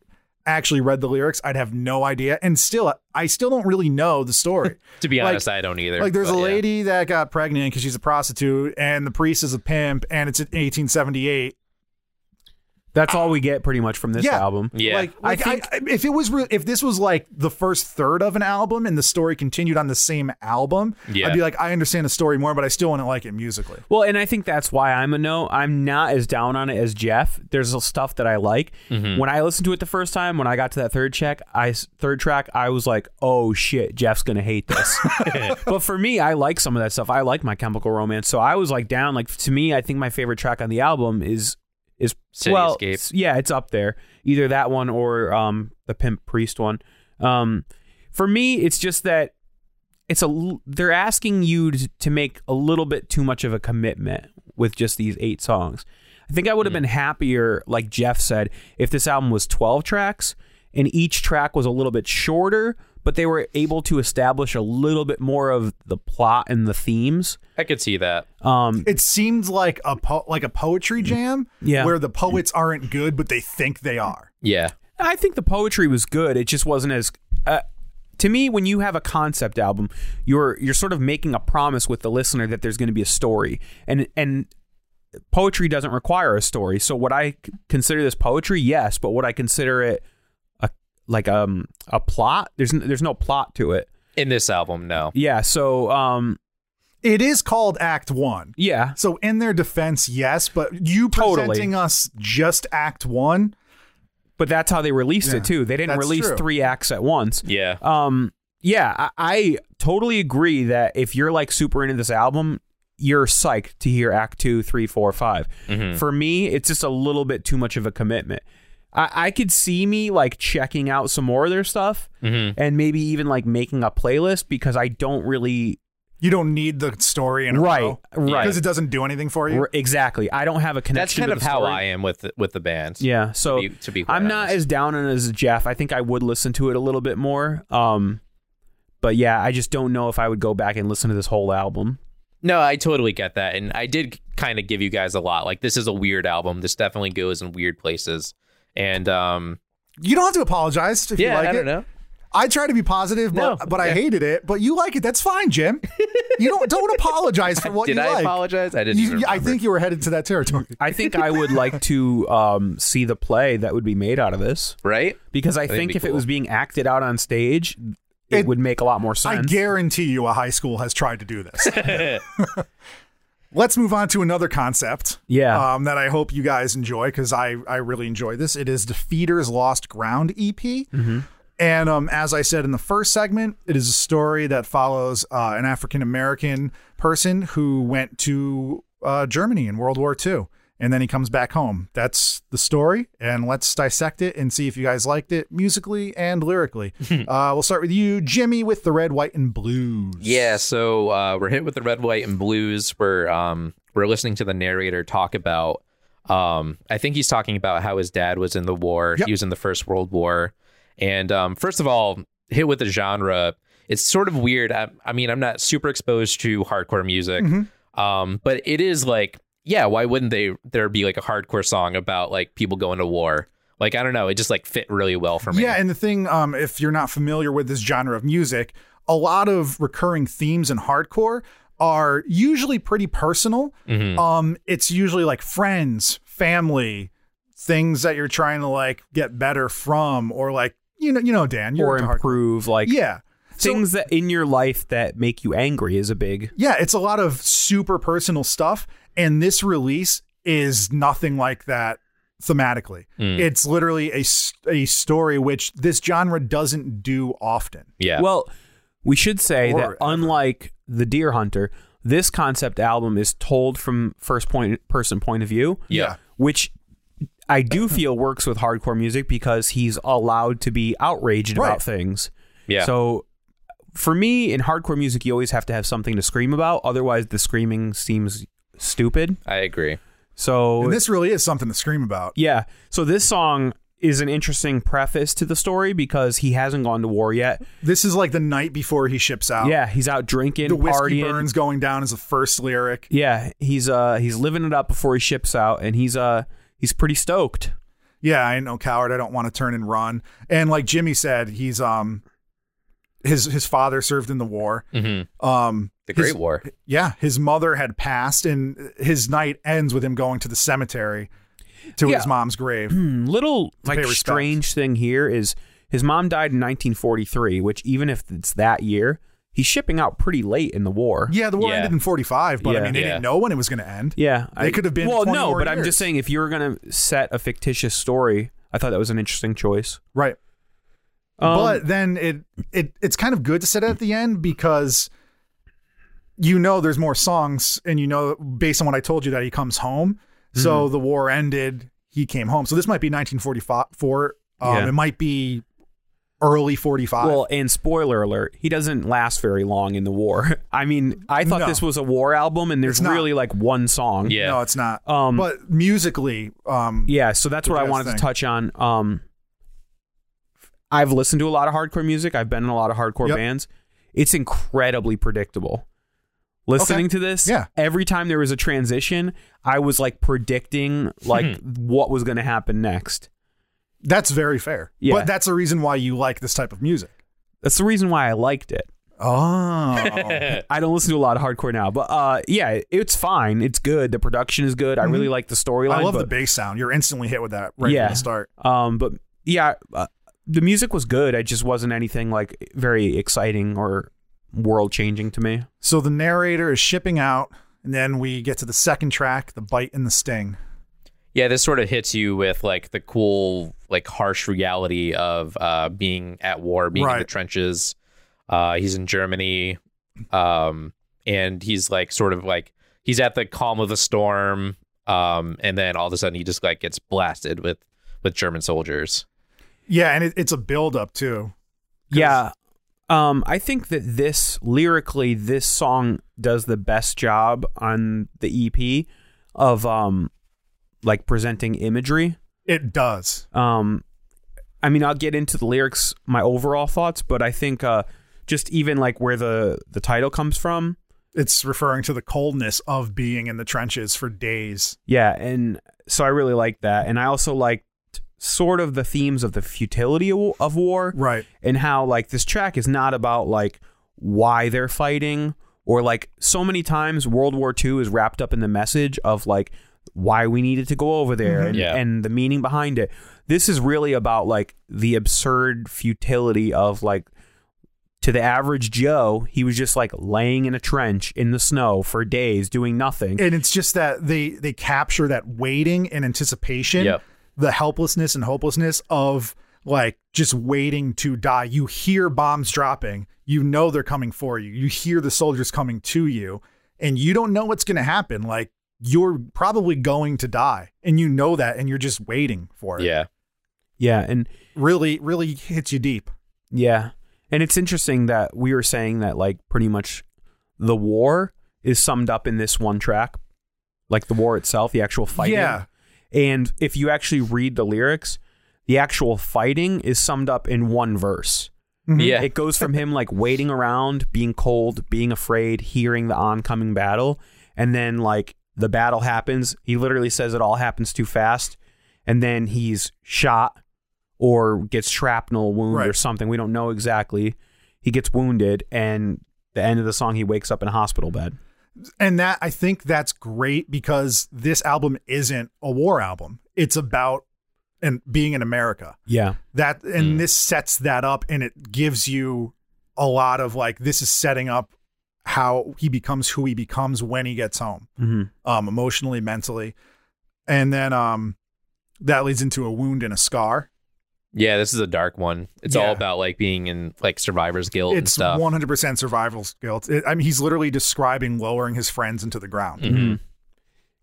Speaker 4: actually read the lyrics, I'd have no idea. And still I still don't really know the story.
Speaker 2: To be
Speaker 4: Like-
Speaker 2: honest, I don't either.
Speaker 4: Like there's
Speaker 2: but
Speaker 4: a
Speaker 2: yeah.
Speaker 4: lady that got pregnant because she's a prostitute and the priest is a pimp and it's in 1878
Speaker 5: That's all we get pretty much from this
Speaker 4: Yeah.
Speaker 5: album.
Speaker 2: Yeah.
Speaker 4: Like,
Speaker 5: I
Speaker 4: like, I
Speaker 5: think-
Speaker 4: I- if it was re- if this was like the first third of an album and the story continued on the same album,
Speaker 2: Yeah.
Speaker 4: I'd be like, I understand the story more, but I still wouldn't like it musically.
Speaker 5: Well, and I think that's why I'm a no. I'm not as down on it as Jeff. There's stuff that I like. When I listened to it the first time, when I got to that third check, I s- third track, I was like, "Oh shit, Jeff's gonna hate this." but for me, I like some of that stuff. I like My Chemical Romance, so I was like down. Like to me, I think my favorite track on the album is is
Speaker 2: City
Speaker 5: well,
Speaker 2: Escape.
Speaker 5: it's- yeah, it's up there. Either that one or um the Pimp Priest one. Um, for me, it's just that it's a l- they're asking you to, to make a little bit too much of a commitment with just these eight songs. I think I would have been happier, like Jeff said, if this album was 12 tracks and each track was a little bit shorter, but they were able to establish a little bit more of the plot and the themes.
Speaker 2: I could see that. Hmm.
Speaker 5: Um,
Speaker 4: It seemed like a po- like a poetry jam
Speaker 5: Yeah.
Speaker 4: where the poets aren't good, but they think they are.
Speaker 2: Yeah.
Speaker 5: I think the poetry was good. It just wasn't as. Uh, to me, when you have a concept album, you're you're sort of making a promise with the listener that there's going to be a story, and and poetry doesn't require a story. So would I c- consider this poetry? Yes, but would I consider it a like um a plot? There's n- there's no plot to it.
Speaker 2: In this album, no.
Speaker 5: Yeah. So um
Speaker 4: It is called Act One.
Speaker 5: yeah
Speaker 4: So in their defense, yes, but you
Speaker 5: Totally.
Speaker 4: presenting us just Act One,
Speaker 5: but that's how they released
Speaker 4: Yeah,
Speaker 5: it too. They didn't
Speaker 4: that's
Speaker 5: release
Speaker 4: true.
Speaker 5: three acts at once.
Speaker 2: Yeah.
Speaker 5: Um, yeah, I, I totally agree that if you're like super into this album, you're psyched to hear Act Two, Three, Four, Five.
Speaker 2: Mm-hmm.
Speaker 5: For me, it's just a little bit too much of a commitment. I, I could see me like checking out some more of their stuff
Speaker 2: Mm-hmm.
Speaker 5: and maybe even like making a playlist because I don't really
Speaker 4: you don't need the story in a
Speaker 5: Right, right.
Speaker 4: because it doesn't do anything for you.
Speaker 5: r- exactly. I don't have a
Speaker 2: That's
Speaker 5: connection.
Speaker 2: kind
Speaker 5: to
Speaker 2: of
Speaker 5: the
Speaker 2: how
Speaker 5: story.
Speaker 2: I am with with the band.
Speaker 5: Yeah. So
Speaker 2: be- to be quite
Speaker 5: I'm not
Speaker 2: honest.
Speaker 5: as down on it as Jeff. I think I would listen to it a little bit more. Um, but yeah, I just don't know if I would go back and listen to this whole album.
Speaker 2: No, I totally get that. And I did kind of give you guys a lot. Like this is a weird album. This definitely goes in weird places. And um
Speaker 4: You don't have to apologize if you
Speaker 2: yeah,
Speaker 4: like
Speaker 2: I
Speaker 4: it.
Speaker 2: don't know.
Speaker 4: I try to be positive, but
Speaker 2: No.
Speaker 4: but I
Speaker 2: Yeah.
Speaker 4: hated it. But you like it. That's fine, Jim. You don't don't apologize for what
Speaker 2: Did
Speaker 4: you
Speaker 2: I
Speaker 4: like.
Speaker 2: apologize? I didn't.
Speaker 4: You-
Speaker 2: even
Speaker 4: I
Speaker 2: remember.
Speaker 4: think you were headed to that territory.
Speaker 5: I think I would like to um, see the play that would be made out of this
Speaker 2: right.
Speaker 5: because I,
Speaker 2: it'd
Speaker 5: think
Speaker 2: be
Speaker 5: if it
Speaker 2: cool.
Speaker 5: was being acted out on stage, it,
Speaker 4: It-
Speaker 5: would make a lot more
Speaker 4: I
Speaker 5: sense.
Speaker 4: guarantee you, a high school has tried to do this. Let's move on to another concept.
Speaker 5: Yeah.
Speaker 4: um, that I hope you guys enjoy because I I really enjoy this. It is Defeater's Lost Ground E EP. And um, as I said in the first segment, it is a story that follows uh, an African American person who went to uh, Germany in World War II, and then he comes back home. That's the story, and let's dissect it and see if you guys liked it musically and lyrically. uh, we'll start with you, Jimmy, with the red, white, and blues.
Speaker 2: Yeah, so uh, we're hit with the red, white, and blues. We're um, we're listening to the narrator talk about. Um, I think he's talking about how his dad was in the war.
Speaker 4: Yep.
Speaker 2: He was in the First World War, and um, first of all, hit with the genre. It's sort of weird. I, I mean, I'm not super exposed to hardcore music,
Speaker 4: Mm-hmm.
Speaker 2: um, but it is like, yeah, why wouldn't they? There be like a hardcore song about like people going to war. Like I don't know, it just like fit really well for me.
Speaker 4: Yeah, and the thing, um, if you're not familiar with this genre of music, a lot of recurring themes in hardcore are usually pretty personal.
Speaker 5: Mm-hmm.
Speaker 4: Um, it's usually like friends, family, things that you're trying to like get better from, or like you know, you know, Dan, you're
Speaker 5: or
Speaker 4: into hardcore.
Speaker 5: improve like
Speaker 4: Yeah, So-
Speaker 5: things that in your life that make you angry is a big
Speaker 4: yeah, it's a lot of super personal stuff, and this release is nothing like that thematically.
Speaker 5: Mm.
Speaker 4: It's literally a s- a story which this genre doesn't do often.
Speaker 2: yeah.
Speaker 5: Well, we should say
Speaker 4: Or
Speaker 5: that
Speaker 4: ever.
Speaker 5: unlike the Deer Hunter, this concept album is told from first point person point of view.
Speaker 2: Yeah.
Speaker 5: Which I do feel works with hardcore music because he's allowed to be outraged
Speaker 4: Right.
Speaker 5: about things.
Speaker 2: yeah.
Speaker 5: So for me in hardcore music you always have to have something to scream about otherwise the screaming seems stupid.
Speaker 2: I agree.
Speaker 5: So
Speaker 4: And this really is something to scream about.
Speaker 5: yeah. So this song is an interesting preface to the story because he hasn't gone to war yet.
Speaker 4: This is like the night before he ships out.
Speaker 5: Yeah, he's out drinking,
Speaker 4: The whiskey
Speaker 5: partying.
Speaker 4: burns going down is the first lyric.
Speaker 5: Yeah, he's uh he's living it up before he ships out, and he's uh he's pretty stoked.
Speaker 4: Yeah, I ain't no coward. I don't want to turn and run. And like Jimmy said, he's um his his father served in the war.
Speaker 2: Mm-hmm.
Speaker 4: Um
Speaker 2: The
Speaker 4: his-
Speaker 2: Great War.
Speaker 4: Yeah, his mother had passed and his night ends with him going to the cemetery to
Speaker 5: Yeah.
Speaker 4: his mom's grave.
Speaker 5: Little like
Speaker 4: pay respect.
Speaker 5: strange thing here is his mom died in 1943, which even if it's that year, he's shipping out pretty late in the war.
Speaker 4: Yeah, the war
Speaker 2: Yeah.
Speaker 4: ended in 45, but I
Speaker 5: Yeah.
Speaker 4: mean, they
Speaker 2: Yeah.
Speaker 4: didn't know when it was going to end.
Speaker 5: Yeah,
Speaker 4: They could have been
Speaker 5: Well,
Speaker 4: 20
Speaker 5: no,
Speaker 4: more
Speaker 5: but I'm
Speaker 4: years.
Speaker 5: just saying if you were gonna set a fictitious story, I thought that was an interesting choice.
Speaker 4: Right.
Speaker 5: Um,
Speaker 4: but then it it it's kind of good to sit at the end because you know there's more songs and you know based on what I told you that he comes home. So
Speaker 5: Mm-hmm.
Speaker 4: the war ended, he came home. So this might be 1944. Um,
Speaker 5: Yeah.
Speaker 4: It might be early 45.
Speaker 5: Well, and spoiler alert, he doesn't last very long in the war. I mean, I thought
Speaker 4: No.
Speaker 5: this was a war album, and
Speaker 4: It's
Speaker 5: there's
Speaker 4: not.
Speaker 5: really like one song.
Speaker 2: Yeah.
Speaker 4: No, it's not.
Speaker 5: Um,
Speaker 4: but musically, um,
Speaker 5: Yeah, so that's
Speaker 4: The
Speaker 5: what I
Speaker 4: jazz
Speaker 5: wanted
Speaker 4: thing.
Speaker 5: to touch on. Um, I've listened to a lot of hardcore music. I've been in a lot of hardcore
Speaker 4: Yep.
Speaker 5: bands. It's incredibly predictable. Listening to this,
Speaker 4: Yeah.
Speaker 5: every time there was a transition, I was like predicting like what was going to happen next.
Speaker 4: That's very fair.
Speaker 5: Yeah.
Speaker 4: But that's the reason why you like this type of music.
Speaker 5: That's the reason why I liked it.
Speaker 4: Oh.
Speaker 5: I don't listen to a lot of hardcore now, but uh, yeah, it's fine. It's good. The production is good. I really like the storyline.
Speaker 4: Mm-hmm. I love
Speaker 5: but,
Speaker 4: the bass sound. You're instantly hit with that right
Speaker 5: Yeah.
Speaker 4: from the start.
Speaker 5: Um, but yeah, uh, the music was good. It just wasn't anything like very exciting or world changing to me.
Speaker 4: So the narrator is shipping out, and then we get to the second track, The Bite and the Sting.
Speaker 2: Yeah, this sort of hits you with like the cool, like harsh reality of uh, being at war, being in the
Speaker 4: Right.
Speaker 2: trenches. Uh, he's in Germany, um, and he's like sort of like he's at the calm of the storm, um, and then all of a sudden he just like gets blasted with with German soldiers.
Speaker 4: Yeah, and it, it's a build up too.
Speaker 5: Yeah. Um, I think that this lyrically, this song does the best job on the EP of um, like presenting imagery.
Speaker 4: It does.
Speaker 5: Um, I mean, I'll get into the lyrics, my overall thoughts, but I think uh, just even like where the the title comes from,
Speaker 4: It's referring to the coldness of being in the trenches for days.
Speaker 5: yeah, and so I really like that, and I also liked sort of the themes of the futility of of war,
Speaker 4: Right.
Speaker 5: and how like this track is not about like why they're fighting or like so many times World War II is wrapped up in the message of like why we needed to go over there and,
Speaker 2: Yeah.
Speaker 5: and the meaning behind it. This is really about like the absurd futility of like to the average Joe, he was just like laying in a trench in the snow for days doing nothing.
Speaker 4: And it's just that they they capture that waiting and anticipation,
Speaker 2: Yep.
Speaker 4: the helplessness and hopelessness of like just waiting to die. You hear bombs dropping, you know they're coming for you. You hear the soldiers coming to you, and you don't know what's going to happen. Like you're probably going to die, and you know that, and you're just waiting for it.
Speaker 2: Yeah,
Speaker 5: yeah, and
Speaker 4: really, really hits you deep.
Speaker 5: Yeah. And it's interesting that we were saying that like pretty much the war is summed up in this one track. Like the war itself, the actual fighting.
Speaker 4: Yeah.
Speaker 5: And if you actually read the lyrics, the actual fighting is summed up in one verse.
Speaker 4: Mm-hmm.
Speaker 2: yeah,
Speaker 5: It goes from him like waiting around, being cold, being afraid, hearing the oncoming battle, and then like the battle happens. He literally says it all happens too fast, and then he's shot or gets shrapnel wound or
Speaker 4: Right.
Speaker 5: something. We don't know exactly. He gets wounded, and the end of the song, he wakes up in a hospital bed.
Speaker 4: and that I think that's great because this album isn't a war album. It's about and being in America.
Speaker 5: Yeah,
Speaker 4: That and
Speaker 2: Mm.
Speaker 4: this sets that up and it gives you a lot of like this is setting up how he becomes who he becomes when he gets home.
Speaker 5: Mhm.
Speaker 4: Um emotionally, mentally. And then um that leads into a wound and a scar.
Speaker 2: yeah. This is a dark one. It's
Speaker 4: Yeah.
Speaker 2: all about like being in like survivor's guilt and
Speaker 4: It's
Speaker 2: stuff.
Speaker 4: 100% survival guilt. It- I mean he's literally describing lowering his friends into the ground.
Speaker 2: Mhm.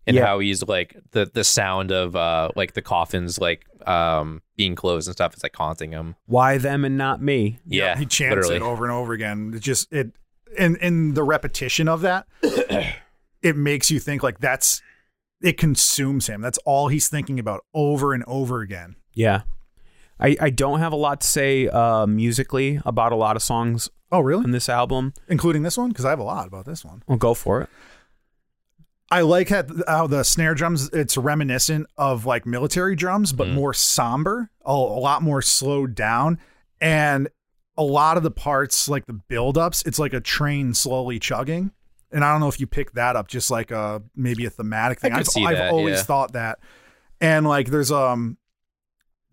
Speaker 2: and
Speaker 5: Yeah.
Speaker 2: how he's like the the sound of uh like the coffins like um being closed and stuff is like haunting him.
Speaker 5: why them and not me?
Speaker 2: Yeah,
Speaker 4: he chants
Speaker 2: literally.
Speaker 4: it over and over again. It just it and and the repetition of that, it makes you think like that's it consumes him. That's all he's thinking about over and over again.
Speaker 5: Yeah. I, I don't have a lot to say uh, musically about a lot of songs
Speaker 4: Oh, really?
Speaker 5: on this album.
Speaker 4: Including this one because I have a lot about this one.
Speaker 5: Well, go for it.
Speaker 4: I like how, how the snare drums. It's reminiscent of like military drums, but
Speaker 2: Mm-hmm.
Speaker 4: more somber, a, a lot more slowed down, and a lot of the parts like the buildups. It's like a train slowly chugging, and I don't know if you pick that up, just like a maybe a thematic thing.
Speaker 2: could
Speaker 4: I've,
Speaker 2: see
Speaker 4: I've
Speaker 2: that,
Speaker 4: always
Speaker 2: yeah.
Speaker 4: thought that, and like there's um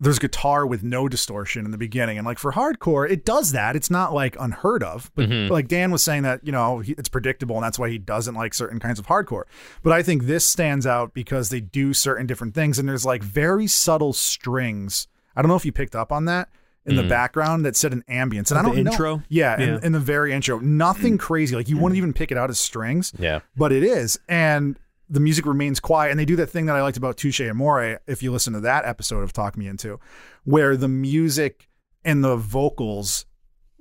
Speaker 4: there's guitar with no distortion in the beginning and like for hardcore it does that it's not like unheard of but like dan was saying that you know he, it's predictable and that's why he doesn't like certain kinds of hardcore but i think this stands out because they do certain different things and there's like very subtle strings i don't know if you picked up on that in the background that set an ambience and i
Speaker 5: The
Speaker 4: don't know-
Speaker 5: intro?
Speaker 4: yeah,
Speaker 5: Yeah.
Speaker 4: In, in the very intro nothing crazy like you wouldn't even pick it out as strings
Speaker 2: Yeah.
Speaker 4: but it is and the music remains quiet and they do that thing that i liked about touche amore if you listen to that episode of talk me into where the music and the vocals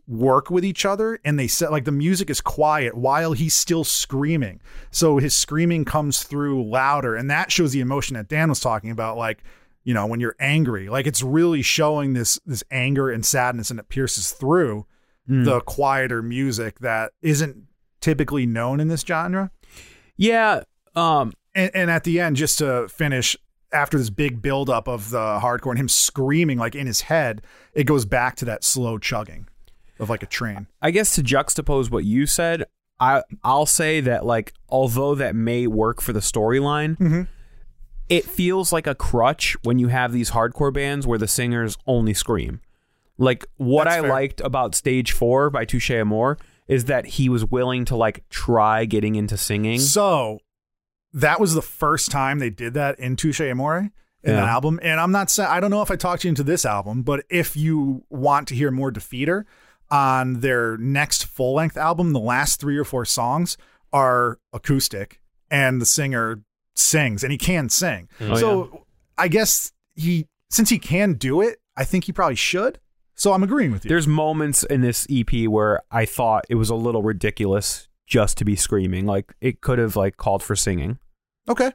Speaker 4: work with each other and they set like the music is quiet while he's still screaming so his screaming comes through louder and that shows the emotion that dan was talking about like you know, when you're angry. Like it's really showing this this anger and sadness and it pierces through the quieter music that isn't typically known in this genre.
Speaker 5: Yeah. Um,
Speaker 4: And, and at the end, just to finish, after this big buildup of the hardcore and him screaming like in his head, it goes back to that slow chugging of like a train.
Speaker 5: I guess to juxtapose what you said, I I'll say that like although that may work for the storyline,
Speaker 4: Mm-hmm.
Speaker 5: it feels like a crutch when you have these hardcore bands where the singers only scream. Like what
Speaker 4: That's
Speaker 5: I
Speaker 4: fair.
Speaker 5: liked about Stage Four by Touche Amore is that he was willing to like try getting into singing.
Speaker 4: So that was the first time they did that in Touche Amore in an
Speaker 5: Yeah.
Speaker 4: album. And I'm not saying I don't know if I talked you into this album, but if you want to hear more Defeater on their next full length album, the last three or four songs are acoustic and the singer sings and he can sing.
Speaker 5: Mm. Oh,
Speaker 4: so I guess he since he can do it, I think he probably should. So I'm agreeing with you.
Speaker 5: There's moments in this EP where I thought it was a little ridiculous just to be screaming. Like it could have like called for singing.
Speaker 4: okay.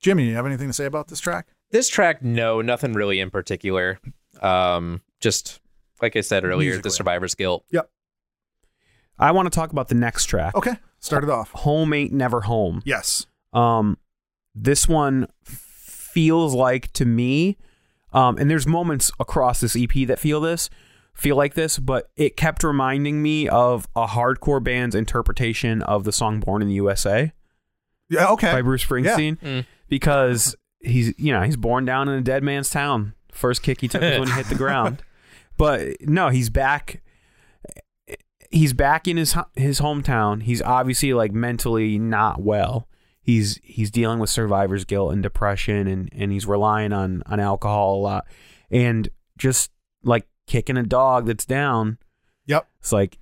Speaker 4: Jimmy, you have anything to say about this track?
Speaker 2: This track, no, nothing really in particular. Um, just like I said earlier,
Speaker 4: Musically.
Speaker 2: the survivor's guilt.
Speaker 5: I want to talk about the next track.
Speaker 4: Okay. Start it off.
Speaker 5: Home ain't never home.
Speaker 4: Yes.
Speaker 5: Um, this one feels like to me, um, and there's moments across this EP that feel this, feel like this, but it kept reminding me of a hardcore band's interpretation of the song "Born in the USA"
Speaker 4: Yeah, okay.
Speaker 5: by Bruce Springsteen,
Speaker 2: Mm.
Speaker 5: because he's you know he's born down in a dead man's town. First kick he took was when he hit the ground, but no, he's back. He's back in his ho- his hometown. He's obviously like mentally not well. He's he's dealing with survivor's guilt and depression, and and he's relying on on alcohol a lot, and just like kicking a dog that's down.
Speaker 4: Yep.
Speaker 5: It's like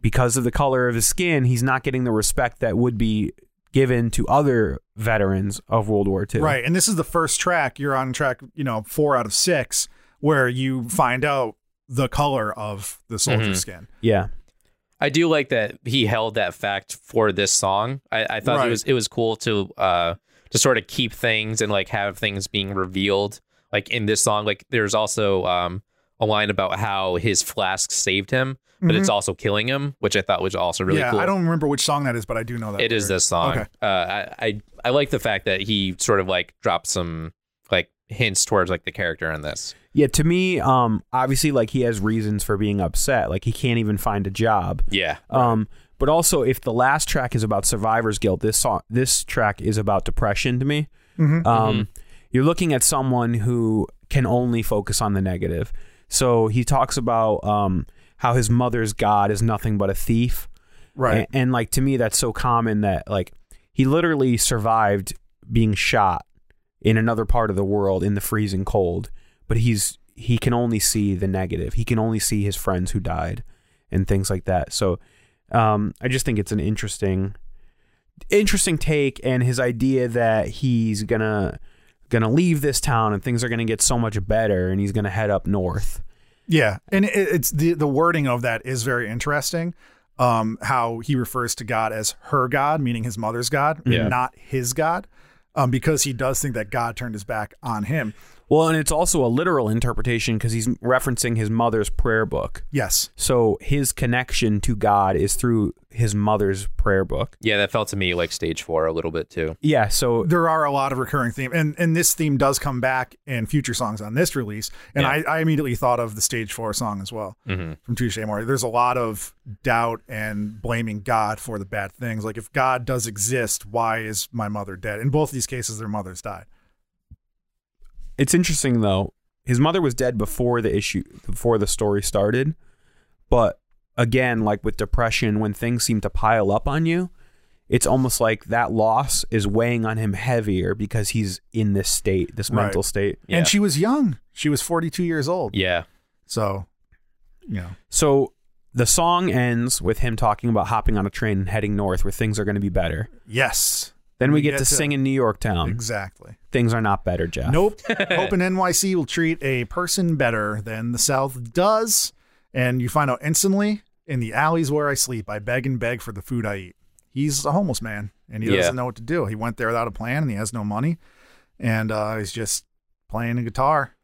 Speaker 5: because of the color of his skin, he's not getting the respect that would be given to other veterans of World War II.
Speaker 4: Right. And this is the first track you're on track, you know, four out of six, where you find out the color of the soldier's
Speaker 2: Mhm.
Speaker 4: skin.
Speaker 5: Yeah.
Speaker 2: I do like that he held that fact for this song. I, I thought
Speaker 4: Right.
Speaker 2: it was it was cool to uh to sort of keep things and like have things being revealed like in this song. Like there's also um a line about how his flask saved him, but it's also killing him, which I thought was also really
Speaker 4: Mm-hmm. yeah.
Speaker 2: cool.
Speaker 4: I don't remember which song that is, but I do know that.
Speaker 2: it is
Speaker 4: lyric.
Speaker 2: this song.
Speaker 4: Okay.
Speaker 2: Uh, I, I I like the fact that he sort of like dropped some like hints towards like the character in this.
Speaker 5: Yeah, to me, um, obviously, like he has reasons for being upset. Like he can't even find a job.
Speaker 2: Yeah.
Speaker 5: Um, but also, if the last track is about survivor's guilt, this song, this track is about depression to me. Um, You're looking at someone who can only focus on the negative. So he talks about um, how his mother's god is nothing but a thief.
Speaker 4: Right.
Speaker 5: And, and, like to me, that's so common that like he literally survived being shot in another part of the world in the freezing cold, but he's he can only see the negative. He can only see his friends who died and things like that. So um, I just think it's an interesting interesting take and his idea that he's gonna gonna leave this town and things are gonna get so much better and he's gonna head up north.
Speaker 4: Yeah, and it, it's the the wording of that is very interesting. Um, how he refers to God as her God, meaning his mother's God,
Speaker 2: Yeah.
Speaker 4: not his God, um, because he does think that God turned his back on him.
Speaker 5: Well, and it's also a literal interpretation because he's referencing his mother's prayer book.
Speaker 4: Yes,
Speaker 5: So his connection to God is through his mother's prayer book.
Speaker 2: Yeah, that felt to me like stage four a little bit too.
Speaker 5: Yeah. So
Speaker 4: there are a lot of recurring themes, and and this theme does come back in future songs on this release. And
Speaker 2: Yeah. Mm-hmm.
Speaker 4: I, I immediately thought of the stage four song as well from Touche Amore. There's a lot of doubt and blaming God for the bad things. Like if God does exist, why is my mother dead? In both these cases, their mothers died.
Speaker 5: it's interesting though. His mother was dead before the issue, before the story started. But again, like with depression, when things seem to pile up on you, it's almost like that loss is weighing on him heavier because he's in this state, this
Speaker 4: Right.
Speaker 5: mental state.
Speaker 2: Yeah.
Speaker 4: And she was young. She was 42 years old.
Speaker 2: Yeah.
Speaker 4: So, you know,
Speaker 5: So the song ends with him talking about hopping on a train and heading north where things are going to be better.
Speaker 4: yes,
Speaker 5: Then we, get, to, sing in New York town.
Speaker 4: exactly.
Speaker 5: Things are not better, Jeff.
Speaker 4: Nope. Hoping NYC will treat a person better than the South does. And you find out instantly in the alleys where I sleep, I beg and beg for the food I eat. He's a homeless man and he
Speaker 2: Yeah.
Speaker 4: doesn't know what to do. He went there without a plan and he has no money. And uh, he's just playing a guitar,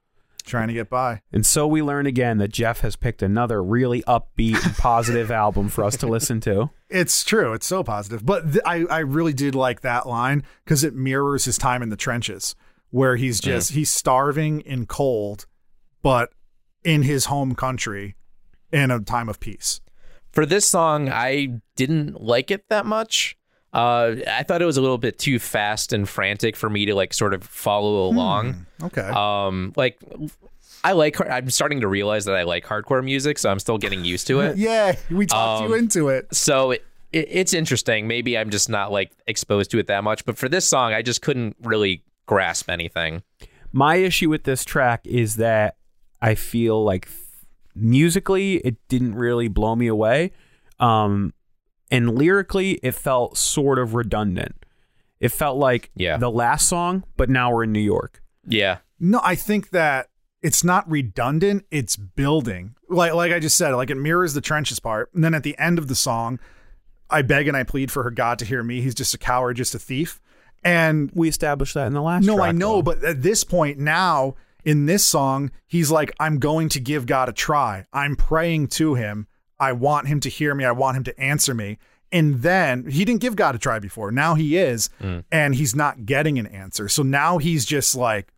Speaker 4: trying to get by.
Speaker 5: And so we learn again that Jeff has picked another really upbeat and positive album for us to listen to.
Speaker 4: It's true. It's so positive. But th- I, I really did like that line because it mirrors his time in the trenches where he's just, he's starving and cold, but in his home country in a time of peace.
Speaker 2: for this song i didn't like it that much uh, i thought it was a little bit too fast and frantic for me to like sort of follow along
Speaker 4: Okay.
Speaker 2: um like i like har- i'm starting to realize that i like hardcore music so i'm still getting used to it
Speaker 4: yeah. We talked you into it.
Speaker 2: so it, it, it's interesting maybe i'm just not like exposed to it that much but for this song i just couldn't really grasp anything
Speaker 5: My issue with this track is that I feel like th- musically it didn't really blow me away. Um and lyrically it felt sort of redundant. It felt like
Speaker 2: Yeah.
Speaker 5: the last song, but now we're in New York.
Speaker 2: yeah
Speaker 4: No, I think that it's not redundant. It's building. Like like I just said, like it mirrors the trenches part. And then at the end of the song, I beg and I plead for her God to hear me. He's just a coward, just a thief. And
Speaker 5: We established that in the last
Speaker 4: no,
Speaker 5: track,
Speaker 4: I know,
Speaker 5: though.
Speaker 4: but at this point now in this song, he's like, I'm going to give God a try. I'm praying to him. I want him to hear me. I want him to answer me. And then he didn't give God a try before. Now he is, and he's not getting an answer. So now he's just like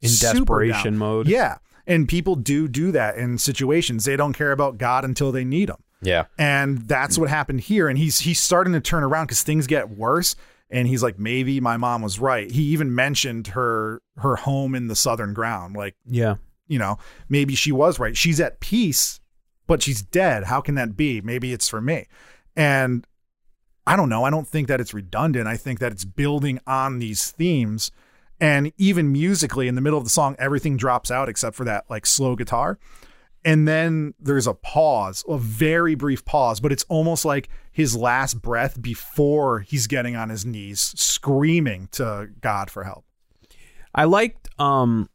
Speaker 5: In
Speaker 4: super
Speaker 5: desperation
Speaker 4: down.
Speaker 5: mode.
Speaker 4: Yeah. And people do do that in situations. They don't care about God until they need him
Speaker 2: yeah
Speaker 4: and that's what happened here and he's he's starting to turn around because things get worse and he's like maybe my mom was right he even mentioned her her home in the southern ground like
Speaker 5: Yeah.
Speaker 4: you know maybe she was right she's at peace but she's dead how can that be maybe it's for me and i don't know i don't think that it's redundant i think that it's building on these themes and even musically in the middle of the song everything drops out except for that like slow guitar and then there's a pause, a very brief pause, but it's almost like his last breath before he's getting on his knees, screaming to God for help.
Speaker 5: I liked um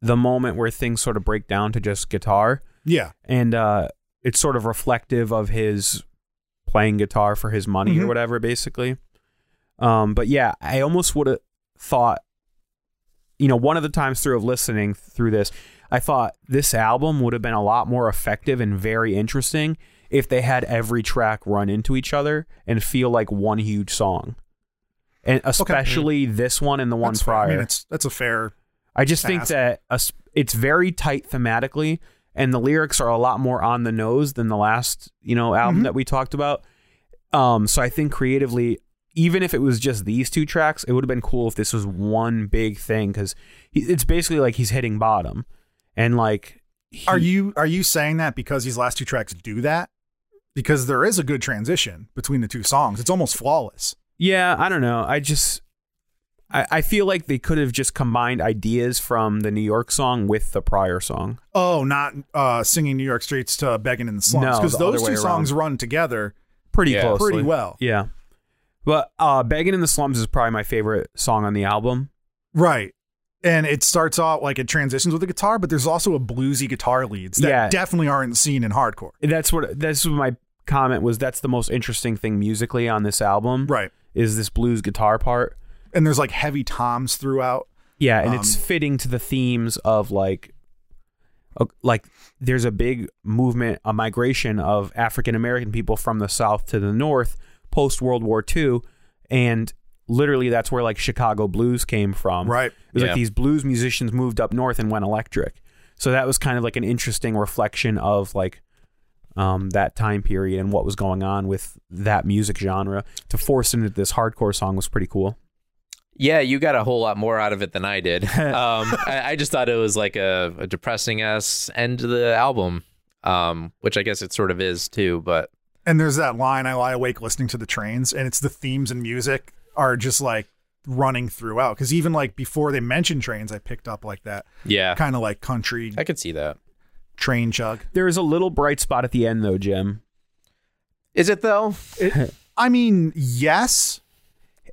Speaker 5: the moment where things sort of break down to just guitar
Speaker 4: Yeah.
Speaker 5: and uh it's sort of reflective of his playing guitar for his money or
Speaker 4: Mhm.
Speaker 5: whatever basically. Um but yeah, I almost would have thought you know, one of the times through of listening through this, I thought this album would have been a lot more effective and very interesting if they had every track run into each other and feel like one huge song. And especially this one and the one
Speaker 4: that's fair.
Speaker 5: prior.
Speaker 4: I mean, it's, that's a fair.
Speaker 5: I just think
Speaker 4: task.
Speaker 5: that a s it's very tight thematically, and the lyrics are a lot more on the nose than the last you know album
Speaker 4: Mm-hmm.
Speaker 5: that we talked about. Um, so I think creatively, even if it was just these two tracks, it would have been cool if this was one big thing because it's basically like he's hitting bottom, and like he-
Speaker 4: Are you are you saying that because these last two tracks do that? Because there is a good transition between the two songs. It's almost flawless.
Speaker 5: Yeah, I don't know. I just I, I feel like they could have just combined ideas from the New York song with the prior song.
Speaker 4: Oh, not uh, singing New York Streets to Begging in the Slums
Speaker 5: No,
Speaker 4: because
Speaker 5: the other
Speaker 4: those
Speaker 5: way
Speaker 4: two
Speaker 5: around.
Speaker 4: songs run together.
Speaker 5: pretty
Speaker 2: Yeah.
Speaker 5: closely.
Speaker 4: Pretty well.
Speaker 5: Yeah. But uh Begging in the Slums is probably my favorite song on the album.
Speaker 4: Right. And it starts out like it transitions with a guitar, but there's also a bluesy guitar leads that
Speaker 5: Yeah.
Speaker 4: definitely aren't seen in hardcore.
Speaker 5: That's what that's what my comment was that's the most interesting thing musically on this album.
Speaker 4: Right.
Speaker 5: Is this blues guitar part.
Speaker 4: And there's like heavy toms throughout.
Speaker 5: Yeah, and
Speaker 4: Um,
Speaker 5: it's fitting to the themes of like uh, like there's a big movement, a migration of African American people from the south to the north post World War II and literally that's where like Chicago blues came from.
Speaker 4: Right.
Speaker 5: It was
Speaker 2: Yeah.
Speaker 5: like these blues musicians moved up north and went electric. So that was kind of like an interesting reflection of like um, that time period and what was going on with that music genre. To force into this hardcore song was pretty cool.
Speaker 2: Yeah, you got a whole lot more out of it than I did. Um, I, I just thought it was like a, a depressing ass end to the album, um, which I guess it sort of is too. But
Speaker 4: And there's that line I lie awake listening to the trains, and it's the themes and music are just like running throughout. Because even like before they mentioned trains, I picked up like that
Speaker 2: yeah,
Speaker 4: kind of like country
Speaker 2: I could see that.
Speaker 4: train chug.
Speaker 5: There is a little bright spot at the end though, Jim.
Speaker 2: Is it though?
Speaker 4: I mean, yes.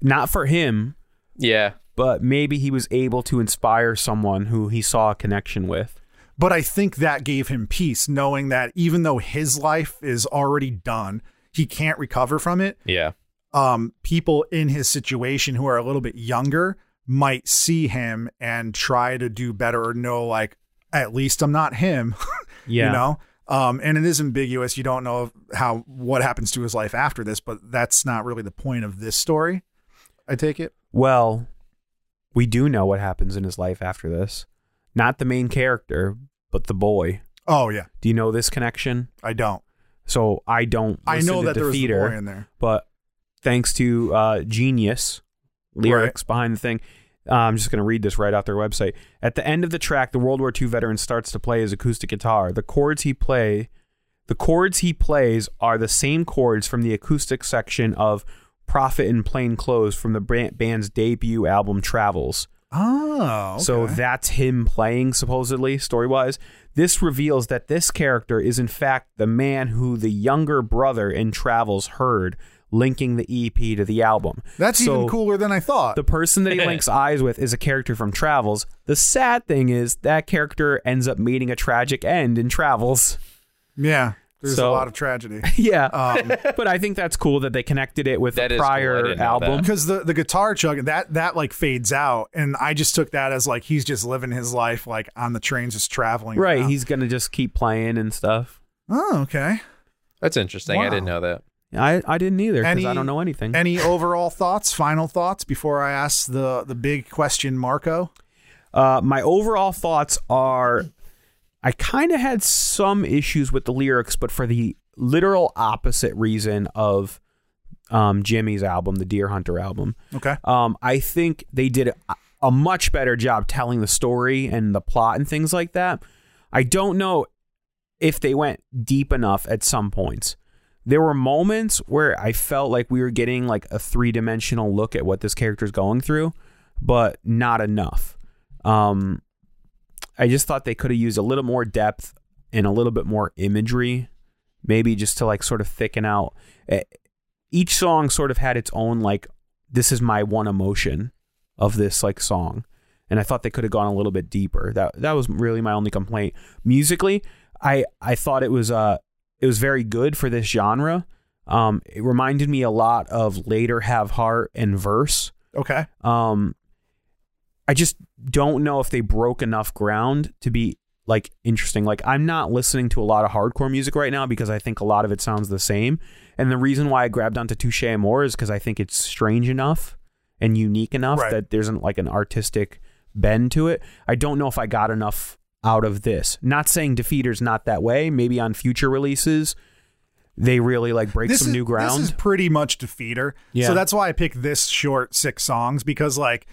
Speaker 5: Not for him,
Speaker 2: Yeah,
Speaker 5: but maybe he was able to inspire someone who he saw a connection with.
Speaker 4: But I think that gave him peace, knowing that even though his life is already done, he can't recover from it.
Speaker 2: yeah,
Speaker 4: um, people in his situation who are a little bit younger might see him and try to do better or know like at least I'm not him.
Speaker 5: Yeah.
Speaker 4: You know? Um, and it is ambiguous. You don't know how what happens to his life after this, but that's not really the point of this story. I take it.
Speaker 5: Well, we do know what happens in his life after this. Not the main character, but the boy.
Speaker 4: Oh yeah,
Speaker 5: Do you know this connection?
Speaker 4: I don't.
Speaker 5: So I don't.
Speaker 4: I
Speaker 5: listen
Speaker 4: know
Speaker 5: to
Speaker 4: that there was a
Speaker 5: Defeater,
Speaker 4: boy in there.
Speaker 5: but thanks to uh, genius lyrics behind the thing. Uh, I'm just going to read this right out their website. At the end of the track, the World War II veteran starts to play his acoustic guitar. The chords he play, the chords he plays are the same chords from the acoustic section of "Prophet in Plain Clothes" from the bran- band's debut album "Travels."
Speaker 4: Oh,
Speaker 5: So
Speaker 4: okay.
Speaker 5: that's him playing, supposedly, story wise. This reveals that this character is, in fact, the man who the younger brother in Travels heard, linking the EP to the album.
Speaker 4: that's
Speaker 5: So
Speaker 4: even cooler than I thought.
Speaker 5: The person that he links eyes with is a character from Travels. The sad thing is that character ends up meeting a tragic end in Travels.
Speaker 4: yeah, there's
Speaker 5: So-
Speaker 4: a lot of tragedy. Um,
Speaker 5: yeah.
Speaker 4: Uh,
Speaker 5: but I think that's cool that they connected it with
Speaker 2: That
Speaker 5: a
Speaker 2: is cool. I
Speaker 5: prior
Speaker 2: didn't know
Speaker 5: album.
Speaker 2: that.
Speaker 4: because the the guitar chug that that like fades out and i just took that as like he's just living his life like on the trains just traveling
Speaker 5: Right.
Speaker 4: around.
Speaker 5: He's going to just keep playing and stuff.
Speaker 4: oh okay
Speaker 2: That's interesting. I didn't know that.
Speaker 5: I, I didn't either because
Speaker 4: Any-
Speaker 5: I don't know anything.
Speaker 4: any overall thoughts final thoughts before i ask the the big question marco
Speaker 5: Uh, my overall thoughts are I kind of had some issues with the lyrics, but for the literal opposite reason of um, Jimmy's album, the Deer Hunter album.
Speaker 4: okay
Speaker 5: Um, I think they did a, a much better job telling the story and the plot and things like that. I don't know if they went deep enough at some points. There were moments where I felt like we were getting like a three dimensional look at what this character's going through, but not enough. Um, I just thought they could have used a little more depth and a little bit more imagery, maybe just to like sort of thicken out. Eh, Each song sort of had its own like this is my one emotion of this like song and i thought they could have gone a little bit deeper that that was really my only complaint musically i i thought it was uh it was very good for this genre um it reminded me a lot of later have heart and verse
Speaker 4: okay
Speaker 5: um i just don't know if they broke enough ground to be like interesting like i'm not listening to a lot of hardcore music right now because i think a lot of it sounds the same and the reason why i grabbed onto touche amour is because i think it's strange enough and unique enough
Speaker 4: Right.
Speaker 5: that there's an, like an artistic bend to it i don't know if i got enough out of this not saying defeater's not that way maybe on future releases they really like break some
Speaker 4: is,
Speaker 5: new ground
Speaker 4: This is pretty much defeater.
Speaker 5: Yeah.
Speaker 4: So that's why I picked this short six songs because like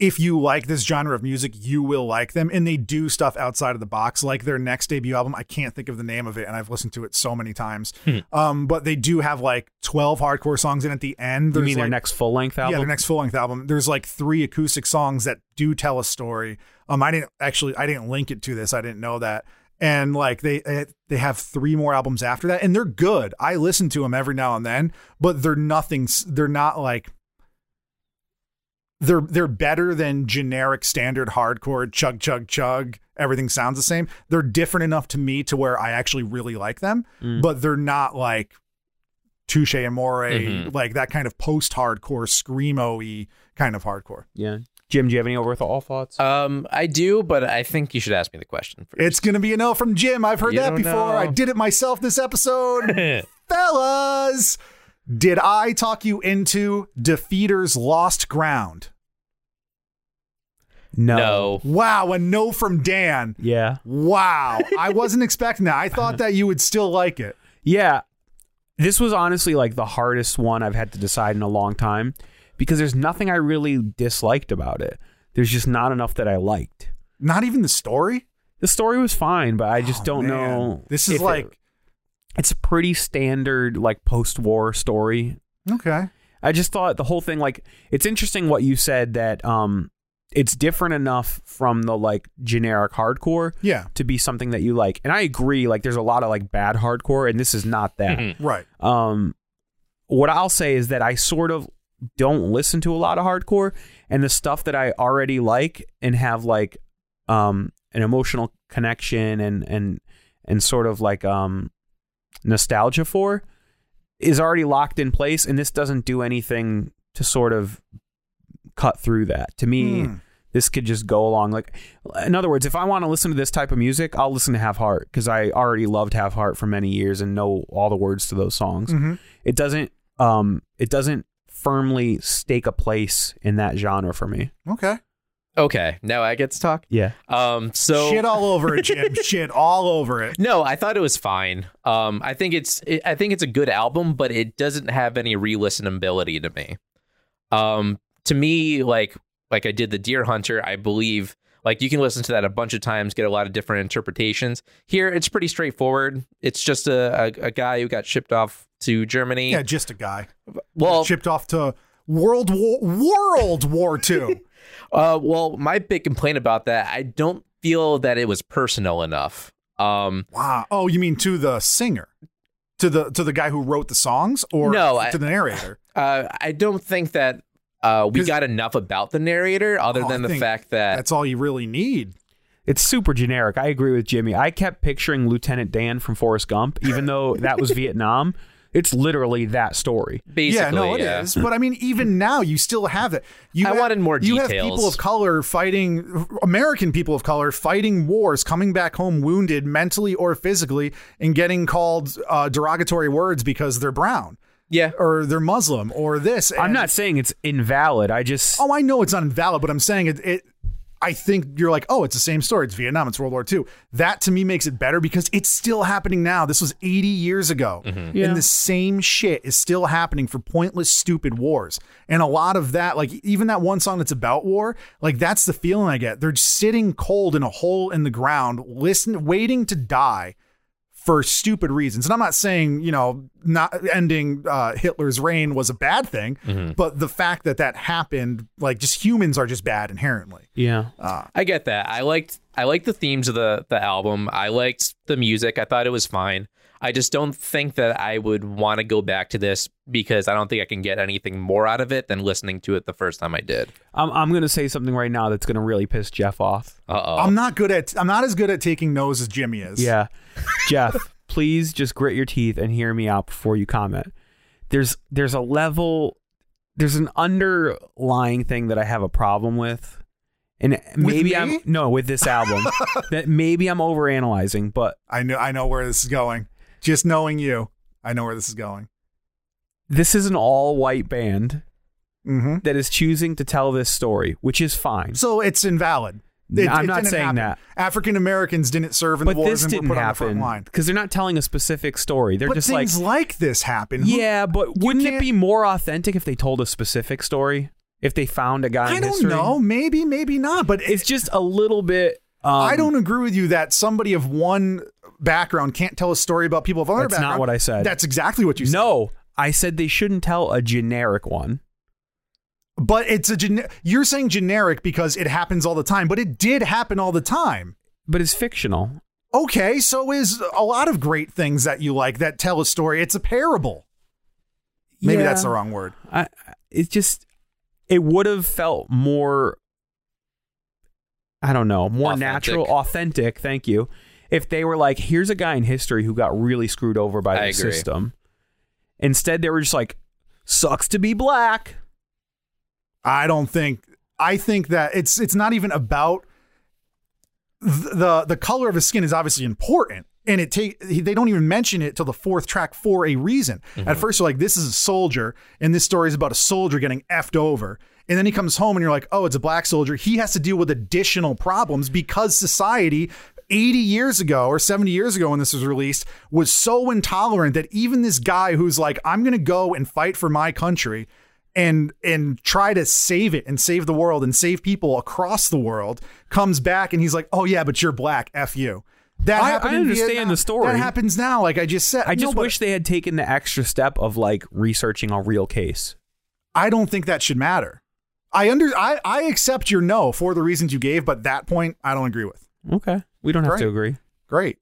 Speaker 4: if you like this genre of music, you will like them. And they do stuff outside of the box. Like their next debut album, I can't think of the name of it, and I've listened to it so many times.
Speaker 5: Hmm.
Speaker 4: Um, but they do have like 12 hardcore songs, and at the end,
Speaker 5: you
Speaker 4: there's
Speaker 5: mean their
Speaker 4: like-
Speaker 5: next full-length album
Speaker 4: yeah, their next full length album. There's like three acoustic songs that do tell a story. Um, I didn't actually, I didn't link it to this. I didn't know that. And like they eh, they have three more albums after that, and they're good. I listen to them every now and then, but they're nothing. s- They're not like they're they're better than generic standard hardcore chug chug chug. Everything sounds the same. They're different enough to me to where I actually really like them, but they're not like Touche Amore, like that kind of post hardcore, screamo y kind of hardcore.
Speaker 5: yeah jim do you have any overall thoughts
Speaker 2: Um, I do, but I think you should ask me the question. First.
Speaker 4: It's going to be a no from Jim. I've heard
Speaker 2: You
Speaker 4: that
Speaker 2: don't
Speaker 4: before.
Speaker 2: know.
Speaker 4: I did it myself this episode. Fellas, did I talk you into Defeater's Lost Ground?
Speaker 2: no.
Speaker 4: Wow, a no from Dan.
Speaker 5: yeah
Speaker 4: Wow, I wasn't expecting that. I thought that you would still like it.
Speaker 5: Yeah. This was honestly like the hardest one I've had to decide in a long time because there's nothing I really disliked about it. There's just not enough that I liked.
Speaker 4: Not even the story.
Speaker 5: The story was fine, but I just don't
Speaker 4: Man,
Speaker 5: know.
Speaker 4: This is
Speaker 5: if it-
Speaker 4: like
Speaker 5: it's a pretty standard like post-war story.
Speaker 4: okay.
Speaker 5: I just thought the whole thing like it's interesting what you said that um it's different enough from the like generic hardcore
Speaker 4: Yeah,
Speaker 5: to be something that you like. And I agree like there's a lot of like bad hardcore and this is not that.
Speaker 4: right.
Speaker 5: Um, what I'll say is that I sort of don't listen to a lot of hardcore, and the stuff that I already like and have like um an emotional connection and and and sort of like um nostalgia for is already locked in place, and this doesn't do anything to sort of cut through that. To me, this could just go along. Like, in other words, if I want to listen to this type of music, I'll listen to Half Heart because I already loved Half Heart for many years and know all the words to those songs. It doesn't, um, it doesn't firmly stake a place in that genre for me.
Speaker 4: Okay.
Speaker 2: Okay, now I get to talk.
Speaker 5: Yeah.
Speaker 2: Um, so
Speaker 4: Shit all over it, Jim. Shit all over it.
Speaker 2: No, I thought it was fine. Um, I think it's it, I think it's a good album, but it doesn't have any re-listenability to me. Um, to me, like like I did the Deer Hunter, I believe like you can listen to that a bunch of times, get a lot of different interpretations. Here, it's pretty straightforward. It's just a a, a guy who got shipped off to Germany.
Speaker 4: Yeah, just a guy.
Speaker 2: well,
Speaker 4: Shipped off to World War World War Two.
Speaker 2: Uh, well, my big complaint about that, I don't feel that it was personal enough. Um,
Speaker 4: Wow. Oh, you mean to the singer? To the to the guy who wrote the songs or
Speaker 2: No, I-
Speaker 4: to the narrator?
Speaker 2: uh, I don't think that uh, we
Speaker 4: 'Cause-
Speaker 2: got enough about the narrator, other
Speaker 4: Oh, I
Speaker 2: than the
Speaker 4: think
Speaker 2: fact that
Speaker 4: That's all you really need.
Speaker 5: It's super generic. I agree with Jimmy. I kept picturing Lieutenant Dan from Forrest Gump, even though that was Vietnam. It's literally that story.
Speaker 2: basically,
Speaker 4: yeah, no, it is.
Speaker 2: yeah.
Speaker 4: But I mean, even now, you still have it. You
Speaker 2: I
Speaker 4: have-
Speaker 2: wanted more
Speaker 4: You have
Speaker 2: details.
Speaker 4: people of color fighting, American people of color fighting wars, coming back home wounded, mentally or physically, and getting called uh, derogatory words because they're brown
Speaker 2: Yeah.
Speaker 4: or they're Muslim or this.
Speaker 5: I'm
Speaker 4: and-
Speaker 5: not saying it's invalid. I just
Speaker 4: Oh, I know it's not invalid, but I'm saying it. it I think you're like, oh, it's the same story. It's Vietnam. It's World War II. That to me makes it better because it's still happening now. This was 80 years ago, and the same shit is still happening for pointless, stupid wars. And a lot of that, like even that one song that's about war, like that's the feeling I get. They're just sitting cold in a hole in the ground, listen, waiting to die for stupid reasons. And I'm not saying, you know, not ending uh, Hitler's reign was a bad thing,
Speaker 5: Mm-hmm.
Speaker 4: but the fact that that happened, like just humans are just bad inherently.
Speaker 5: yeah.
Speaker 2: I get that. I liked I liked the themes of the the album. I liked the music. I thought it was fine. I just don't think that I would want to go back to this because I don't think I can get anything more out of it than listening to it the first time I did.
Speaker 5: I'm I'm gonna say something right now that's gonna really piss Jeff off.
Speaker 2: Uh oh.
Speaker 4: I'm not good at, I'm not as good at taking no's as Jimmy is.
Speaker 5: Yeah, Jeff, please just grit your teeth and hear me out before you comment. There's there's a level, there's an underlying thing that I have a problem with, and maybe I'm
Speaker 4: me?
Speaker 5: no with this album that maybe I'm overanalyzing, but
Speaker 4: I know, I know where this is going. Just knowing you, I know where this is going.
Speaker 5: this is an all white band
Speaker 4: Mm-hmm.
Speaker 5: that is choosing to tell this story, which is fine.
Speaker 4: So it's invalid.
Speaker 5: No, I'm not
Speaker 4: didn't
Speaker 5: saying
Speaker 4: happen.
Speaker 5: that.
Speaker 4: African Americans didn't serve in
Speaker 5: But
Speaker 4: the wars
Speaker 5: this
Speaker 4: and
Speaker 5: didn't
Speaker 4: were put on the front
Speaker 5: happen
Speaker 4: line.
Speaker 5: because they're not telling a specific story. They're
Speaker 4: but
Speaker 5: just like,
Speaker 4: things like, this happen. Who-
Speaker 5: yeah, but wouldn't it
Speaker 4: can't-
Speaker 5: be more authentic if they told a specific story? If they found a guy,
Speaker 4: I
Speaker 5: in
Speaker 4: don't
Speaker 5: history?
Speaker 4: know. Maybe, maybe not. But
Speaker 5: It's just a little bit. Um,
Speaker 4: I don't agree with you that somebody of one background can't tell a story about people of other
Speaker 5: That's not
Speaker 4: background.
Speaker 5: what I said.
Speaker 4: That's exactly what you said.
Speaker 5: No, I said they shouldn't tell a generic one.
Speaker 4: But it's a gen- you're saying generic because it happens all the time, but it did happen all the time.
Speaker 5: But it's fictional.
Speaker 4: Okay, so is a lot of great things that you like that tell a story. It's a parable. Maybe that's the
Speaker 5: Yeah.
Speaker 4: wrong word.
Speaker 5: I, I- it just it would have felt more I don't know, more
Speaker 2: Authentic.
Speaker 5: natural, authentic, thank you. If they were like, here's a guy in history who got really screwed over by
Speaker 2: I
Speaker 5: the
Speaker 2: agree.
Speaker 5: system. Instead they were just like, sucks to be black.
Speaker 4: I don't think I think that it's it's not even about th- the the color of his skin is obviously important and it take he- they don't even mention it till the fourth track for a reason. At first you're like this is a soldier and this story is about a soldier getting effed over. And then he comes home and you're like, "Oh, it's a black soldier. He has to deal with additional problems because society 80 years ago or 70 years ago when this was released was so intolerant that even this guy who's like, "I'm going to go and fight for my country." and and try to save it and save the world and save people across the world comes back and he's like oh yeah but you're black f you that
Speaker 5: I-
Speaker 4: happened
Speaker 5: I
Speaker 4: in
Speaker 5: understand
Speaker 4: Vietnam.
Speaker 5: the story.
Speaker 4: that happens now like i just said
Speaker 5: I
Speaker 4: No,
Speaker 5: just
Speaker 4: but
Speaker 5: wish they had taken the extra step of like researching a real case.
Speaker 4: i don't think that should matter i under i i accept your no for the reasons you gave but that point i don't agree with
Speaker 5: Okay. We don't have to
Speaker 4: Right.
Speaker 5: agree.
Speaker 4: great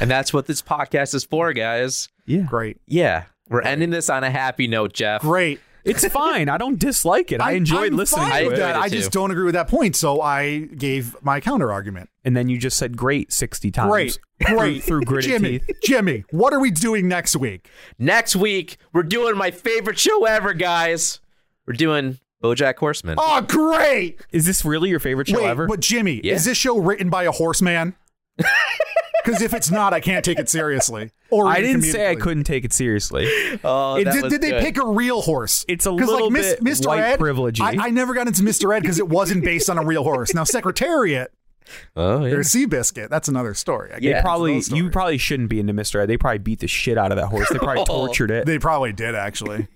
Speaker 2: And that's what this podcast is for, guys.
Speaker 5: Yeah.
Speaker 4: great
Speaker 2: Yeah. We're ending this on a happy note, Jeff.
Speaker 4: great
Speaker 5: It's fine. I don't dislike it. I, enjoyed
Speaker 4: I'm
Speaker 5: listening
Speaker 4: fine
Speaker 5: to
Speaker 2: I
Speaker 4: with
Speaker 5: it.
Speaker 4: that.
Speaker 2: enjoyed it
Speaker 4: i just
Speaker 2: too.
Speaker 4: don't agree with that point so i gave my counter argument
Speaker 5: and then you just said great 60 times.
Speaker 4: great great
Speaker 5: through gritted
Speaker 4: jimmy
Speaker 5: teeth.
Speaker 4: jimmy what are we doing next week
Speaker 2: Next week, we're doing my favorite show ever, guys. We're doing BoJack Horseman.
Speaker 4: Oh, great!
Speaker 5: Is this really your favorite show
Speaker 4: Wait,
Speaker 5: ever?
Speaker 4: but Jimmy,
Speaker 2: Yeah.
Speaker 4: is this show written by a horseman? Because if it's not, I can't take it seriously. Or
Speaker 5: I
Speaker 4: even
Speaker 5: didn't say I
Speaker 4: comedically.
Speaker 5: couldn't take it seriously.
Speaker 2: Oh,
Speaker 4: It
Speaker 2: that
Speaker 4: did,
Speaker 2: was
Speaker 4: did they
Speaker 2: good.
Speaker 4: pick a real horse?
Speaker 5: It's a
Speaker 4: 'Cause,
Speaker 5: little
Speaker 4: Mis-
Speaker 5: bit white
Speaker 4: Ed,
Speaker 5: privilege-y.
Speaker 4: I, I never got into Mr. Ed because it wasn't based on a real horse. Now Secretariat
Speaker 2: Oh, yeah.
Speaker 4: or Seabiscuit, that's another story. I
Speaker 5: They
Speaker 2: Yeah.
Speaker 4: guess.
Speaker 5: probably
Speaker 4: It's another
Speaker 5: you
Speaker 4: story.
Speaker 5: probably shouldn't be into Mr. Ed. They probably beat the shit out of that horse. Oh. They probably tortured it.
Speaker 4: they probably did actually.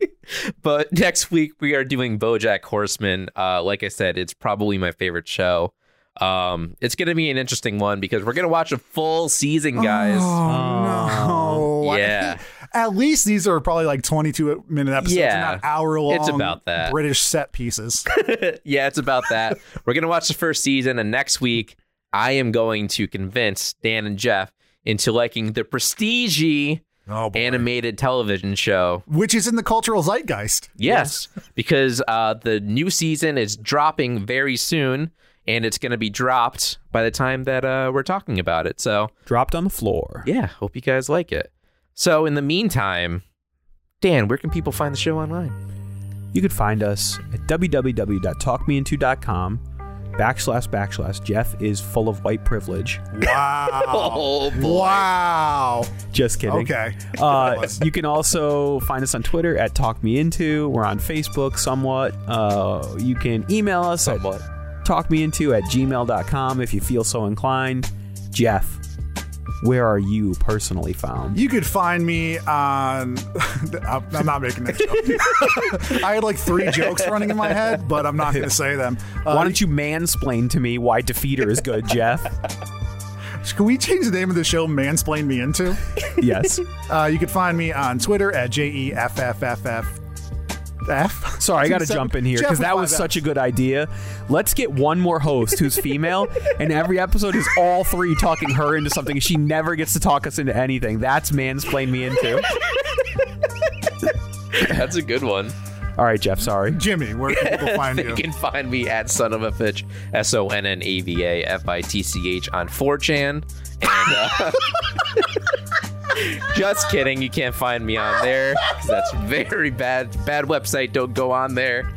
Speaker 2: But next week we are doing BoJack Horseman. Uh, like I said, it's probably my favorite show. Um, it's gonna be an interesting one because we're gonna watch a full season, guys.
Speaker 5: Um,
Speaker 4: Oh, no. I-
Speaker 2: yeah.
Speaker 4: At least these are probably like 22 minute episodes,
Speaker 2: Yeah.
Speaker 4: not hour long.
Speaker 2: It's about that.
Speaker 4: British set pieces.
Speaker 2: yeah, it's about that. We're gonna watch the first season, and next week I am going to convince Dan and Jeff into liking the prestige
Speaker 4: Oh, boy.
Speaker 2: animated television show.
Speaker 4: Which is in the cultural zeitgeist.
Speaker 2: Yes, because uh, the new season is dropping very soon, and it's gonna be dropped by the time that uh, we're talking about it. So
Speaker 5: Dropped on the floor.
Speaker 2: yeah, hope you guys like it. So in the meantime, Dan, where can people find the show online?
Speaker 5: You could find us at www.talkmeinto.com backslash backslash Jeff is full of white privilege.
Speaker 4: Wow. Wow.
Speaker 5: Just kidding.
Speaker 4: Okay.
Speaker 5: Uh,
Speaker 4: That
Speaker 5: Oh, you can also find us on Twitter at Talk Me Into. We're on Facebook somewhat. Uh, you can email us somewhat. at talkmeinto at gmail.com if you feel so inclined. Jeff, where are you personally found?
Speaker 4: You could find me on. I'm I'm not making that joke. I had like three jokes running in my head, but I'm not going to say them.
Speaker 5: Why
Speaker 4: Uh,
Speaker 5: don't you mansplain to me why Defeater is good, Jeff?
Speaker 4: can we change the name of the show? Mansplain me into.
Speaker 5: yes.
Speaker 4: Uh, you can find me on Twitter at E jeffff.
Speaker 5: Sorry, I got to jump in here because that was such a good idea. Let's get one more host who's female, and every episode is all three talking her into something. She never gets to talk us into anything. That's mansplain me into.
Speaker 2: That's a good one.
Speaker 5: All right, Jeff. Sorry.
Speaker 4: Jimmy, where can people find you?
Speaker 2: You can find me at Son of a Fitch, S O N N A V A F I T C H on 4chan. And uh, just kidding, you can't find me on there 'cause that's very bad, bad website. Don't go on there.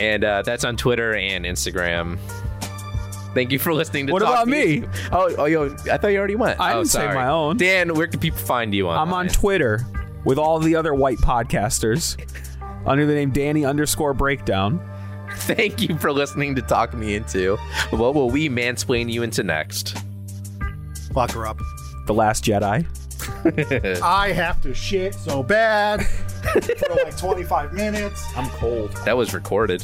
Speaker 2: And uh, that's on Twitter and Instagram. Thank you for listening to
Speaker 5: What
Speaker 2: Talk
Speaker 5: about me?
Speaker 2: Music. Oh, oh, yo, I thought you already went.
Speaker 5: I
Speaker 2: oh,
Speaker 5: didn't say
Speaker 2: sorry.
Speaker 5: my own.
Speaker 2: Dan, where can people find you on?
Speaker 5: I'm on Twitter with all the other white podcasters under the name Danny underscore Breakdown.
Speaker 2: Thank you for listening to Talk Me Into. What will we mansplain you into next?
Speaker 4: Lock her up.
Speaker 5: The Last Jedi.
Speaker 4: I have to shit so bad for like 25 minutes.
Speaker 5: I'm cold.
Speaker 2: That was recorded.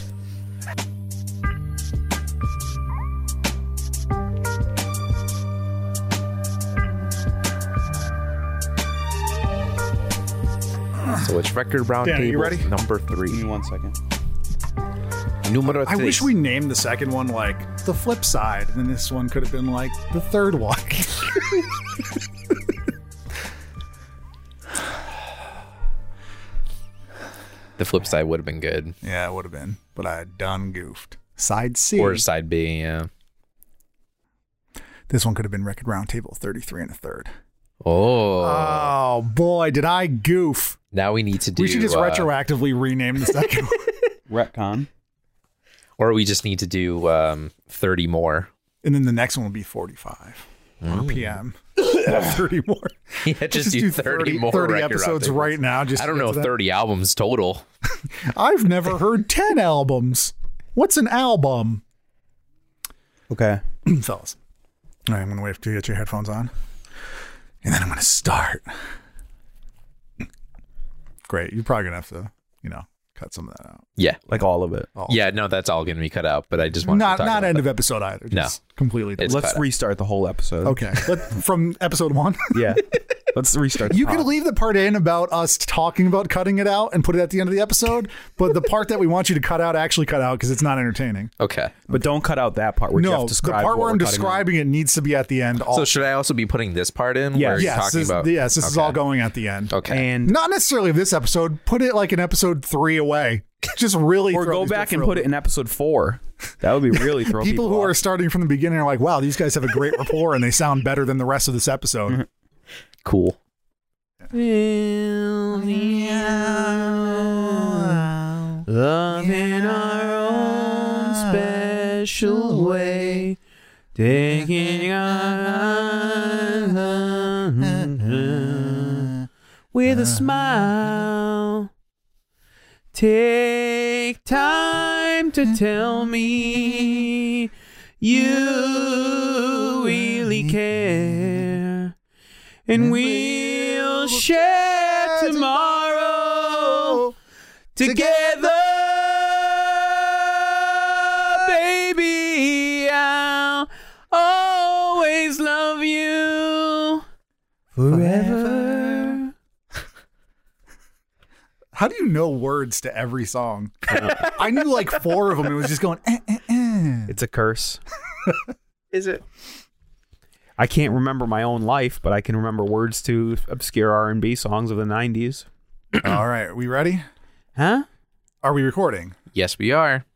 Speaker 2: So it's record round
Speaker 4: Dan, are you
Speaker 2: table
Speaker 4: ready?
Speaker 2: number three.
Speaker 1: one second.
Speaker 2: Numero
Speaker 4: I
Speaker 2: tres.
Speaker 4: wish we named the second one like the flip side, and then this one could have been like the third one.
Speaker 2: the flip side would have been good.
Speaker 4: yeah, it would have been, but I done goofed. Side C.
Speaker 2: Or side B, yeah.
Speaker 4: This one could have been record roundtable 33 and a third.
Speaker 2: Oh,
Speaker 4: Oh boy, did I goof.
Speaker 2: now we need to do.
Speaker 4: we should just
Speaker 2: uh,
Speaker 4: retroactively rename the second one
Speaker 1: Retcon.
Speaker 2: uh, or we just need to do um, thirty more.
Speaker 4: and then the next one will be 45 RPM. 30 more.
Speaker 2: Yeah, Hmm. just, do, 30, more
Speaker 4: 30
Speaker 2: record
Speaker 4: episodes
Speaker 2: roundtables.
Speaker 4: right now. Just
Speaker 2: I
Speaker 4: to
Speaker 2: don't
Speaker 4: get
Speaker 2: know
Speaker 4: to that.
Speaker 2: 30 albums total.
Speaker 4: I've never heard 10 albums. What's an album?
Speaker 1: Okay.
Speaker 4: Fellas. All right, I'm going to wait to get your headphones on. And then I'm going to start. Great. You're probably going to have to, you know, cut some of that out.
Speaker 2: Yeah.
Speaker 1: Like all of it.
Speaker 4: Oh,
Speaker 2: Yeah, no, that's all going to be cut out, but I just want
Speaker 4: Not
Speaker 2: to talk
Speaker 4: not
Speaker 2: about
Speaker 4: end
Speaker 2: that.
Speaker 4: of episode either.
Speaker 2: No.
Speaker 4: Just completely.
Speaker 2: It's
Speaker 1: Let's
Speaker 2: cut out.
Speaker 1: restart the whole episode.
Speaker 4: okay. But from episode one,
Speaker 1: Yeah. Let's restart. The
Speaker 4: you could
Speaker 1: prompt.
Speaker 4: leave the part in about us talking about cutting it out and put it at the end of the episode. But the part that we want you to cut out, actually cut out because it's not entertaining.
Speaker 2: Okay.
Speaker 1: but don't cut out that part where
Speaker 4: No,
Speaker 1: Jeff
Speaker 4: the
Speaker 1: describes
Speaker 4: part
Speaker 1: what
Speaker 4: where I'm
Speaker 1: we're cutting out.
Speaker 4: describing it needs to be at the end. All
Speaker 2: So should I also be putting this part in? where you're
Speaker 4: yes,
Speaker 2: talking
Speaker 4: this,
Speaker 2: about-
Speaker 4: yes, this is all
Speaker 2: Okay.
Speaker 4: going at the end.
Speaker 2: Okay.
Speaker 1: and
Speaker 4: Not necessarily of this episode. Put it like an episode three away. Just really
Speaker 1: or
Speaker 4: throw
Speaker 1: go
Speaker 4: these
Speaker 1: back and
Speaker 4: different-
Speaker 1: put it in episode four. That would be really throw
Speaker 4: People who are
Speaker 1: off.
Speaker 4: starting from the beginning are like, wow, these guys have a great rapport and they sound better than the rest of this
Speaker 1: Mm-hmm.
Speaker 4: episode.
Speaker 2: cool.
Speaker 5: Love in our
Speaker 4: special way. Taking on with a smile. Take time to tell me you really care, and we'll share tomorrow together, baby. I'll always love you forever.
Speaker 5: How do you know words to every song? I knew like four of them. It was just going. Eh, eh, eh.
Speaker 4: It's a curse.
Speaker 2: Is it?
Speaker 4: I can't remember my own life, but I can remember words to obscure R and B songs of the '90s.
Speaker 5: All right, we ready?
Speaker 4: Huh?
Speaker 5: eh. Are we recording?
Speaker 2: Yes, we are.